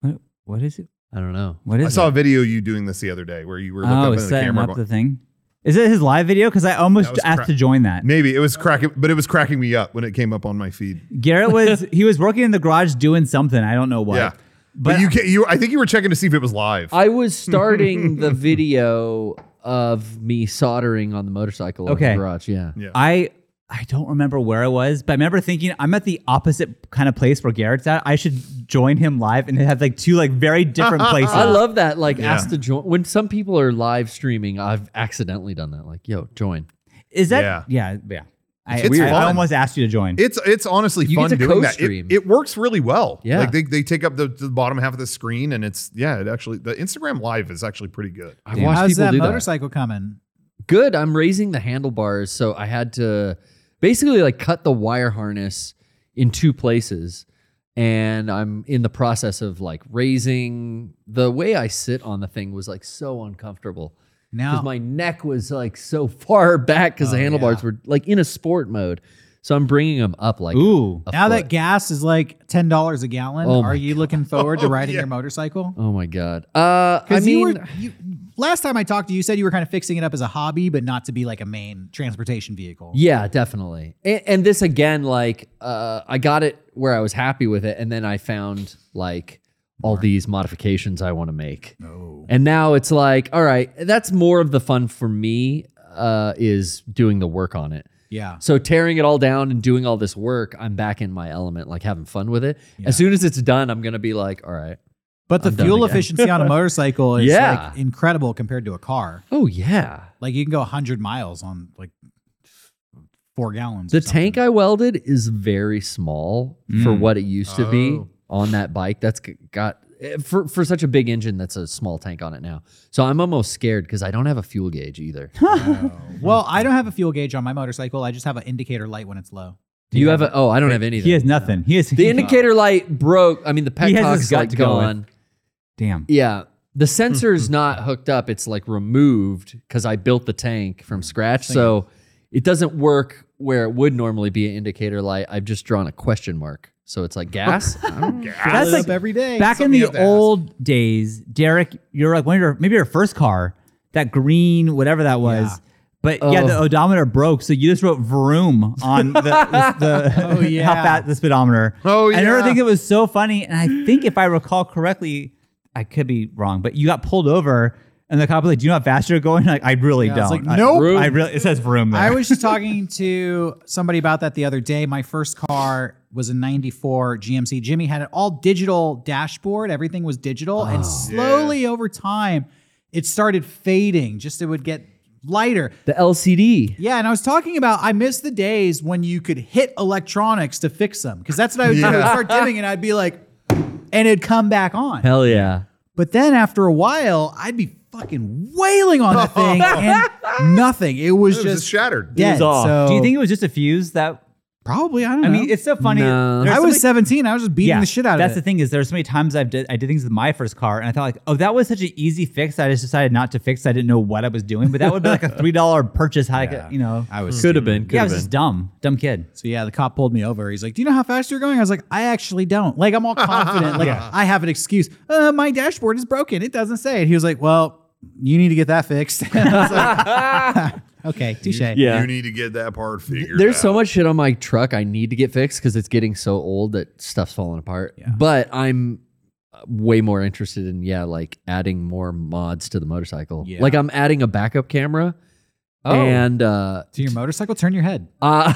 Speaker 3: What- what is it?
Speaker 4: I don't know.
Speaker 3: What is
Speaker 2: I
Speaker 3: it?
Speaker 2: saw a video of you doing this the other day where you were looking
Speaker 3: oh,
Speaker 2: up
Speaker 3: it's
Speaker 2: in the
Speaker 3: setting
Speaker 2: camera.
Speaker 3: up
Speaker 2: going-
Speaker 3: the thing. Is it his live video? Because I almost
Speaker 2: That was
Speaker 3: asked
Speaker 2: crap.
Speaker 3: to join that.
Speaker 2: Maybe it was cracking, but it was cracking me up when it came up on my feed.
Speaker 3: Garrett was he was working in the garage doing something. I don't know what.
Speaker 2: Yeah, but,
Speaker 3: But-
Speaker 2: you, ca- you, I think you were checking to see if it was live.
Speaker 4: I was starting the video of me soldering on the motorcycle
Speaker 3: Okay.
Speaker 4: in the garage. Yeah.
Speaker 2: Yeah.
Speaker 3: I I don't remember where I was, but I remember thinking I'm at the opposite kind of place where Garrett's at. I should join him live and have like two like very different places.
Speaker 4: I love that. Like,
Speaker 2: Yeah.
Speaker 4: ask to join. When some people are live streaming, I've accidentally done that. Like, yo, join.
Speaker 3: Is that yeah yeah? I,
Speaker 2: It's
Speaker 3: I- I
Speaker 2: fun.
Speaker 3: almost asked you to join.
Speaker 2: It's it's honestly
Speaker 4: You
Speaker 2: fun
Speaker 4: get to
Speaker 2: doing that.
Speaker 4: co-stream.
Speaker 2: It, it works really well.
Speaker 4: Yeah.
Speaker 2: like they, they take up the, the bottom half of the screen, and it's yeah. It actually the Instagram live is actually pretty good.
Speaker 4: I
Speaker 3: Damn.
Speaker 4: watched
Speaker 1: How's
Speaker 4: people
Speaker 1: that
Speaker 4: do
Speaker 1: motorcycle coming?
Speaker 4: that. Good. I'm raising the handlebars, so I had to basically like cut the wire harness in two places, and I'm in the process of like raising. The way I sit on the thing was like so uncomfortable.
Speaker 1: Now, Oh,
Speaker 4: because my neck was like so far back because the handlebars were like in a sport mode. So I'm bringing them up like
Speaker 3: Ooh,
Speaker 4: a
Speaker 1: now that
Speaker 4: foot.
Speaker 1: gas is like $10 a gallon,
Speaker 4: Oh my
Speaker 1: are you looking forward to riding
Speaker 2: yeah.
Speaker 1: your motorcycle?
Speaker 4: oh my god. Uh, I
Speaker 1: Because
Speaker 4: mean,
Speaker 1: you were, you, last time I talked to you, you said you were kind of fixing it up as a hobby, but not to be like a main transportation vehicle.
Speaker 4: yeah, definitely. And, and this again, like uh, I got it where I was happy with it, and then I found like all these modifications I want to make. And now it's like, all right, that's more of the fun for me uh, is doing the work on it.
Speaker 1: Yeah.
Speaker 4: So tearing it all down and doing all this work, I'm back in my element, like having fun with it. As soon as it's done, I'm gonna be like, all right,
Speaker 1: But the
Speaker 4: I'm done
Speaker 1: fuel
Speaker 4: again.
Speaker 1: efficiency on a motorcycle is
Speaker 4: Yeah.
Speaker 1: like incredible compared to a car.
Speaker 4: Oh yeah.
Speaker 1: Like you can go 100 miles on like four gallons.
Speaker 4: The
Speaker 1: or something.
Speaker 4: tank I welded is very small for what it used to be
Speaker 2: Oh.
Speaker 4: on that bike. That's g- got eh, for for such a big engine. That's a small tank on it now. So I'm almost scared because I don't have a fuel gauge either.
Speaker 1: Well, I don't have a fuel gauge on my motorcycle. I just have an indicator light when it's low.
Speaker 4: Do you have a? Oh, I don't have anything.
Speaker 3: He has nothing. He has
Speaker 4: the indicator light broke. I mean, the
Speaker 3: He has
Speaker 4: petcock's
Speaker 3: his gut
Speaker 4: like
Speaker 3: to go with.
Speaker 4: gone.
Speaker 3: Damn.
Speaker 4: Yeah. The sensor's not hooked up. It's like removed because I built the tank from scratch. So it doesn't work where it would normally be an indicator light. I've just drawn a question mark. So it's like gas. I don't know.
Speaker 3: That's
Speaker 1: Fill it
Speaker 3: like
Speaker 1: up every day.
Speaker 3: back in
Speaker 2: something you
Speaker 3: the
Speaker 2: have to ask.
Speaker 3: old days, Derek, you're like one of your maybe your first car, that green whatever that was. But yeah, the
Speaker 4: Oh.
Speaker 3: odometer broke, so you just wrote vroom on the, the, the
Speaker 1: Oh, yeah.
Speaker 3: how fat the speedometer.
Speaker 2: Oh,
Speaker 3: And I remember
Speaker 2: yeah.
Speaker 3: thinking it was so funny, and I think if I recall correctly, I could be wrong, but you got pulled over, and the cop was like, "Do you know how fast you're going?" Like, I really
Speaker 1: Yeah, it's
Speaker 3: don't.
Speaker 1: like,
Speaker 3: I-
Speaker 1: nope.
Speaker 3: I, really it says vroom. There.
Speaker 1: I was just talking to somebody about that the other day. My first car was a 94 GMC. Jimmy had an all digital dashboard, everything was digital.
Speaker 3: Oh.
Speaker 1: and slowly over time, it started fading. Just it would get lighter.
Speaker 4: The LCD.
Speaker 1: Yeah, and I was talking about I miss the days when you could hit electronics to fix them because that's what I would do. I would start dimming and I'd be like, and it'd come back on.
Speaker 4: Hell yeah.
Speaker 1: But then after a while, I'd be fucking wailing on the thing and nothing. It was,
Speaker 2: It was
Speaker 1: just
Speaker 2: just shattered.
Speaker 1: dead. So
Speaker 3: Do you think it was just a fuse that?
Speaker 1: probably? I don't
Speaker 3: I
Speaker 1: know.
Speaker 3: mean, it's so funny.
Speaker 4: No.
Speaker 3: There's
Speaker 1: I
Speaker 3: so
Speaker 1: was
Speaker 3: many-
Speaker 1: 17. I was just beating the shit out
Speaker 3: that's
Speaker 1: of
Speaker 3: the
Speaker 1: it.
Speaker 3: thing is there's so many times I've did, I did things with my first car and I thought like, oh, that was such an easy fix. I just decided not to fix. I didn't know what I was doing, but that would be like a three dollar purchase. How I could, you know?
Speaker 1: I was
Speaker 4: Could have been. Could
Speaker 3: yeah, I
Speaker 4: have
Speaker 3: was
Speaker 4: been.
Speaker 3: just dumb, dumb kid.
Speaker 1: so yeah. The cop pulled me over. He's like, "Do you know how fast you're going?" I was like, "I actually don't." Like I'm all confident. Like I have an excuse. Uh, my dashboard is broken. It doesn't say it. He was like, "Well, you need to get that fixed." I was like, okay, touche.
Speaker 4: Yeah.
Speaker 2: You need to get that part figured
Speaker 4: There's
Speaker 2: out.
Speaker 4: so much shit on my truck I need to get fixed because it's getting so old that stuff's falling apart. But I'm uh, way more interested in yeah, like adding more mods to the motorcycle.
Speaker 1: Yeah. Oh.
Speaker 4: Like I'm adding a backup camera. And uh,
Speaker 1: To your motorcycle, turn your head.
Speaker 4: Uh,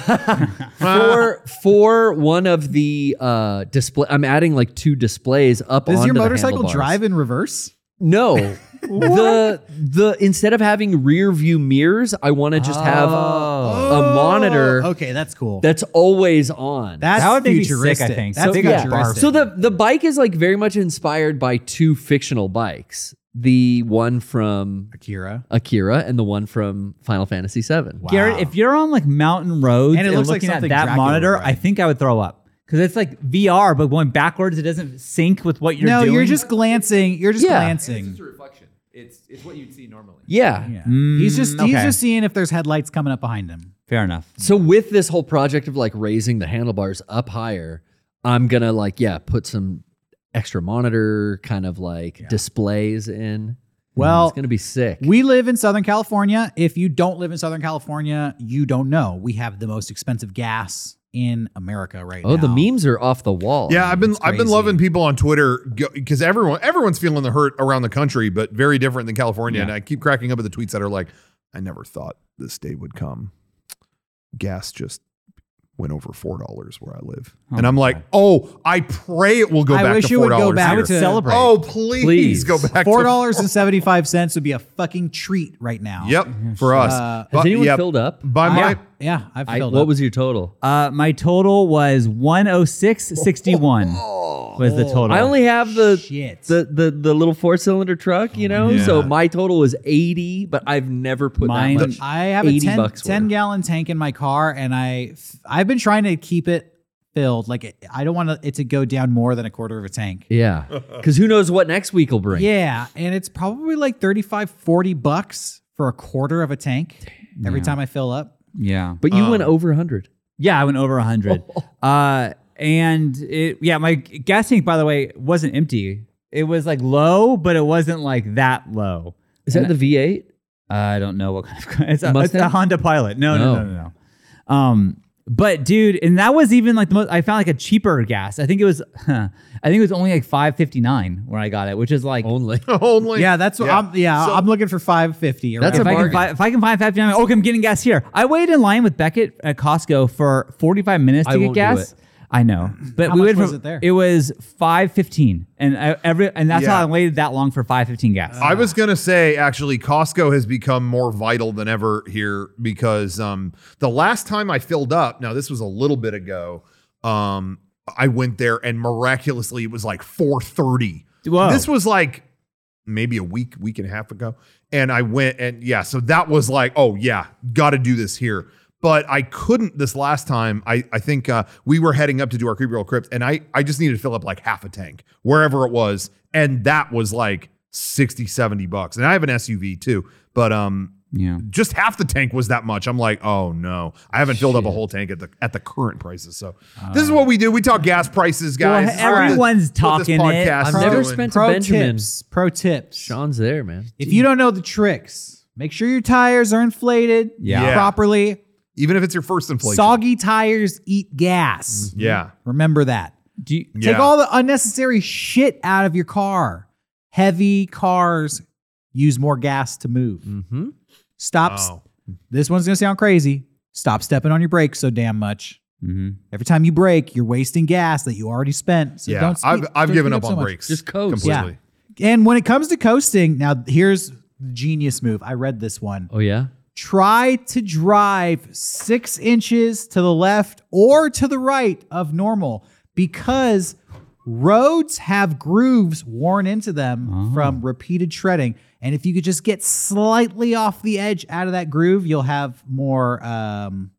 Speaker 4: for for one of the uh display, I'm adding like two displays up.
Speaker 1: Does
Speaker 4: onto
Speaker 1: your
Speaker 4: the
Speaker 1: motorcycle
Speaker 4: handlebars.
Speaker 1: drive in reverse?
Speaker 4: No, the the instead of having rear view mirrors, I want to just have Uh,
Speaker 1: Oh.
Speaker 4: a monitor
Speaker 1: Okay, that's cool.
Speaker 4: that's always on.
Speaker 1: that's
Speaker 3: That would make me sick, I
Speaker 1: futuristic.
Speaker 3: think.
Speaker 1: That's
Speaker 3: So-
Speaker 4: yeah.
Speaker 1: futuristic.
Speaker 4: So the the bike is like very much inspired by two fictional bikes, the one from
Speaker 1: Akira.
Speaker 4: Akira and the one from Final Fantasy VII.
Speaker 3: Garrett, if you're on like mountain roads
Speaker 1: And
Speaker 3: and,
Speaker 1: it looks like
Speaker 3: looking at
Speaker 1: something
Speaker 3: that
Speaker 1: Dracula
Speaker 3: monitor,
Speaker 1: would write.
Speaker 3: I think I would throw up because it's like VR, but going backwards, it doesn't sync with what you're
Speaker 1: no,
Speaker 3: doing.
Speaker 1: you're just glancing. You're just
Speaker 4: Yeah.
Speaker 5: It's just
Speaker 1: glancing.
Speaker 5: a reflection. It's it's what you'd see normally.
Speaker 4: Yeah.
Speaker 1: Yeah. he's just he's
Speaker 3: okay.
Speaker 1: just seeing if there's headlights coming up behind him.
Speaker 3: fair enough.
Speaker 4: So with this whole project of like raising the handlebars up higher, I'm gonna like yeah put some extra monitor kind of like displays in.
Speaker 1: Well,
Speaker 4: it's gonna be sick.
Speaker 1: We live in Southern California. If you don't live in Southern California, you don't know. We have the most expensive gas in America right now.
Speaker 4: oh, the memes are off the wall.
Speaker 2: Yeah, I've been
Speaker 1: it's
Speaker 2: I've been
Speaker 1: crazy.
Speaker 2: loving people on Twitter because everyone everyone's feeling the hurt around the country, but very different than California. And I keep cracking up at the tweets that are like, "I never thought this day would come." Gas just went over four dollars where I live, and I'm like, "Oh, I pray it will go
Speaker 1: I
Speaker 2: back
Speaker 1: wish
Speaker 2: to
Speaker 1: it
Speaker 2: four
Speaker 1: would go
Speaker 2: dollars."
Speaker 1: back
Speaker 2: here.
Speaker 1: to celebrate.
Speaker 2: Oh, please,
Speaker 4: Please.
Speaker 2: go back
Speaker 1: Four
Speaker 2: to
Speaker 1: dollars and seventy five cents would be a fucking treat right now.
Speaker 2: Yep, for us.
Speaker 1: Uh,
Speaker 4: Has
Speaker 2: But-
Speaker 4: anyone
Speaker 2: yep.
Speaker 4: filled up?
Speaker 2: By
Speaker 1: I-
Speaker 2: my
Speaker 1: yeah, I've
Speaker 4: I,
Speaker 1: filled
Speaker 4: what
Speaker 1: up.
Speaker 4: was your total?
Speaker 3: Uh, my total was 106.61 was the total.
Speaker 4: I only have the
Speaker 1: Shit.
Speaker 4: the the the little four cylinder truck, you know.
Speaker 2: Yeah.
Speaker 4: So my total was eighty, but I've never put
Speaker 3: Mine-
Speaker 4: that much.
Speaker 1: I have a
Speaker 4: 80
Speaker 1: 10,
Speaker 4: bucks
Speaker 1: 10
Speaker 4: worth.
Speaker 1: gallon tank in my car, and I I've been trying to keep it filled. Like I don't want it to go down more than a quarter of a tank.
Speaker 4: Yeah, because who knows what next week will bring?
Speaker 1: Yeah, and it's probably like 35, 40 bucks for a quarter of a tank every time I fill up.
Speaker 3: yeah.
Speaker 4: But you went over hundred.
Speaker 3: Yeah, I went over 100. uh, and it, yeah, my g- gas tank, by the way, wasn't empty. It was like low, but it wasn't like that low. Uh,
Speaker 4: Is that the V eight?
Speaker 3: I don't know what kind of car. It's a, it's a
Speaker 4: Mustang?
Speaker 3: Honda Pilot. No, no, no,
Speaker 4: No.
Speaker 3: no, no. Um, but dude, and that was even like the most. I found like a cheaper gas. I think it was, I think it was only like five fifty nine where I got it, which is like
Speaker 4: Only.
Speaker 2: only
Speaker 1: Yeah, that's what
Speaker 2: Yeah.
Speaker 1: I'm. Yeah, I'm looking for five fifty.
Speaker 4: That's
Speaker 3: if
Speaker 4: a
Speaker 3: I, can
Speaker 4: bargain.
Speaker 3: find, if I can find 59, okay, I'm getting gas here. I waited in line with Beckett at Costco for 45 minutes to
Speaker 4: I
Speaker 3: get
Speaker 4: won't do
Speaker 3: gas.
Speaker 4: it.
Speaker 3: I know, but
Speaker 1: How
Speaker 3: we
Speaker 1: much
Speaker 3: went
Speaker 1: was
Speaker 3: from-
Speaker 1: it there?
Speaker 3: was five fifteen, and I, every and that's
Speaker 2: Yeah.
Speaker 3: how I waited that long for five fifteen gas.
Speaker 2: I was gonna say actually, Costco has become more vital than ever here because um, the last time I filled up, now this was a little bit ago, um, I went there and miraculously it was like four thirty.
Speaker 3: Whoa.
Speaker 2: This was like maybe a week, week and a half ago, and I went and yeah, so that was like, oh yeah, got to do this here. But I couldn't this last time. I I think uh, we were heading up to do our creepy roll crypt, and I I just needed to fill up like half a tank wherever it was, and that was like 60, 70 bucks. And I have an SUV too, but um.
Speaker 3: yeah,
Speaker 2: Just half the tank was that much. I'm like, oh no, I haven't filled up a whole tank at the at the current prices. So this is what we do. We talk gas prices, guys.
Speaker 3: Uh, Well,
Speaker 2: This is what
Speaker 3: everyone's
Speaker 2: this
Speaker 3: talking it.
Speaker 2: podcast
Speaker 4: I've
Speaker 2: is
Speaker 4: never
Speaker 2: doing.
Speaker 4: spent Spencer
Speaker 1: pro
Speaker 4: Benjamin.
Speaker 1: tips. Pro tips.
Speaker 4: Sean's there, man.
Speaker 1: If you don't know the tricks, make sure your tires are inflated
Speaker 3: Yeah.
Speaker 2: Yeah.
Speaker 1: properly.
Speaker 2: even if it's your first inflation.
Speaker 1: Soggy tires eat gas.
Speaker 4: Mm-hmm.
Speaker 2: Yeah.
Speaker 1: Remember that. Do you,
Speaker 2: Yeah.
Speaker 1: Take all the unnecessary shit out of your car. Heavy cars use more gas to move.
Speaker 4: Mm-hmm.
Speaker 1: Stop. s-
Speaker 2: Oh.
Speaker 1: This one's going to sound crazy. Stop stepping on your brakes so damn much.
Speaker 3: hmm
Speaker 1: Every time you brake, you're wasting gas that you already spent. So
Speaker 2: yeah.
Speaker 1: don't speed,
Speaker 2: I've, I've
Speaker 1: don't
Speaker 2: given
Speaker 1: speed
Speaker 2: up
Speaker 1: so
Speaker 2: on
Speaker 1: much.
Speaker 2: brakes.
Speaker 4: Just coast.
Speaker 1: Yeah.
Speaker 2: Completely.
Speaker 1: And when it comes to coasting, now here's the genius move. I read this one.
Speaker 4: Oh yeah.
Speaker 1: Try to drive six inches to the left or to the right of normal because roads have grooves worn into them from
Speaker 3: Oh.
Speaker 1: repeated treading. And if you could just get slightly off the edge out of that groove, you'll have more um,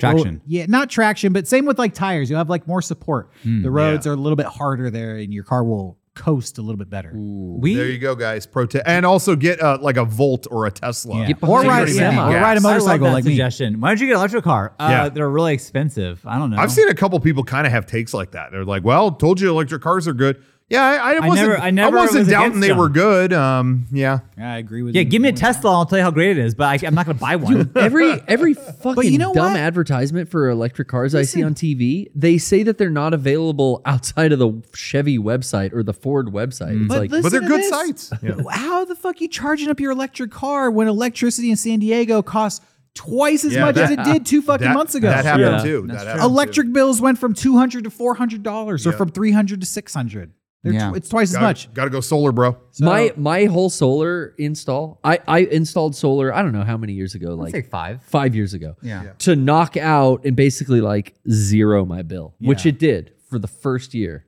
Speaker 3: traction.
Speaker 1: well, yeah, not traction, but same with like tires. You'll have like more support.
Speaker 3: Hmm.
Speaker 1: the roads are a little bit harder there, and your car will coast a little bit better.
Speaker 3: we
Speaker 2: There you go, guys. Protest and also get uh, like a Volt or a Tesla.
Speaker 1: Yeah. Or
Speaker 4: behind
Speaker 1: ride,
Speaker 4: your
Speaker 1: yeah,
Speaker 4: semi.
Speaker 1: or ride a
Speaker 3: I love
Speaker 1: motorcycle
Speaker 3: that
Speaker 1: like me.
Speaker 3: suggestion. Why don't you get an electric car? Uh,
Speaker 2: Yeah.
Speaker 3: they're really expensive. I don't know.
Speaker 2: I've seen a couple people kind of have takes like that. They're like, "Well, told you electric cars are good." Yeah, I, I wasn't. I,
Speaker 3: never- I never
Speaker 2: wasn't
Speaker 3: was
Speaker 2: doubting
Speaker 3: against
Speaker 2: they
Speaker 3: them.
Speaker 2: were good. Um, yeah,
Speaker 1: I agree with
Speaker 3: Yeah,
Speaker 1: you.
Speaker 3: give me a Tesla. I'll tell you how great it is. But I, I'm not going to buy one.
Speaker 4: Every every fucking
Speaker 1: you know
Speaker 4: dumb
Speaker 1: what?
Speaker 4: advertisement for electric cars I see on TV, they say that they're not available outside of the Chevy website or the Ford website. It's
Speaker 1: But
Speaker 4: like
Speaker 1: listen
Speaker 2: but they're
Speaker 1: to
Speaker 2: good
Speaker 1: this.
Speaker 2: sites. Yeah.
Speaker 1: How the fuck you charging up your electric car when electricity in San Diego costs twice as
Speaker 2: Yeah,
Speaker 1: much as
Speaker 2: that-
Speaker 1: it did two fucking
Speaker 2: That-
Speaker 1: months ago?
Speaker 2: That happened
Speaker 4: Yeah.
Speaker 2: too. That happened
Speaker 1: Electric bills went from two hundred to four hundred dollars, or
Speaker 2: Yeah.
Speaker 1: from three hundred to six hundred.
Speaker 3: Yeah.
Speaker 1: Tw- it's twice
Speaker 2: too.
Speaker 1: as much.
Speaker 2: Got to go solar, bro.
Speaker 4: my my whole solar install. I I installed solar. I don't know how many years ago, like
Speaker 3: five.
Speaker 4: five years ago.
Speaker 3: Yeah.
Speaker 4: To knock out and basically like zero my bill, which
Speaker 1: Yeah.
Speaker 4: it did for the first year.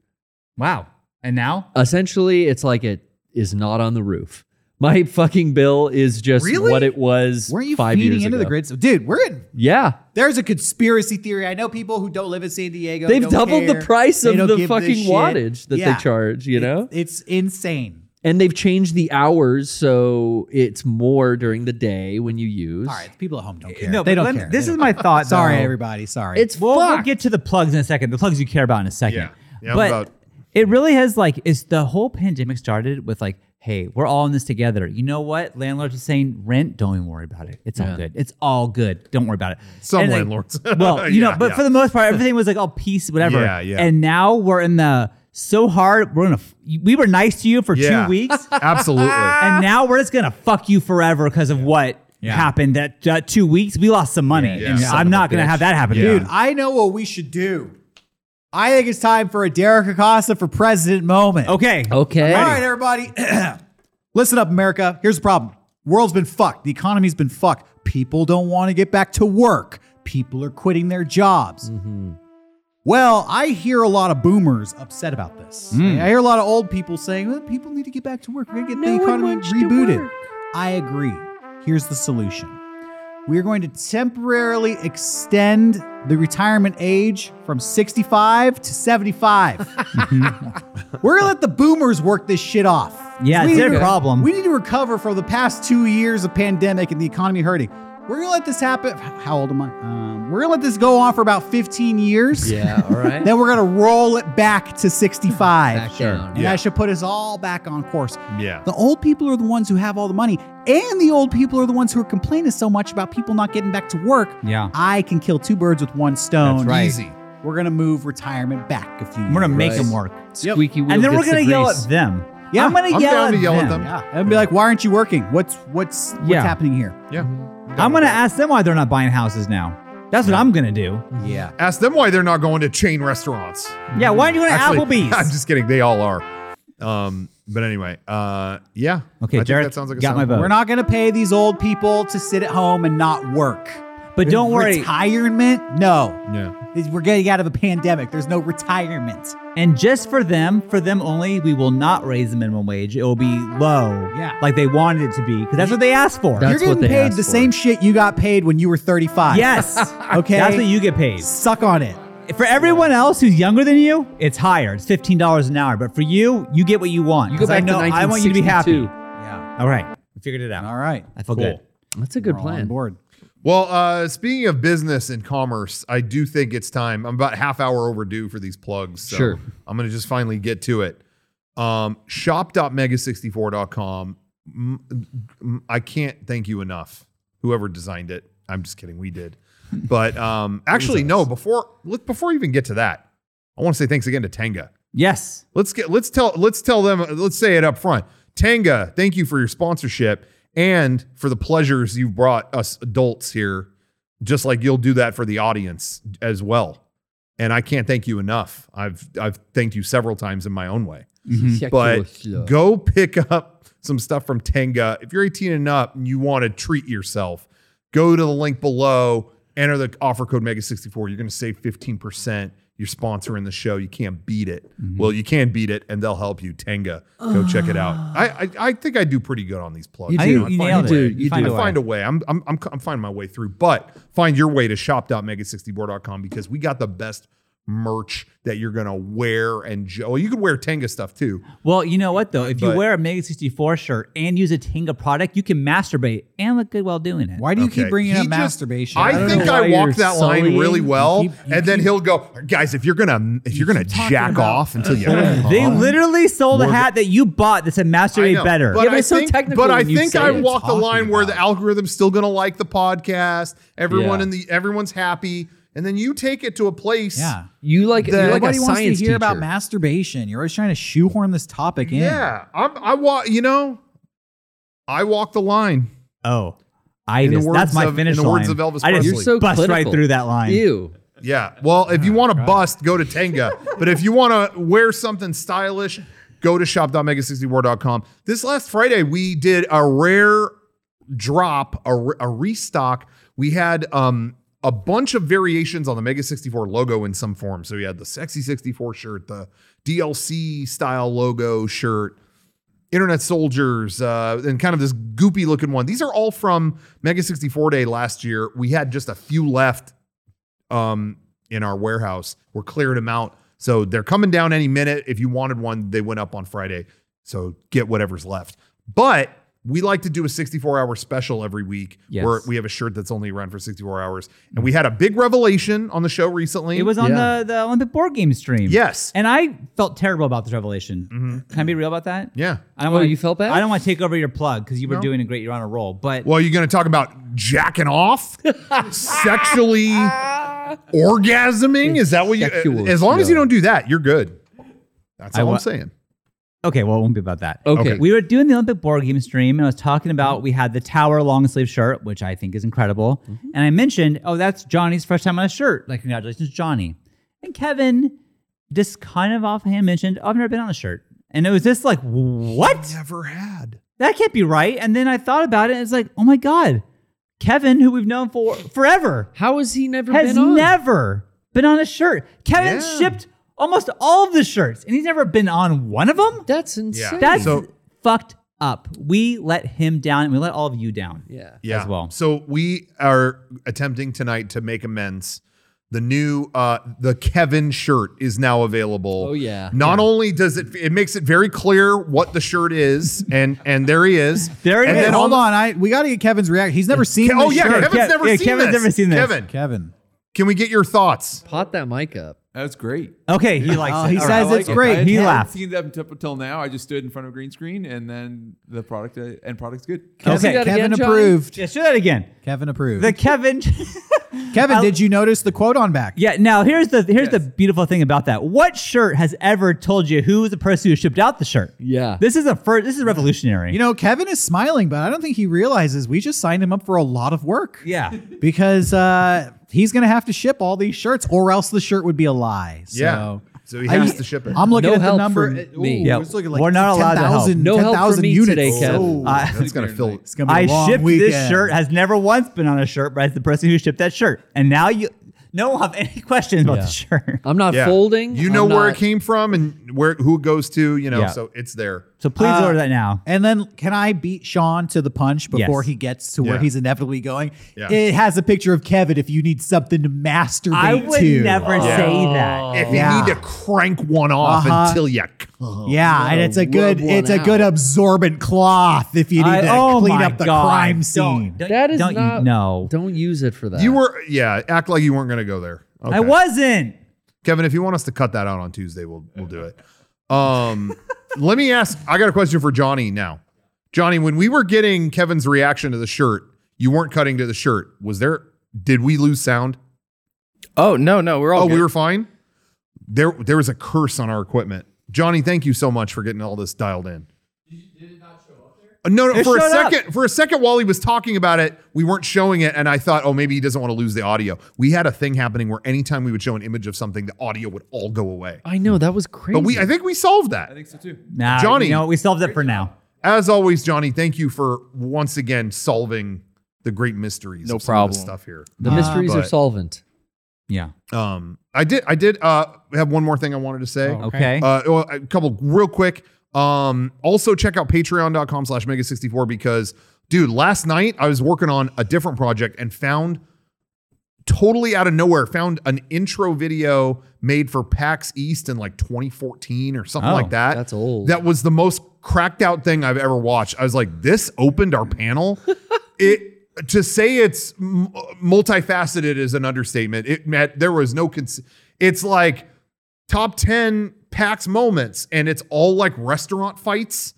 Speaker 3: Wow. And now?
Speaker 4: Essentially, it's like it is not on the roof. My fucking bill is just
Speaker 2: Really?
Speaker 4: what it was.
Speaker 1: Weren't you
Speaker 4: five
Speaker 1: feeding
Speaker 4: years
Speaker 1: into the
Speaker 4: ago.
Speaker 1: grid? So, dude, we're in.
Speaker 4: Yeah,
Speaker 1: There's a conspiracy theory. I know people who don't live in San Diego.
Speaker 4: They've
Speaker 1: don't
Speaker 4: doubled
Speaker 1: care.
Speaker 4: the price
Speaker 1: They
Speaker 4: of
Speaker 1: don't
Speaker 4: the
Speaker 1: give
Speaker 4: fucking
Speaker 1: shit.
Speaker 4: wattage that
Speaker 1: Yeah.
Speaker 4: they charge, you know?
Speaker 1: It's insane.
Speaker 4: And they've changed the hours so it's more during the day when you use.
Speaker 1: All right, the people at home don't care.
Speaker 3: Eh, No,
Speaker 1: they
Speaker 3: but
Speaker 1: don't
Speaker 3: let me-
Speaker 1: care.
Speaker 3: This
Speaker 1: They
Speaker 3: is
Speaker 1: don't
Speaker 3: my thought.
Speaker 1: care. Sorry,
Speaker 3: though.
Speaker 1: everybody. Sorry.
Speaker 4: It's
Speaker 3: Well, we'll
Speaker 4: fuck.
Speaker 3: get to the plugs in a second. The plugs you care about in a second.
Speaker 2: Yeah. Yeah, I'm
Speaker 3: but
Speaker 2: about-
Speaker 3: it really has like it's the whole pandemic started with like, hey, we're all in this together. You know what? Landlords are saying rent. Don't even worry about it. It's all good. It's all good. Don't worry about it.
Speaker 2: Some
Speaker 3: And, like,
Speaker 2: landlords.
Speaker 3: well, you know,
Speaker 2: Yeah,
Speaker 3: but
Speaker 2: yeah.
Speaker 3: for the most part, everything was like all peace, whatever.
Speaker 2: Yeah, yeah.
Speaker 3: And now we're in the so hard. We're gonna. f- We were nice to you for
Speaker 2: Yeah.
Speaker 3: two weeks.
Speaker 2: Absolutely.
Speaker 3: and now we're just gonna fuck you forever because of what happened that uh, two weeks we lost some money
Speaker 2: Yeah.
Speaker 3: and
Speaker 2: Yeah.
Speaker 3: i'm not gonna have that happen
Speaker 2: Yeah.
Speaker 3: dude
Speaker 1: Dude, I know what we should do. I think it's time for a Derek Acosta for president moment.
Speaker 3: okay
Speaker 4: Okay.
Speaker 1: All right, everybody. Listen up, America. Here's the problem. World's been fucked. The economy's been fucked. People don't want to get back to work. People are quitting their jobs. Well, I hear a lot of boomers upset about this. I hear a lot of old people saying, well, people need to get back to work. We're going to get the economy rebooted. I agree. Here's the solution we are going to temporarily extend the retirement age from 65 to 75. We're gonna let the boomers work this shit off.
Speaker 3: Yeah,
Speaker 1: We
Speaker 3: it's
Speaker 1: need
Speaker 3: their
Speaker 1: to-
Speaker 3: problem.
Speaker 1: We need to recover from the past two years of pandemic and the economy hurting. We're gonna let this happen. How old am I? Um, we're gonna let this go on for about 15 years.
Speaker 4: Yeah, all right.
Speaker 1: Then we're gonna roll it back to 65.
Speaker 4: Back down.
Speaker 1: And that should put us all back on course.
Speaker 2: yeah.
Speaker 1: The old people are the ones who have all the money, and the old people are the ones who are complaining so much about people not getting back to work.
Speaker 3: Yeah.
Speaker 1: I can kill two birds with one stone.
Speaker 3: That's right.
Speaker 1: Easy. We're gonna move retirement back a few.
Speaker 3: we're gonna make
Speaker 4: Right.
Speaker 3: them work
Speaker 4: Squeaky wheel
Speaker 3: and then we're
Speaker 4: gets the
Speaker 3: gonna yell
Speaker 4: grease.
Speaker 3: at them
Speaker 1: Yeah.
Speaker 3: i'm gonna
Speaker 2: I'm
Speaker 3: yell,
Speaker 2: down
Speaker 3: at,
Speaker 2: to yell
Speaker 3: them.
Speaker 2: at them.
Speaker 1: Yeah, and be like, "Why aren't you working? What's what's what's
Speaker 3: Yeah.
Speaker 1: happening here?"
Speaker 2: Yeah.
Speaker 3: i'm gonna ask them why they're not buying houses now That's what I'm gonna do.
Speaker 1: Yeah.
Speaker 2: Ask them why they're not going to chain restaurants.
Speaker 3: Yeah, why do you want to
Speaker 2: Actually, I'm
Speaker 3: Applebee's?
Speaker 2: just kidding. They all are. Um, but anyway, uh, yeah.
Speaker 3: Okay,
Speaker 2: I think
Speaker 3: Jared
Speaker 2: that sounds like a
Speaker 3: got my
Speaker 2: sound-
Speaker 3: vote.
Speaker 1: We're not going to pay these old people to sit at home and not work.
Speaker 3: But don't worry.
Speaker 1: Retirement? No.
Speaker 2: Yeah.
Speaker 1: We're getting out of a pandemic. There's no retirement.
Speaker 3: And just for them, for them only, we will not raise the minimum wage. It will be low,
Speaker 1: Yeah.
Speaker 3: like they wanted it to be, because that's what they asked for.
Speaker 4: That's
Speaker 1: You're
Speaker 4: what
Speaker 1: getting
Speaker 4: they
Speaker 1: paid
Speaker 4: asked
Speaker 1: the
Speaker 4: for.
Speaker 1: same shit you got paid when you were 35.
Speaker 3: yes.
Speaker 1: Okay.
Speaker 3: That's what you get paid.
Speaker 1: Suck on it.
Speaker 3: For everyone else who's younger than you, it's higher. It's fifteen dollars an hour. But for you, you get what you want.
Speaker 4: You go
Speaker 3: 'Cause I
Speaker 4: back
Speaker 3: know
Speaker 4: to
Speaker 3: I want you to be happy.
Speaker 4: 1962.
Speaker 1: Yeah.
Speaker 3: All right, we figured it out.
Speaker 1: All right.
Speaker 3: I feel good.
Speaker 4: That's a good
Speaker 1: We're all On
Speaker 4: plan.
Speaker 1: board.
Speaker 2: Well, uh, speaking of business and commerce, I do think it's time. I'm about half hour overdue for these plugs. So
Speaker 4: Sure.
Speaker 2: I'm going to just finally get to it. Um, shop.mega64.com. Mm, mm, I can't thank you enough. Whoever designed it. I'm just kidding. We did. But um, actually, no, before let, before we even get to that, I want to say thanks again to Tenga.
Speaker 3: Yes.
Speaker 2: Let's get let's tell let's tell them let's say it up front. Tanga, thank you for your sponsorship and for the pleasures you've brought us adults here, just like you'll do that for the audience as well. And I can't thank you enough. I've I've thanked you several times in my own way.
Speaker 4: Mm-hmm.
Speaker 2: But go pick up some stuff from Tenga. If you're 18 and up and you want to treat yourself, go to the link below, enter the offer code Mega64. You're going to save 15%. You're sponsoring the show. You can't beat it. Well, you can beat it, and they'll help you. Tenga, go check it out. I, I I think I do pretty good on these plugs.
Speaker 4: You
Speaker 3: I
Speaker 4: do.
Speaker 3: think you
Speaker 2: find a
Speaker 3: nailed it.
Speaker 2: way.
Speaker 4: You do.
Speaker 2: I
Speaker 4: You
Speaker 3: find a way.
Speaker 2: find a way. I'm, I'm, I'm, I'm finding my way through, but find your way to shop.mega64.com because we got the best merch that you're going to wear. And jo- well, you could wear Tenga stuff too.
Speaker 3: Well, you know what though? If you
Speaker 2: But-
Speaker 3: wear a Mega 64 shirt and use a Tinga product, you can masturbate and look good while doing it.
Speaker 1: Why do you keep
Speaker 2: Okay.
Speaker 1: bringing
Speaker 2: He
Speaker 1: up
Speaker 2: just-
Speaker 1: masturbation?
Speaker 2: I,
Speaker 4: don't
Speaker 2: think
Speaker 4: know
Speaker 2: I
Speaker 4: why
Speaker 2: walk
Speaker 4: you're
Speaker 2: that line
Speaker 4: sullying.
Speaker 2: really well,
Speaker 4: You keep- you
Speaker 2: and then
Speaker 4: keep-
Speaker 2: he'll go, guys. If you're gonna if you're gonna jack off until you,
Speaker 3: They
Speaker 2: Huh?
Speaker 3: literally sold a
Speaker 2: We're-
Speaker 3: hat that you bought that said
Speaker 2: I
Speaker 3: masturbate
Speaker 2: know,
Speaker 3: better.
Speaker 2: But
Speaker 4: Yeah, but
Speaker 2: I
Speaker 4: it's so
Speaker 2: think,
Speaker 4: technical
Speaker 2: but I
Speaker 4: when you
Speaker 2: think
Speaker 4: say
Speaker 2: I
Speaker 4: it.
Speaker 2: walk the line where the algorithm's still gonna like the podcast. Everyone
Speaker 4: Yeah.
Speaker 2: in the everyone's happy, and then you take it to a place.
Speaker 1: yeah.
Speaker 4: You like
Speaker 2: That-
Speaker 4: you like a
Speaker 1: Nobody wants to hear
Speaker 4: science teacher.
Speaker 1: about masturbation. You're always trying to shoehorn this topic in.
Speaker 2: yeah. I'm, I walk. You know, I walk the line.
Speaker 3: oh, I
Speaker 2: In the
Speaker 3: just,
Speaker 2: words
Speaker 3: that's my
Speaker 2: of- in
Speaker 3: finish
Speaker 2: the words
Speaker 3: line.
Speaker 2: of Elvis
Speaker 3: I just
Speaker 2: Presley.
Speaker 4: You're so
Speaker 3: bust right
Speaker 4: clinical.
Speaker 3: through that line.
Speaker 4: Ew.
Speaker 2: Yeah. Well, if you want to bust, go to Tenga. but if you want to wear something stylish, go to shop.mega64.com. This last Friday, we did a rare drop, a, re- a restock. We had um, a bunch of variations on the Mega 64 logo in some form. So we had the sexy 64 shirt, the DLC style logo shirt. Internet Soldiers, uh, and kind of this goopy looking one. These are all from Mega 64 Day last year. We had just a few left um, in our warehouse. We're clearing them out. So they're coming down any minute. If you wanted one, they went up on Friday. So get whatever's left. But we like to do a 64 hour special every week
Speaker 4: Yes.
Speaker 2: where we have a shirt that's only around for 64 hours. And we had a big revelation on the show recently.
Speaker 3: Mm. It was on
Speaker 4: Yeah.
Speaker 3: the, the Olympic board game stream.
Speaker 2: Yes. Mm-hmm.
Speaker 3: And I felt terrible about this revelation. Can I be real about that?
Speaker 2: yeah.
Speaker 3: I don't
Speaker 4: Oh,
Speaker 3: wanna-
Speaker 4: you felt bad?
Speaker 3: I don't want to take over your plug because you were doing a great. You're on a roll, but
Speaker 2: Well, you're going to talk about jacking off, sexually orgasming. Is that what you?
Speaker 4: Sexual
Speaker 2: As long as you
Speaker 4: show.
Speaker 2: don't do that, you're good. That's
Speaker 3: I
Speaker 2: all I
Speaker 3: wa-
Speaker 2: am saying.
Speaker 3: okay, well, it won't be about that.
Speaker 4: Okay. Mm-hmm.
Speaker 2: Okay.
Speaker 3: We were doing the Olympic board game stream, and I was talking about we had the tower long sleeve shirt, which I think is incredible.
Speaker 4: Mm-hmm.
Speaker 3: And I mentioned, oh, that's Johnny's first time on a shirt. Like, congratulations, Johnny. And Kevin just kind of offhand mentioned, oh, I've never been on a shirt. And it was just like, what?
Speaker 2: Never had.
Speaker 3: That can't be right. And then I thought about it, and it's like, oh my God, Kevin, who we've known for forever,
Speaker 4: How has he never
Speaker 3: has
Speaker 4: been on?
Speaker 3: never been on a shirt. Kevin
Speaker 2: Yeah.
Speaker 3: shipped almost all of the shirts, and he's never been on one of them.
Speaker 4: That's insane.
Speaker 3: That's
Speaker 2: So-
Speaker 3: fucked up. We let him down and we let all of you down.
Speaker 4: yeah.
Speaker 2: yeah.
Speaker 3: as well.
Speaker 2: So we are attempting tonight to make amends. The new uh the Kevin shirt is now available.
Speaker 4: Oh, yeah.
Speaker 2: Not only does it it makes it very clear what the shirt is and and there he is.
Speaker 3: There he
Speaker 2: and
Speaker 3: is.
Speaker 2: Then
Speaker 1: Hold
Speaker 2: on
Speaker 1: on. I we got to get Kevin's reaction. He's never seen.
Speaker 2: the- oh
Speaker 1: this
Speaker 2: yeah,
Speaker 1: shirt.
Speaker 2: Kevin's
Speaker 3: Kev-
Speaker 2: never
Speaker 3: yeah,
Speaker 2: seen
Speaker 3: Kevin's
Speaker 2: this.
Speaker 3: never seen this.
Speaker 2: Kevin,
Speaker 1: Kevin.
Speaker 2: can we get your thoughts?
Speaker 4: Pot that mic up.
Speaker 5: That's great.
Speaker 3: Okay, he likes
Speaker 1: Oh,
Speaker 3: it.
Speaker 1: he
Speaker 3: All
Speaker 1: says
Speaker 5: I like
Speaker 1: it's
Speaker 5: it.
Speaker 1: great.
Speaker 5: I
Speaker 1: He
Speaker 5: hadn't
Speaker 1: laughed.
Speaker 5: Seen that up until now. I just stood in front of a green screen, and then the product uh, end product's good.
Speaker 3: Okay.
Speaker 4: See that
Speaker 1: Kevin
Speaker 4: again, Johnny?
Speaker 1: approved.
Speaker 3: Let's do that again.
Speaker 1: Kevin approved.
Speaker 3: The Kevin.
Speaker 1: Kevin, did you notice the quote on back?
Speaker 3: yeah. Now here's the here's the
Speaker 5: Yes.
Speaker 3: beautiful thing about that. What shirt has ever told you who was the person who shipped out the shirt?
Speaker 4: Yeah.
Speaker 3: This is a first. This is revolutionary.
Speaker 1: You know, Kevin is smiling, but I don't think he realizes we just signed him up for a lot of work.
Speaker 3: yeah.
Speaker 1: Because uh, he's going to have to ship all these shirts, or else the shirt would be a lie. So
Speaker 2: yeah. So he has
Speaker 1: I-
Speaker 2: to ship it.
Speaker 1: I'm looking
Speaker 4: No
Speaker 1: at the
Speaker 4: help
Speaker 1: number.
Speaker 4: from
Speaker 1: Ooh,
Speaker 4: me.
Speaker 3: Yeah,
Speaker 1: it's looking like
Speaker 3: we're not allowed to help.
Speaker 1: 10,000
Speaker 4: No help from
Speaker 1: 10,000
Speaker 4: me
Speaker 1: units.
Speaker 4: today, Kev.
Speaker 1: Oh,
Speaker 3: I-
Speaker 2: That's gonna fill.
Speaker 1: it's gonna be a
Speaker 3: I
Speaker 1: long
Speaker 3: shipped this
Speaker 1: weekend.
Speaker 3: shirt has never once been on a shirt, but it's the person who shipped that shirt. And now you no one will have any questions about
Speaker 4: Yeah. Uh,
Speaker 3: the shirt.
Speaker 4: I'm not
Speaker 2: Yeah.
Speaker 4: folding.
Speaker 2: You
Speaker 4: I'm
Speaker 2: know where
Speaker 4: not-
Speaker 2: it came from and where who it goes to. You know,
Speaker 3: Yeah.
Speaker 2: so it's there.
Speaker 3: So please
Speaker 1: Uh,
Speaker 3: order that now.
Speaker 1: And then can I beat Sean to the punch before
Speaker 3: Yes.
Speaker 1: he gets to where
Speaker 2: Yeah.
Speaker 1: he's inevitably going?
Speaker 2: Yeah.
Speaker 1: It has a picture of Kevin if you need something to masturbate
Speaker 3: I would
Speaker 1: to.
Speaker 3: never
Speaker 2: Yeah.
Speaker 3: say
Speaker 4: Oh.
Speaker 3: that.
Speaker 2: If you
Speaker 1: Yeah.
Speaker 2: need to crank one off
Speaker 1: Uh-huh.
Speaker 2: until you come.
Speaker 1: Yeah, and it's a good
Speaker 4: rub
Speaker 1: it's
Speaker 4: one
Speaker 1: a good
Speaker 4: out.
Speaker 1: absorbent cloth if you need
Speaker 3: I-
Speaker 1: to
Speaker 3: oh
Speaker 1: clean
Speaker 3: my
Speaker 1: up the
Speaker 3: God.
Speaker 1: crime
Speaker 3: Don't-
Speaker 1: scene.
Speaker 3: don't-
Speaker 4: That is
Speaker 3: don't
Speaker 4: not.
Speaker 3: you know.
Speaker 4: Don't use it for that.
Speaker 2: You were yeah. Act like you weren't gonna go there.
Speaker 3: I
Speaker 2: Okay.
Speaker 3: wasn't.
Speaker 2: Kevin, if you want us to cut that out on Tuesday, we'll we'll do it. Um, let me ask. I got a question for Johnny now. Johnny, when we were getting Kevin's reaction to the shirt, you weren't cutting to the shirt. Was there? Did we lose sound?
Speaker 6: Oh no, no, we're all.
Speaker 2: Oh,
Speaker 6: good.
Speaker 2: we were fine. There, there was a curse on our equipment. Johnny, thank you so much for getting all this dialed in. Did it not show up there? No, no.
Speaker 3: It
Speaker 2: for a
Speaker 3: showed up.
Speaker 2: second, for a second, while he was talking about it, we weren't showing it, and I thought, oh, maybe he doesn't want to lose the audio. We had a thing happening where anytime we would show an image of something, the audio would all go away.
Speaker 4: I know that was crazy.
Speaker 2: But we, I think we solved
Speaker 5: I
Speaker 2: that.
Speaker 5: think so too.
Speaker 3: Nah,
Speaker 2: Johnny.
Speaker 3: You know, what? we solved it for now.
Speaker 2: As always, Johnny, thank you for once again solving the great mysteries.
Speaker 6: No
Speaker 2: of some of this
Speaker 6: problem.
Speaker 2: stuff here.
Speaker 4: the mysteries are
Speaker 2: Ah, but-
Speaker 4: solvent.
Speaker 3: Yeah.
Speaker 2: Um, I did, I did uh, have one more thing I wanted to say.
Speaker 3: Oh, Okay.
Speaker 2: Uh, well, a couple real quick. Um, also check out patreon.com slash mega64 because dude, last night I was working on a different project and found totally out of nowhere, found an intro video made for PAX East in like 2014 or something
Speaker 3: Oh,
Speaker 2: like that.
Speaker 4: that's old.
Speaker 2: That was the most cracked out thing I've ever watched. I was like, this opened our panel. it to say it's m- multifaceted is an understatement. It meant there was no cons- it's like top 10 PAX moments, and it's all like restaurant fights.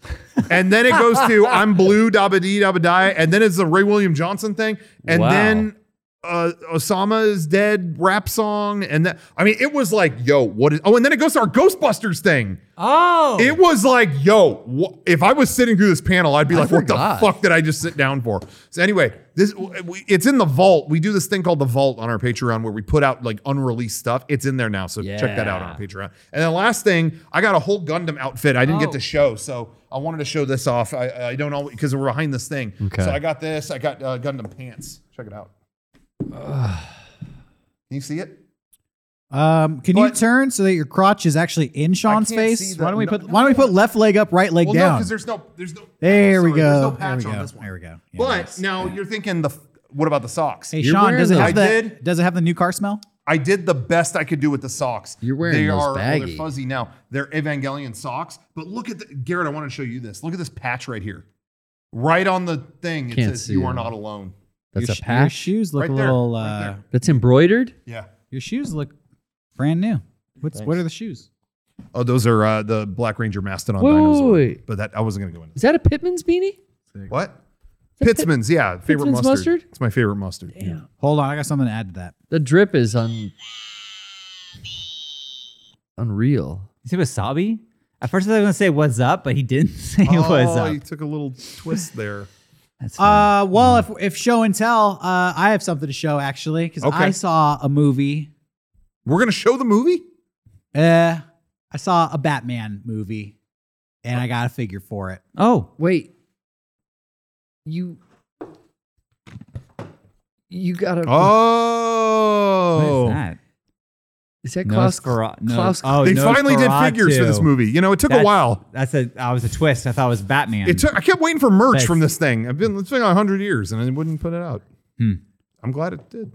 Speaker 2: And then it goes to I'm blue, dabba dee, dabba die. And then it's the Ray William Johnson thing. And
Speaker 4: Wow.
Speaker 2: then uh, Osama is dead rap song. And that, I mean, it was like, yo, what is, oh, and then it goes to our Ghostbusters thing.
Speaker 3: oh.
Speaker 2: It was like, yo, wh- if I was sitting through this panel, I'd be like, what the
Speaker 4: forgot.
Speaker 2: fuck did I just sit down for? So anyway, this we, it's in the vault. We do this thing called the vault on our Patreon where we put out like unreleased stuff. It's in there now, so check that out on our Patreon. And then last thing, I got a whole Gundam outfit I didn't get
Speaker 1: Oh.
Speaker 2: to show, so I wanted to show this off. I, I don't know because we're behind this thing.
Speaker 4: Okay.
Speaker 2: So I got this. I got uh, Gundam pants. Check it out. Can you see it?
Speaker 1: Um, can you
Speaker 2: But-
Speaker 1: turn so that your crotch is actually in Sean's
Speaker 2: can't
Speaker 1: face?
Speaker 2: see the-
Speaker 1: why don't we
Speaker 2: no,
Speaker 1: put Why don't we put left leg up, right leg
Speaker 2: Well, no,
Speaker 1: down?
Speaker 2: because there's no, there's no.
Speaker 1: there we
Speaker 2: sorry, There's no
Speaker 1: go.
Speaker 2: patch
Speaker 1: there we
Speaker 2: on
Speaker 1: go.
Speaker 2: this one.
Speaker 1: There we go. Yeah,
Speaker 2: But
Speaker 1: nice.
Speaker 2: now you're thinking the f- what about the socks?
Speaker 1: hey,
Speaker 4: You're
Speaker 1: Sean, does it
Speaker 4: wearing
Speaker 1: have
Speaker 2: those. I
Speaker 1: the
Speaker 2: did.
Speaker 1: Does it have the new car smell?
Speaker 2: I did the best I could do with the socks.
Speaker 4: You're wearing
Speaker 2: they
Speaker 4: those
Speaker 2: are, well,
Speaker 4: baggy.
Speaker 2: they're fuzzy now. They're Evangelion socks. But look at the Garrett. I want to show you this. Look at this patch right here, right on the thing. It
Speaker 4: Can't
Speaker 2: says
Speaker 4: see
Speaker 2: you are
Speaker 4: it.
Speaker 2: not alone.
Speaker 4: That's
Speaker 1: your,
Speaker 4: a
Speaker 1: sh- Your
Speaker 4: patch.
Speaker 1: shoes look
Speaker 2: Right
Speaker 1: a
Speaker 2: there,
Speaker 1: little.
Speaker 2: right
Speaker 1: uh,
Speaker 2: there.
Speaker 4: That's embroidered.
Speaker 2: Yeah.
Speaker 1: your shoes look brand new. What's What are the shoes?
Speaker 2: Oh, those are uh, the Black Ranger Mastodon
Speaker 4: Wait, wait,
Speaker 2: dinosaur.
Speaker 4: wait.
Speaker 2: But that I wasn't gonna go into.
Speaker 4: Is that a Pittman's beanie?
Speaker 2: That. What? Pittsman's, yeah, favorite
Speaker 4: Pittsman's
Speaker 2: mustard.
Speaker 4: mustard?
Speaker 2: It's my favorite mustard. Yeah.
Speaker 1: Hold on, I got something to add to that.
Speaker 4: The drip is un unreal.
Speaker 3: Is it wasabi? At first I was gonna say what's up, but he didn't say what's
Speaker 2: Oh,
Speaker 3: up.
Speaker 2: you took a little twist there.
Speaker 3: That's fine.
Speaker 1: Uh, well, if if show and tell, uh, I have something to show actually because
Speaker 2: Okay.
Speaker 1: I saw a movie.
Speaker 2: We're gonna show the movie.
Speaker 1: Uh, I saw a Batman movie, and I got a figure for it.
Speaker 3: oh,
Speaker 4: Wait, you you got a
Speaker 3: what is
Speaker 2: Oh,
Speaker 3: that?
Speaker 4: is that
Speaker 3: No
Speaker 4: Klaus?
Speaker 3: Scara- no-
Speaker 4: Klaus-
Speaker 3: oh,
Speaker 2: they
Speaker 3: no
Speaker 2: finally did
Speaker 3: Scaratu.
Speaker 2: figures for this movie. You know, it took
Speaker 3: That's-
Speaker 2: a while.
Speaker 3: That's a that was a twist. I thought it was Batman.
Speaker 2: It took. I kept waiting for merch
Speaker 3: Thanks.
Speaker 2: from this thing. I've been it's been a hundred years, and I wouldn't put it out.
Speaker 3: Hmm.
Speaker 2: I'm glad it did.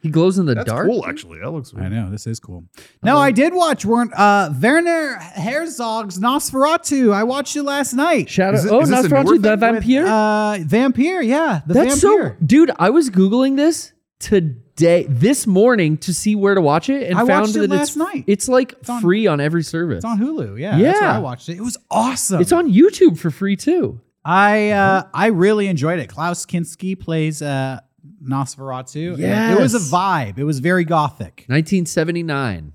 Speaker 4: he glows in the
Speaker 2: That's
Speaker 4: dark.
Speaker 2: cool, actually. That looks.
Speaker 1: I
Speaker 2: weird.
Speaker 1: know this is cool.
Speaker 3: Uh-huh.
Speaker 1: No, I did watch Warren, uh, Werner Herzog's Nosferatu. I watched it last night.
Speaker 4: Shadow.
Speaker 2: Is it-
Speaker 4: oh,
Speaker 2: is this a newer
Speaker 4: Nosferatu, the
Speaker 2: thing with,
Speaker 4: vampire.
Speaker 1: Uh, vampire, yeah, the
Speaker 4: That's
Speaker 1: vampire.
Speaker 4: so, dude. I was googling this today. today, this morning, to see where to watch it, and
Speaker 1: I
Speaker 4: found
Speaker 1: watched it
Speaker 4: that
Speaker 1: last
Speaker 4: it's
Speaker 1: night.
Speaker 4: It's like
Speaker 1: on-
Speaker 4: free on every service.
Speaker 1: It's on Hulu. Yeah, that's where
Speaker 4: Yeah.
Speaker 1: I watched it. It was awesome.
Speaker 4: It's on YouTube for free too.
Speaker 1: I uh, I really enjoyed it. Klaus Kinski plays uh, Nosferatu. and it was
Speaker 4: Yes.
Speaker 1: a vibe. It was very gothic.
Speaker 4: 1979.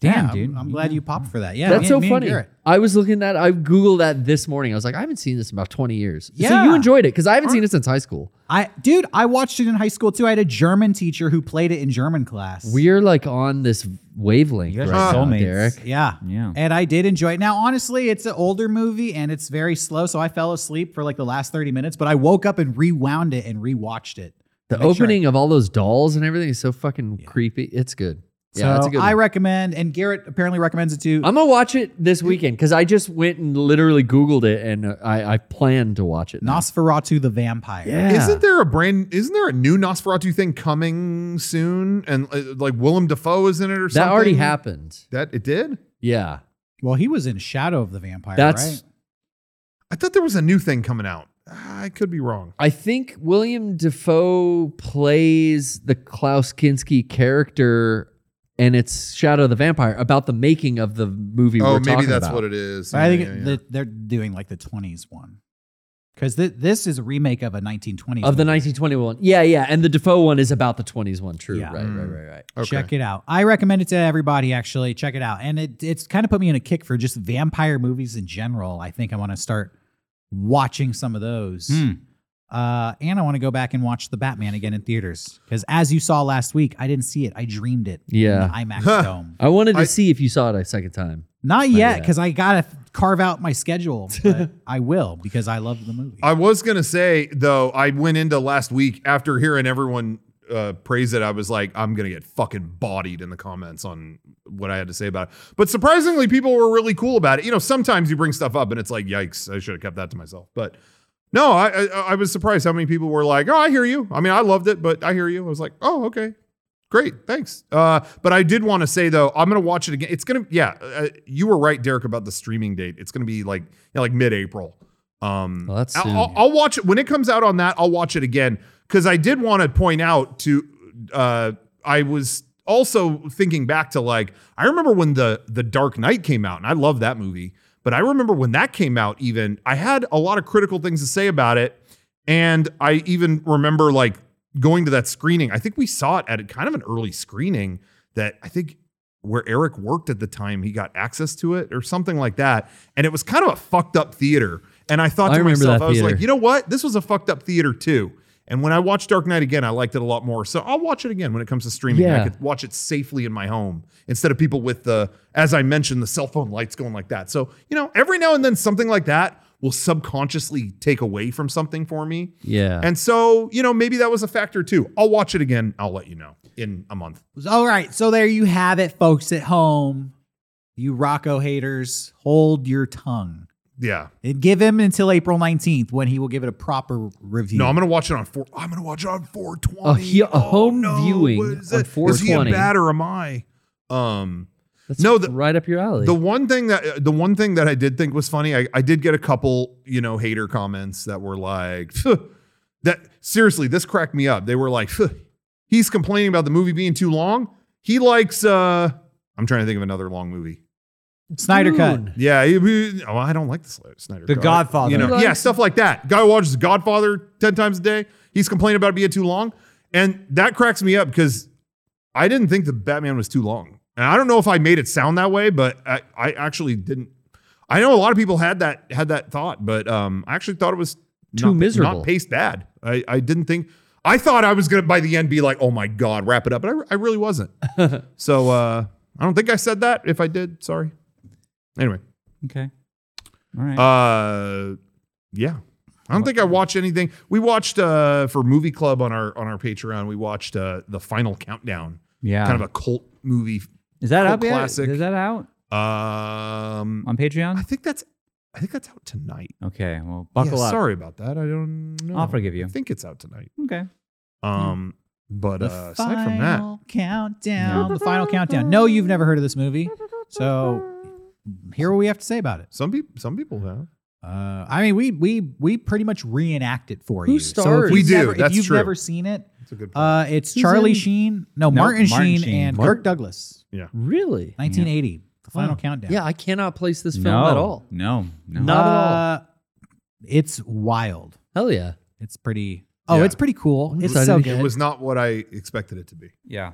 Speaker 3: Damn,
Speaker 1: Yeah,
Speaker 3: dude.
Speaker 1: I'm, I'm glad you popped for that. Yeah,
Speaker 4: That's
Speaker 1: me-
Speaker 4: so
Speaker 1: me and
Speaker 4: funny.
Speaker 1: Garrett.
Speaker 4: I was looking at I googled that this morning. I was like, I haven't seen this in about 20 years. So you
Speaker 1: Yeah.
Speaker 4: enjoyed it because I haven't seen it since high school.
Speaker 1: I dude, I watched it in high school too. I had a German teacher who played it in German class.
Speaker 4: We're like on this wavelength
Speaker 3: You guys
Speaker 4: right
Speaker 3: are
Speaker 4: now,
Speaker 3: soulmates.
Speaker 4: Derek.
Speaker 1: Yeah.
Speaker 3: Yeah.
Speaker 1: And I did enjoy it. Now, honestly, it's an older movie and it's very slow, so I fell asleep for like the last 30 minutes, but I woke up and rewound it and rewatched it.
Speaker 4: The
Speaker 1: Make sure I-
Speaker 4: opening of all those dolls and everything is so fucking creepy. It's good. yeah, that's a
Speaker 1: So
Speaker 4: good.
Speaker 1: I
Speaker 4: one. Oh.
Speaker 1: recommend, and Garrett apparently recommends it too.
Speaker 4: I'm gonna watch it this weekend because I just went and literally Googled it and uh, I, I plan to watch it. now.
Speaker 1: Nosferatu the Vampire.
Speaker 4: yeah,
Speaker 2: Isn't there a brand? Isn't there a new Nosferatu thing coming soon? And uh, like Willem Dafoe is in it or
Speaker 4: that
Speaker 2: something.
Speaker 4: already happened?
Speaker 2: That it did.
Speaker 4: Yeah,
Speaker 1: Well, he was in Shadow of the Vampire, right?
Speaker 4: That's-
Speaker 2: I thought there was a new thing coming out. I could be wrong.
Speaker 4: I think William Defoe plays the Klaus Kinski character, and it's Shadow of the Vampire about the making of the movie.
Speaker 2: Oh,
Speaker 4: we're
Speaker 2: maybe
Speaker 4: talking
Speaker 2: that's
Speaker 4: about.
Speaker 2: what it is.
Speaker 1: But I think
Speaker 2: Yeah, yeah, yeah.
Speaker 1: that they're doing like the 20s one. Because this is a remake of a 1920s
Speaker 4: of the
Speaker 1: movie.
Speaker 4: 1921. Yeah, yeah, and the Defoe one is about the 20s one. True,
Speaker 1: Yeah.
Speaker 4: right,
Speaker 2: Mm.
Speaker 4: right, right, right.
Speaker 2: Okay.
Speaker 1: Check it out. I recommend it to everybody. Actually, check it out, and it it's kind of put me in a kick for just vampire movies in general. I think I want to start watching some of those,
Speaker 3: Hmm.
Speaker 1: uh, and I want to go back and watch the Batman again in theaters because, as you saw last week, I didn't see it. I dreamed it.
Speaker 4: Yeah.
Speaker 1: in the IMAX
Speaker 2: Huh.
Speaker 1: dome.
Speaker 4: I wanted to
Speaker 2: I-
Speaker 4: see if you saw it a second time.
Speaker 1: Not yet
Speaker 4: yet.
Speaker 1: because I gotta carve out my schedule. But I will because I love the movie.
Speaker 2: I was gonna say though, I went into last week after hearing everyone uh, praise it. I was like, I'm gonna get fucking bodied in the comments on what I had to say about it. But surprisingly, people were really cool about it. You know, sometimes you bring stuff up and it's like, yikes, I should have kept that to myself. But no, I, I I was surprised how many people were like, oh, I hear you. I mean, I loved it, but I hear you. I was like, oh, okay. Great, thanks. Uh, but I did want to say though, I'm gonna watch it again. It's gonna, yeah, uh, you were right, Derek, about the streaming date. It's gonna be like, you know, like mid-April. Um,
Speaker 4: Well, that's soon.
Speaker 2: I'll, I'll- I'll watch it when it comes out on that. I'll watch it again because I did want to point out to. Uh, I was also thinking back to like I remember when the the Dark Knight came out, and I love that movie. But I remember when that came out, even I had a lot of critical things to say about it, and I even remember like going to that screening. I think we saw it at a kind of an early screening that I think where Eric worked at the time, he got access to it or something like that. And it was kind of a fucked up theater. And I thought
Speaker 4: I
Speaker 2: to
Speaker 4: remember
Speaker 2: myself,
Speaker 4: that
Speaker 2: I was like,
Speaker 4: theater.
Speaker 2: you know what? This was a fucked up theater too. And when I watched Dark Knight again, I liked it a lot more. So I'll watch it again when it comes to streaming.
Speaker 4: Yeah.
Speaker 2: I could watch it safely in my home instead of people with the, as I mentioned, the cell phone lights going like that. So, you know, every now and then something like that will subconsciously take away from something for me.
Speaker 4: yeah,
Speaker 2: And so, you know, maybe that was a factor too. I'll watch it again. I'll let you know in a month.
Speaker 1: All right, so there you have it, folks at home. You Rocco haters, hold your tongue.
Speaker 2: Yeah.
Speaker 1: And give him until April 19th when he will give it a proper review.
Speaker 2: No, I'm gonna watch it on four. I'm gonna watch it on 420.
Speaker 4: A he- a home viewing
Speaker 2: what is
Speaker 4: on
Speaker 2: it? Is he a
Speaker 4: 420.
Speaker 2: bad or am I? Um,
Speaker 4: that's
Speaker 2: no, the-
Speaker 4: right up your alley.
Speaker 2: the one thing that uh, the one thing that I did think was funny, I, I did get a couple, you know, hater comments that were like, that seriously, this cracked me up. They were like, he's complaining about the movie being too long. He likes. uh I'm trying to think of another long movie.
Speaker 1: Snyder Cut.
Speaker 4: Dune.
Speaker 2: Yeah, he- he- oh, I don't like the Sli- Snyder.
Speaker 3: The
Speaker 2: Cut.
Speaker 3: Godfather.
Speaker 2: You know,
Speaker 4: Like-
Speaker 2: yeah, stuff like that. Guy watches The Godfather ten times a day. He's complaining about it being too long, and that cracks me up because I didn't think the Batman was too long, and I don't know if I made it sound that way, but I, I actually didn't. I know a lot of people had that had that thought, but um, I actually thought it was
Speaker 4: Too
Speaker 2: not,
Speaker 4: miserable.
Speaker 2: not paced bad. I, I didn't think. I thought I was gonna by the end be like, oh my god, wrap it up, but I, I really wasn't. so uh, I don't think I said that. If I did, sorry. Anyway.
Speaker 3: Okay. All right.
Speaker 2: Uh, yeah. I don't think I watched anything. We watched uh for movie club on our on our Patreon. We watched uh the Final Countdown,
Speaker 3: yeah.
Speaker 2: kind of a cult movie.
Speaker 3: Is that
Speaker 2: cult
Speaker 3: up yet?
Speaker 2: classic.
Speaker 3: Is that out
Speaker 2: Um,
Speaker 3: on
Speaker 2: I
Speaker 3: Patreon?
Speaker 2: think that's I think that's out tonight.
Speaker 3: Okay. Well, buckle
Speaker 2: Yeah,
Speaker 3: up.
Speaker 2: Sorry about that. I don't know.
Speaker 3: I'll forgive you. Hmm.
Speaker 2: I think it's out tonight.
Speaker 3: Okay.
Speaker 2: Um, but
Speaker 1: The
Speaker 2: uh, aside from that,
Speaker 1: final countdown. The final countdown. No, you've never heard of this movie. So hear what we have to say about it.
Speaker 2: some people some people have.
Speaker 1: Uh, I mean, we we we pretty much reenact it for
Speaker 4: Who
Speaker 1: you.
Speaker 4: stars?
Speaker 1: if
Speaker 4: We
Speaker 1: you've
Speaker 2: do.
Speaker 1: Never, if
Speaker 2: That's
Speaker 1: you've
Speaker 2: true.
Speaker 1: never seen it,
Speaker 2: That's a good point.
Speaker 1: uh, it's Charlie
Speaker 4: in-
Speaker 1: Sheen, no,
Speaker 3: No,
Speaker 1: Martin,
Speaker 3: Martin
Speaker 1: Sheen,
Speaker 3: Sheen.
Speaker 1: and
Speaker 4: Martin-
Speaker 1: Kirk Douglas,
Speaker 4: Really?
Speaker 1: 1980, The Final Countdown.
Speaker 4: Oh. Yeah, I cannot place this film
Speaker 3: no,
Speaker 4: at all.
Speaker 3: No, no.
Speaker 4: Not at all.
Speaker 1: Uh, It's wild.
Speaker 4: Hell yeah.
Speaker 1: It's pretty. Oh,
Speaker 2: Yeah.
Speaker 1: it's pretty cool.
Speaker 4: I'm
Speaker 1: It's
Speaker 4: excited
Speaker 1: so
Speaker 4: to
Speaker 1: good.
Speaker 2: it was not what I expected it to be.
Speaker 3: Yeah.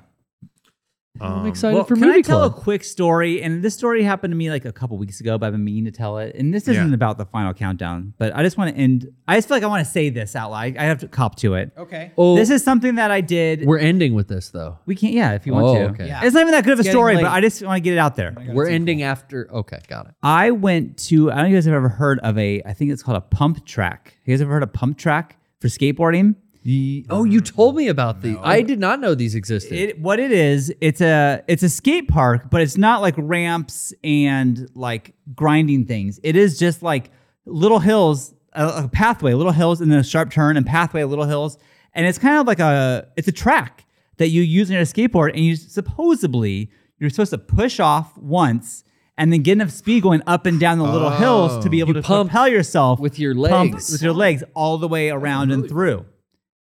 Speaker 2: Um,
Speaker 4: I'm excited for
Speaker 3: can
Speaker 4: movie
Speaker 3: I tell
Speaker 4: club.
Speaker 3: a quick story? And this story happened to me like a couple weeks ago, but I've been meaning to tell it. And this isn't
Speaker 2: Yeah.
Speaker 3: about the final countdown, but I just want to end. I just feel like I want to say this out loud. I have to cop to it.
Speaker 1: okay.
Speaker 4: oh,
Speaker 3: This is something that I did.
Speaker 4: we're ending with this though.
Speaker 3: we can't. Yeah, if you want
Speaker 4: Oh,
Speaker 3: to.
Speaker 4: okay.
Speaker 1: Yeah.
Speaker 3: It's not even that good of a
Speaker 1: Getting
Speaker 3: story,
Speaker 1: late.
Speaker 3: but I just want to get it out there.
Speaker 4: We're ending after. Okay, got it.
Speaker 3: I went to. I don't know if you guys have ever heard of a. I think it's called a pump track. You guys ever heard of pump track for skateboarding?
Speaker 4: oh, you told me about the. I did not know these existed.
Speaker 3: It, what it is, it's a it's a skate park, but it's not like ramps and like grinding things. It is just like little hills, a, a pathway, little hills, and then a sharp turn and pathway, little hills, and it's kind of like a it's a track that you use on your skateboard, and you supposedly you're supposed to push off once. And then get enough speed going up and down the little hills to be able
Speaker 4: Oh.
Speaker 3: to
Speaker 4: You pump
Speaker 3: propel yourself
Speaker 4: with your
Speaker 3: pump
Speaker 4: legs.
Speaker 3: with your legs all the way around and through.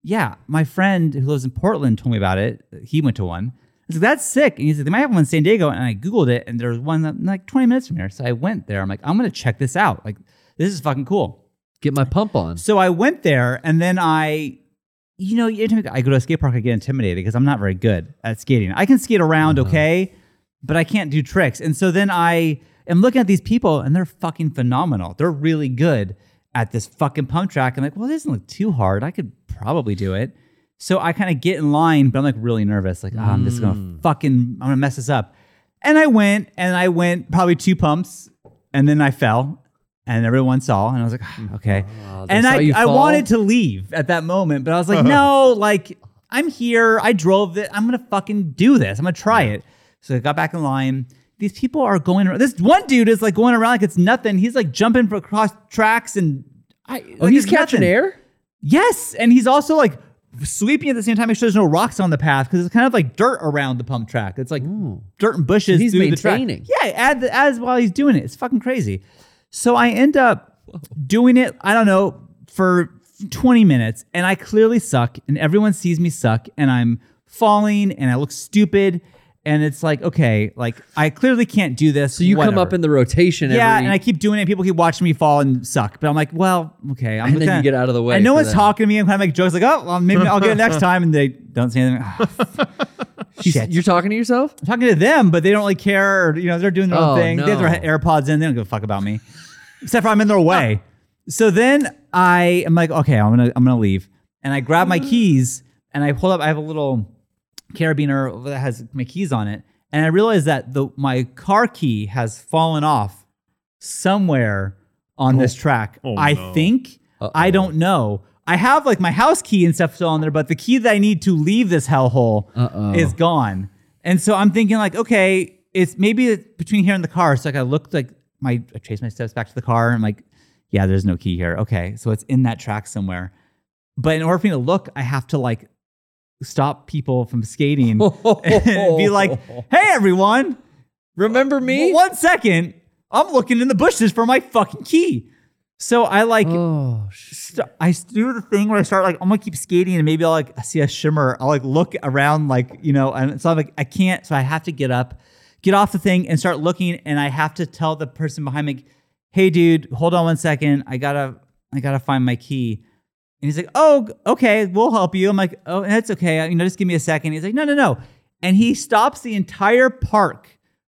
Speaker 3: Yeah, my friend who lives in Portland told me about it. He went to one. I was like, "That's sick," and he's like, "They might have one in San Diego." And I googled it, and there was one that- like 20 minutes from here. So I went there. I'm like, "I'm gonna check this out. Like, this is fucking cool."
Speaker 4: Get my pump on.
Speaker 3: So I went there, and then I, you know, you intimidate- I go to a skate park, I get intimidated because I'm not very good at skating. I can skate around,
Speaker 4: Uh-huh.
Speaker 3: okay, but I can't do tricks. And so then I am looking at these people, and they're fucking phenomenal. They're really good at this fucking pump track. I'm like, well, this doesn't look too hard. I could probably do it. So I kind of get in line, but I'm like really nervous. Like, oh, I'm just
Speaker 4: Mm.
Speaker 3: gonna fucking, I'm gonna mess this up. And I went, and I went probably two pumps, and then I fell, and everyone saw, and I was like, "Ah, okay.
Speaker 4: Wow, Mm. Oh, they
Speaker 3: and
Speaker 4: saw
Speaker 3: I,
Speaker 4: you
Speaker 3: I
Speaker 4: fall?
Speaker 3: wanted to leave at that moment, but I was like, no, like I'm here. I drove it. I'm gonna fucking do this. I'm gonna try it. So I got back in line. These people are going around. This one dude is like going around like it's nothing. He's like jumping for across tracks and I,
Speaker 4: Oh,
Speaker 3: like
Speaker 4: he's
Speaker 3: it's
Speaker 4: catching
Speaker 3: nothing.
Speaker 4: air.
Speaker 3: Yes, and he's also like sweeping at the same time. Make sure there's no rocks on the path because it's kind of like dirt around the pump track. It's like dirt and bushes.
Speaker 4: He's
Speaker 3: through the track.
Speaker 4: maintaining.
Speaker 3: Yeah, add the, as while he's doing it, it's fucking crazy. So I end up doing it. I don't know for 20 minutes, and I clearly suck, and everyone sees me suck, and I'm falling, and I look stupid, and it's like okay, like I clearly can't do this.
Speaker 4: So you come up in the rotation.
Speaker 3: Yeah,
Speaker 4: every,
Speaker 3: and I keep doing it. People keep watching me fall and suck, but I'm like, well, okay. I'm
Speaker 4: And then
Speaker 3: kinda-
Speaker 4: you get out of the way
Speaker 3: And no
Speaker 4: for
Speaker 3: one's
Speaker 4: that.
Speaker 3: talking to me. I'm kind of like jokes, like, oh, well, maybe I'll get it next time. And they don't say anything. Ah, shit.
Speaker 4: You're talking to yourself.
Speaker 3: I'm talking to them, but they don't really care. Or, you know, they're doing their
Speaker 4: Oh,
Speaker 3: own thing. They have
Speaker 4: no.
Speaker 3: their AirPods in. They don't give a fuck about me, except for I'm in their way. so then I am like, okay, I'm gonna I'm gonna leave, and I grab
Speaker 4: Mm.
Speaker 3: my keys and I pull up. I have a little carabiner that has my keys on it, and I realize that the my car key has fallen off somewhere on this track. I think I don't know. I have like my house key and stuff still on there, but the key that I need to leave this hellhole
Speaker 4: Uh-oh.
Speaker 3: is gone. And so I'm thinking like, okay, it's maybe it's between here and the car. So like I looked like my I traced my steps back to the car. I'm like, yeah, there's no key here. Okay, so it's in that track somewhere. But in order for me to look, I have to like stop people from skating and be like, hey everyone, Uh,
Speaker 4: Remember me?
Speaker 3: one second, I'm looking in the bushes for my fucking key. So I like
Speaker 4: Oh, sh-
Speaker 3: st- I do the thing where I start like I'm gonna keep skating and maybe I'll like see a shimmer. I'll like look around like you know, and so I'm like I can't. So I have to get up, get off the thing, and start looking. And I have to tell the person behind me, "Hey, dude, hold on one second. I gotta I gotta find my key." And he's like, "Oh, g- okay, we'll help you." I'm like, "Oh, that's okay. You know, just give me a second. He's like, "No, no, no," and he stops the entire park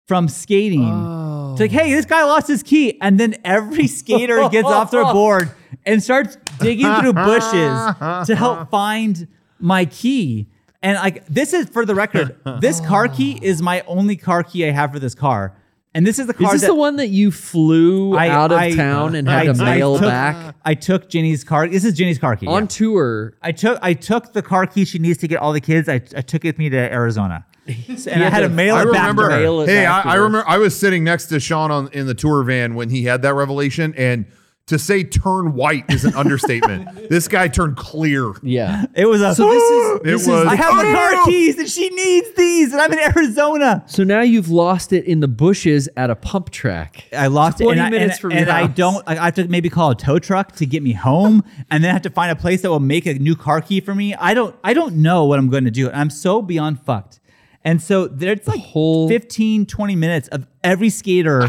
Speaker 3: from skating. It's like, hey, this guy lost his key. And then every skater gets off their board and starts digging through bushes to help find my key. And like, this is for the record, this car key is my only car key I have for this car. And this is the car
Speaker 4: is this
Speaker 3: that
Speaker 4: the one that you flew
Speaker 3: I-
Speaker 4: out of
Speaker 3: I-
Speaker 4: town and had
Speaker 3: I-
Speaker 4: to
Speaker 3: I
Speaker 4: mail
Speaker 3: took-
Speaker 4: back
Speaker 3: I took Jenny's car. This is Jenny's car key.
Speaker 4: on
Speaker 3: yeah.
Speaker 4: tour?
Speaker 3: I took I took the car key she needs to get all the kids. I, I took it with me to Arizona. And I had to mail
Speaker 2: I
Speaker 3: it back to
Speaker 2: remember.
Speaker 3: her.
Speaker 4: mail it
Speaker 2: hey,
Speaker 4: back to
Speaker 2: I, I
Speaker 4: her.
Speaker 2: remember. I was sitting next to Sean on in the tour van when he had that revelation, and To say turn white is an understatement. this guy turned clear.
Speaker 4: Yeah.
Speaker 3: It was a. So this is.
Speaker 2: It was.
Speaker 3: I have my car
Speaker 2: "Oh!"
Speaker 3: keys and she needs these, and I'm in Arizona.
Speaker 4: So now you've lost it in the bushes at a pump track.
Speaker 3: I lost it,
Speaker 4: 20
Speaker 3: and, I,
Speaker 4: minutes
Speaker 3: and-
Speaker 4: from
Speaker 3: and
Speaker 4: your
Speaker 3: I
Speaker 4: house.
Speaker 3: don't. I I have to maybe call a tow truck to get me home, and then I have to find a place that will make a new car key for me. I don't. I don't know what I'm going to do. I'm so beyond fucked. And so there's like
Speaker 4: whole-
Speaker 3: 15, 20 minutes of every skater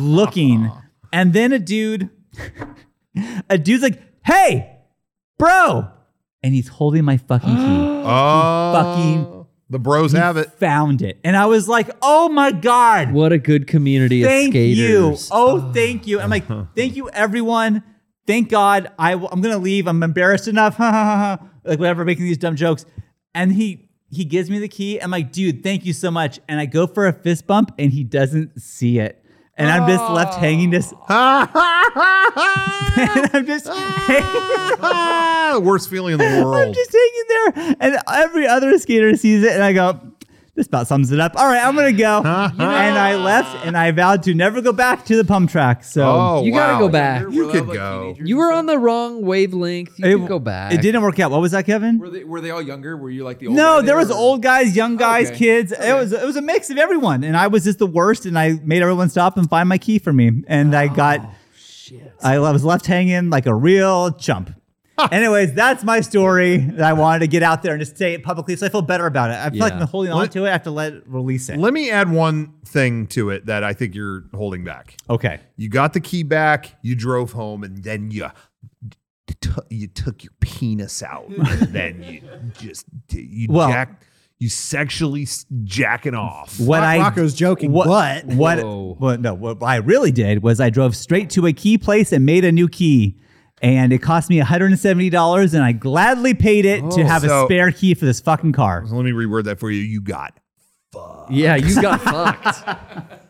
Speaker 3: looking, and then a dude, a dude's like, "Hey, bro," and he's holding my fucking key.
Speaker 2: Oh,
Speaker 3: fucking-
Speaker 2: the bros have it.
Speaker 3: Found it, and I was like, "Oh my god!"
Speaker 4: What a good community of
Speaker 3: thank you.
Speaker 4: skaters.
Speaker 3: Oh, thank you. I'm like, thank you, everyone. Thank God. I w- I'm gonna leave. I'm embarrassed enough. like whatever, making these dumb jokes. And he he gives me the key. I'm like, dude, thank you so much. And I go for a fist bump, and he doesn't see it. And I'm just left hanging. Just and I'm just hanging.
Speaker 2: Ah, worst feeling in the
Speaker 3: I'm
Speaker 2: world.
Speaker 3: just hanging there, and every other skater sees it, and I go, "This about sums it up." All right, I'm gonna go, and I left, and I vowed to never go back to the pump track. So
Speaker 2: oh,
Speaker 4: You gotta
Speaker 2: wow.
Speaker 4: go back.
Speaker 2: You
Speaker 5: Were they
Speaker 2: could
Speaker 5: all, like,
Speaker 2: go.
Speaker 5: teenagers
Speaker 4: You
Speaker 5: and
Speaker 4: were
Speaker 5: stuff?
Speaker 4: on the wrong wavelength. You could go back.
Speaker 3: It didn't work out. What was that, Kevin?
Speaker 5: Were they, were they all younger? Were you like the old
Speaker 3: No,
Speaker 5: guy
Speaker 3: there was
Speaker 5: or- Oh,
Speaker 3: old guys, young guys,
Speaker 5: Okay.
Speaker 3: kids. It was it was a mix of everyone, and I was just the worst. And I made everyone stop and find my key for me, and I got.
Speaker 4: Oh,
Speaker 3: I was left hanging like a real chump. Anyways, that's my story that I wanted to get out there and just say it publicly, so I feel better about it. I feel like
Speaker 4: Yeah.
Speaker 3: I'm holding on to it. I have to let it release it.
Speaker 2: Let me add one thing to it that I think you're holding back.
Speaker 3: Okay.
Speaker 2: You got the key back. You drove home, and then you t- you took your penis out, and then you just you
Speaker 3: Well-
Speaker 2: jack you sexually s- jacking off.
Speaker 3: What I
Speaker 1: Rocco's joking,
Speaker 3: What?
Speaker 1: but
Speaker 3: What?
Speaker 4: Whoa.
Speaker 3: Well, no. What I really did was I drove straight to a key place and made a new key, and it cost me one hundred and seventy dollars, and I gladly paid it to have a
Speaker 2: So-
Speaker 3: spare key for this fucking car.
Speaker 2: Let me reword that for you. You got
Speaker 4: Yeah, you got fucked.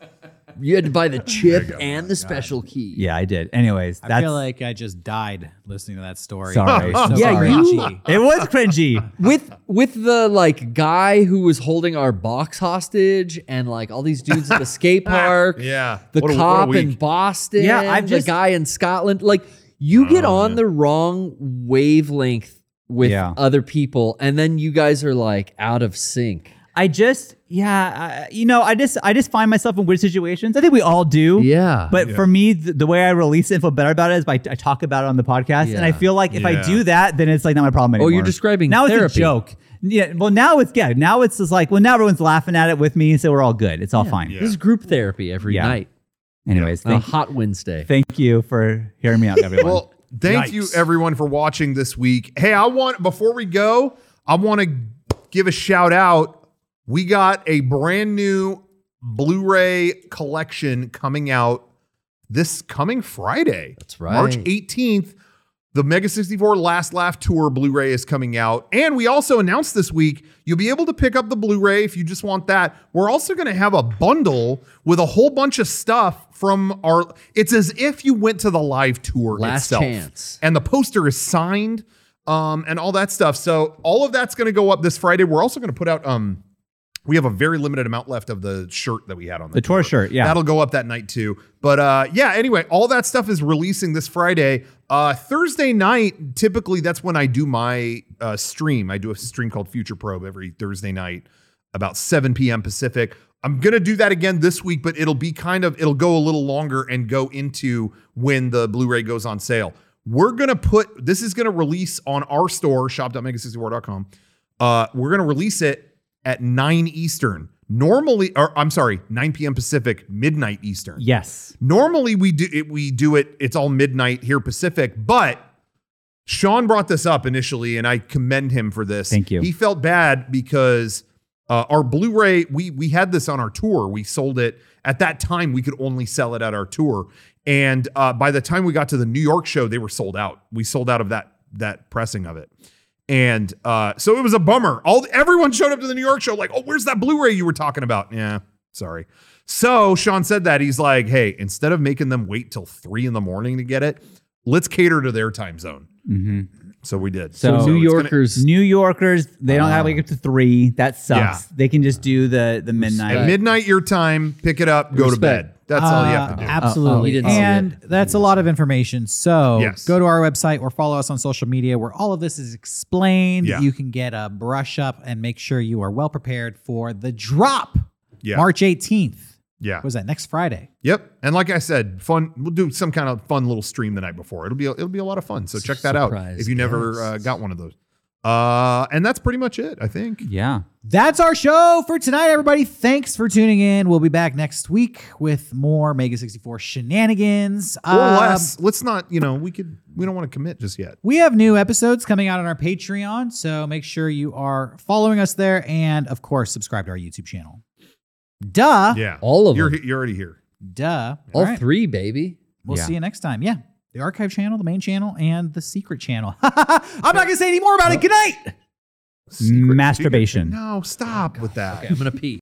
Speaker 4: You had to buy the chip and the special key.
Speaker 3: Yeah, I did. Anyways, that's
Speaker 1: I feel like I just died listening to that story. Uh,
Speaker 3: Sorry.
Speaker 1: So
Speaker 4: Yeah, you-
Speaker 1: cringy.
Speaker 3: it was cringy.
Speaker 4: With with the like guy who was holding our box hostage and like all these dudes at the skate park.
Speaker 2: Yeah.
Speaker 4: The
Speaker 2: What a- what a
Speaker 4: cop in
Speaker 2: week.
Speaker 4: Boston.
Speaker 3: Yeah, I've just-
Speaker 4: the guy in Scotland. Like you get on the wrong wavelength with
Speaker 3: Yeah.
Speaker 4: other people, and then you guys are like out of sync.
Speaker 3: I just, yeah, I, you know, I just, I just find myself in weird situations. I think we all do.
Speaker 4: Yeah.
Speaker 3: But for me, th- the way I release it and feel better about it is by I talk about it on the podcast, and I
Speaker 4: Yeah. Oh,
Speaker 3: feel like if I
Speaker 2: Yeah.
Speaker 3: do that, then it's like not my problem anymore.
Speaker 4: you're describing
Speaker 3: now it's a
Speaker 4: therapy.
Speaker 3: joke. Yeah. Well, now it's yeah. Now it's just like well, now everyone's laughing at it with me, so we're all good. It's all fine.
Speaker 2: Yeah.
Speaker 4: This is group therapy every
Speaker 3: Yeah.
Speaker 4: night.
Speaker 3: Anyways,
Speaker 4: on a
Speaker 3: thank,
Speaker 4: hot Wednesday.
Speaker 3: thank you for hearing me out, everyone.
Speaker 2: Well, thank you everyone for watching this week. Hey, I want before we go, I want to give a shout out. We got a brand new Blu-ray collection coming out this coming Friday. That's
Speaker 4: right.
Speaker 2: March 18th. The Mega 64 Last Laugh Tour Blu-ray is coming out. And we also announced this week you'll be able to pick up the Blu-ray if you just want that. We're also going to have a bundle with a whole bunch of stuff from our it's as if you went to the live tour
Speaker 4: Last
Speaker 2: itself.
Speaker 4: chance.
Speaker 2: And the poster is signed um and all that stuff. So all of that's going to go up this Friday. We're also going to put out um we have a very limited amount left of the shirt that we had on
Speaker 3: the tour shirt, yeah.
Speaker 2: That'll go up that night too. But uh, yeah, anyway, all that stuff is releasing this Friday. Uh, Thursday night, typically that's when I do my uh, stream. I do a stream called Future Probe every Thursday night, about 7 p.m. Pacific. I'm gonna do that again this week, but it'll be kind of it'll go a little longer and go into when the Blu-ray goes on sale. We're gonna put this is gonna release on our store shop.mega64.com. Uh, we're gonna release it at 9 Eastern. Normally, or I'm sorry, 9 p.m. Pacific, midnight Eastern.
Speaker 3: yes.
Speaker 2: Normally we do it, we do it, it's all midnight here Pacific, but Sean brought this up initially, and I commend him for this.
Speaker 3: Thank you.
Speaker 2: He felt bad because uh, our Blu-ray, we we had this on our tour. We sold it at that time. We could only sell it at our tour, and uh, by the time we got to the New York show, they were sold out. We sold out of that that pressing of it, and uh, so it was a bummer. All everyone showed up to the New York show like, oh, where's that Blu-ray you were talking about? Yeah, sorry. So Sean said that he's like, hey, instead of making them wait till three in the morning to get it, Let's cater to their time zone. So we did.
Speaker 3: So
Speaker 4: New
Speaker 2: it's gonna- Uh.
Speaker 4: Yorkers.
Speaker 3: New Yorkers, they don't have to wake up to three. That sucks. They can just do the the midnight.
Speaker 2: at midnight your time, pick it up, go to
Speaker 4: Respect.
Speaker 2: bed. That's all you have to
Speaker 1: Uh,
Speaker 2: do.
Speaker 1: Absolutely.
Speaker 4: you didn't see
Speaker 1: and that's a lot of information. So
Speaker 2: Yes.
Speaker 1: go to our website or follow us on social media where all of this is explained.
Speaker 2: Yeah.
Speaker 1: You can get a brush up and make sure you are well prepared for the drop
Speaker 2: Yeah.
Speaker 1: March 18th.
Speaker 2: yeah.
Speaker 1: What was that next Friday?
Speaker 2: Yep. And like I said, fun. We'll do some kind of fun little stream the night before. It'll be it'll be a lot of fun. So check that out
Speaker 4: Surprise
Speaker 2: if you never uh, got one of those. Uh, and that's pretty much it, I think.
Speaker 3: Yeah.
Speaker 1: That's our show for tonight, everybody. Thanks for tuning in. We'll be back next week with more Mega 64 shenanigans.
Speaker 2: Or
Speaker 1: Um,
Speaker 2: less. Let's not. You know, we could. We don't want to commit just yet.
Speaker 1: We have new episodes coming out on our Patreon, so make sure you are following us there and, of course, subscribe to our YouTube channel. Duh.
Speaker 2: Yeah.
Speaker 4: All of
Speaker 2: you're,
Speaker 4: them.
Speaker 2: he- You're already here.
Speaker 1: Duh.
Speaker 4: All
Speaker 1: All right.
Speaker 4: three, baby.
Speaker 1: We'll
Speaker 3: Yeah.
Speaker 1: see you next time. Yeah. The archive channel, the main channel, and the secret channel. I'm not going to say any more about it. Good night.
Speaker 2: Secret-
Speaker 3: Masturbation.
Speaker 2: No, stop with that.
Speaker 4: Okay, I'm gonna pee.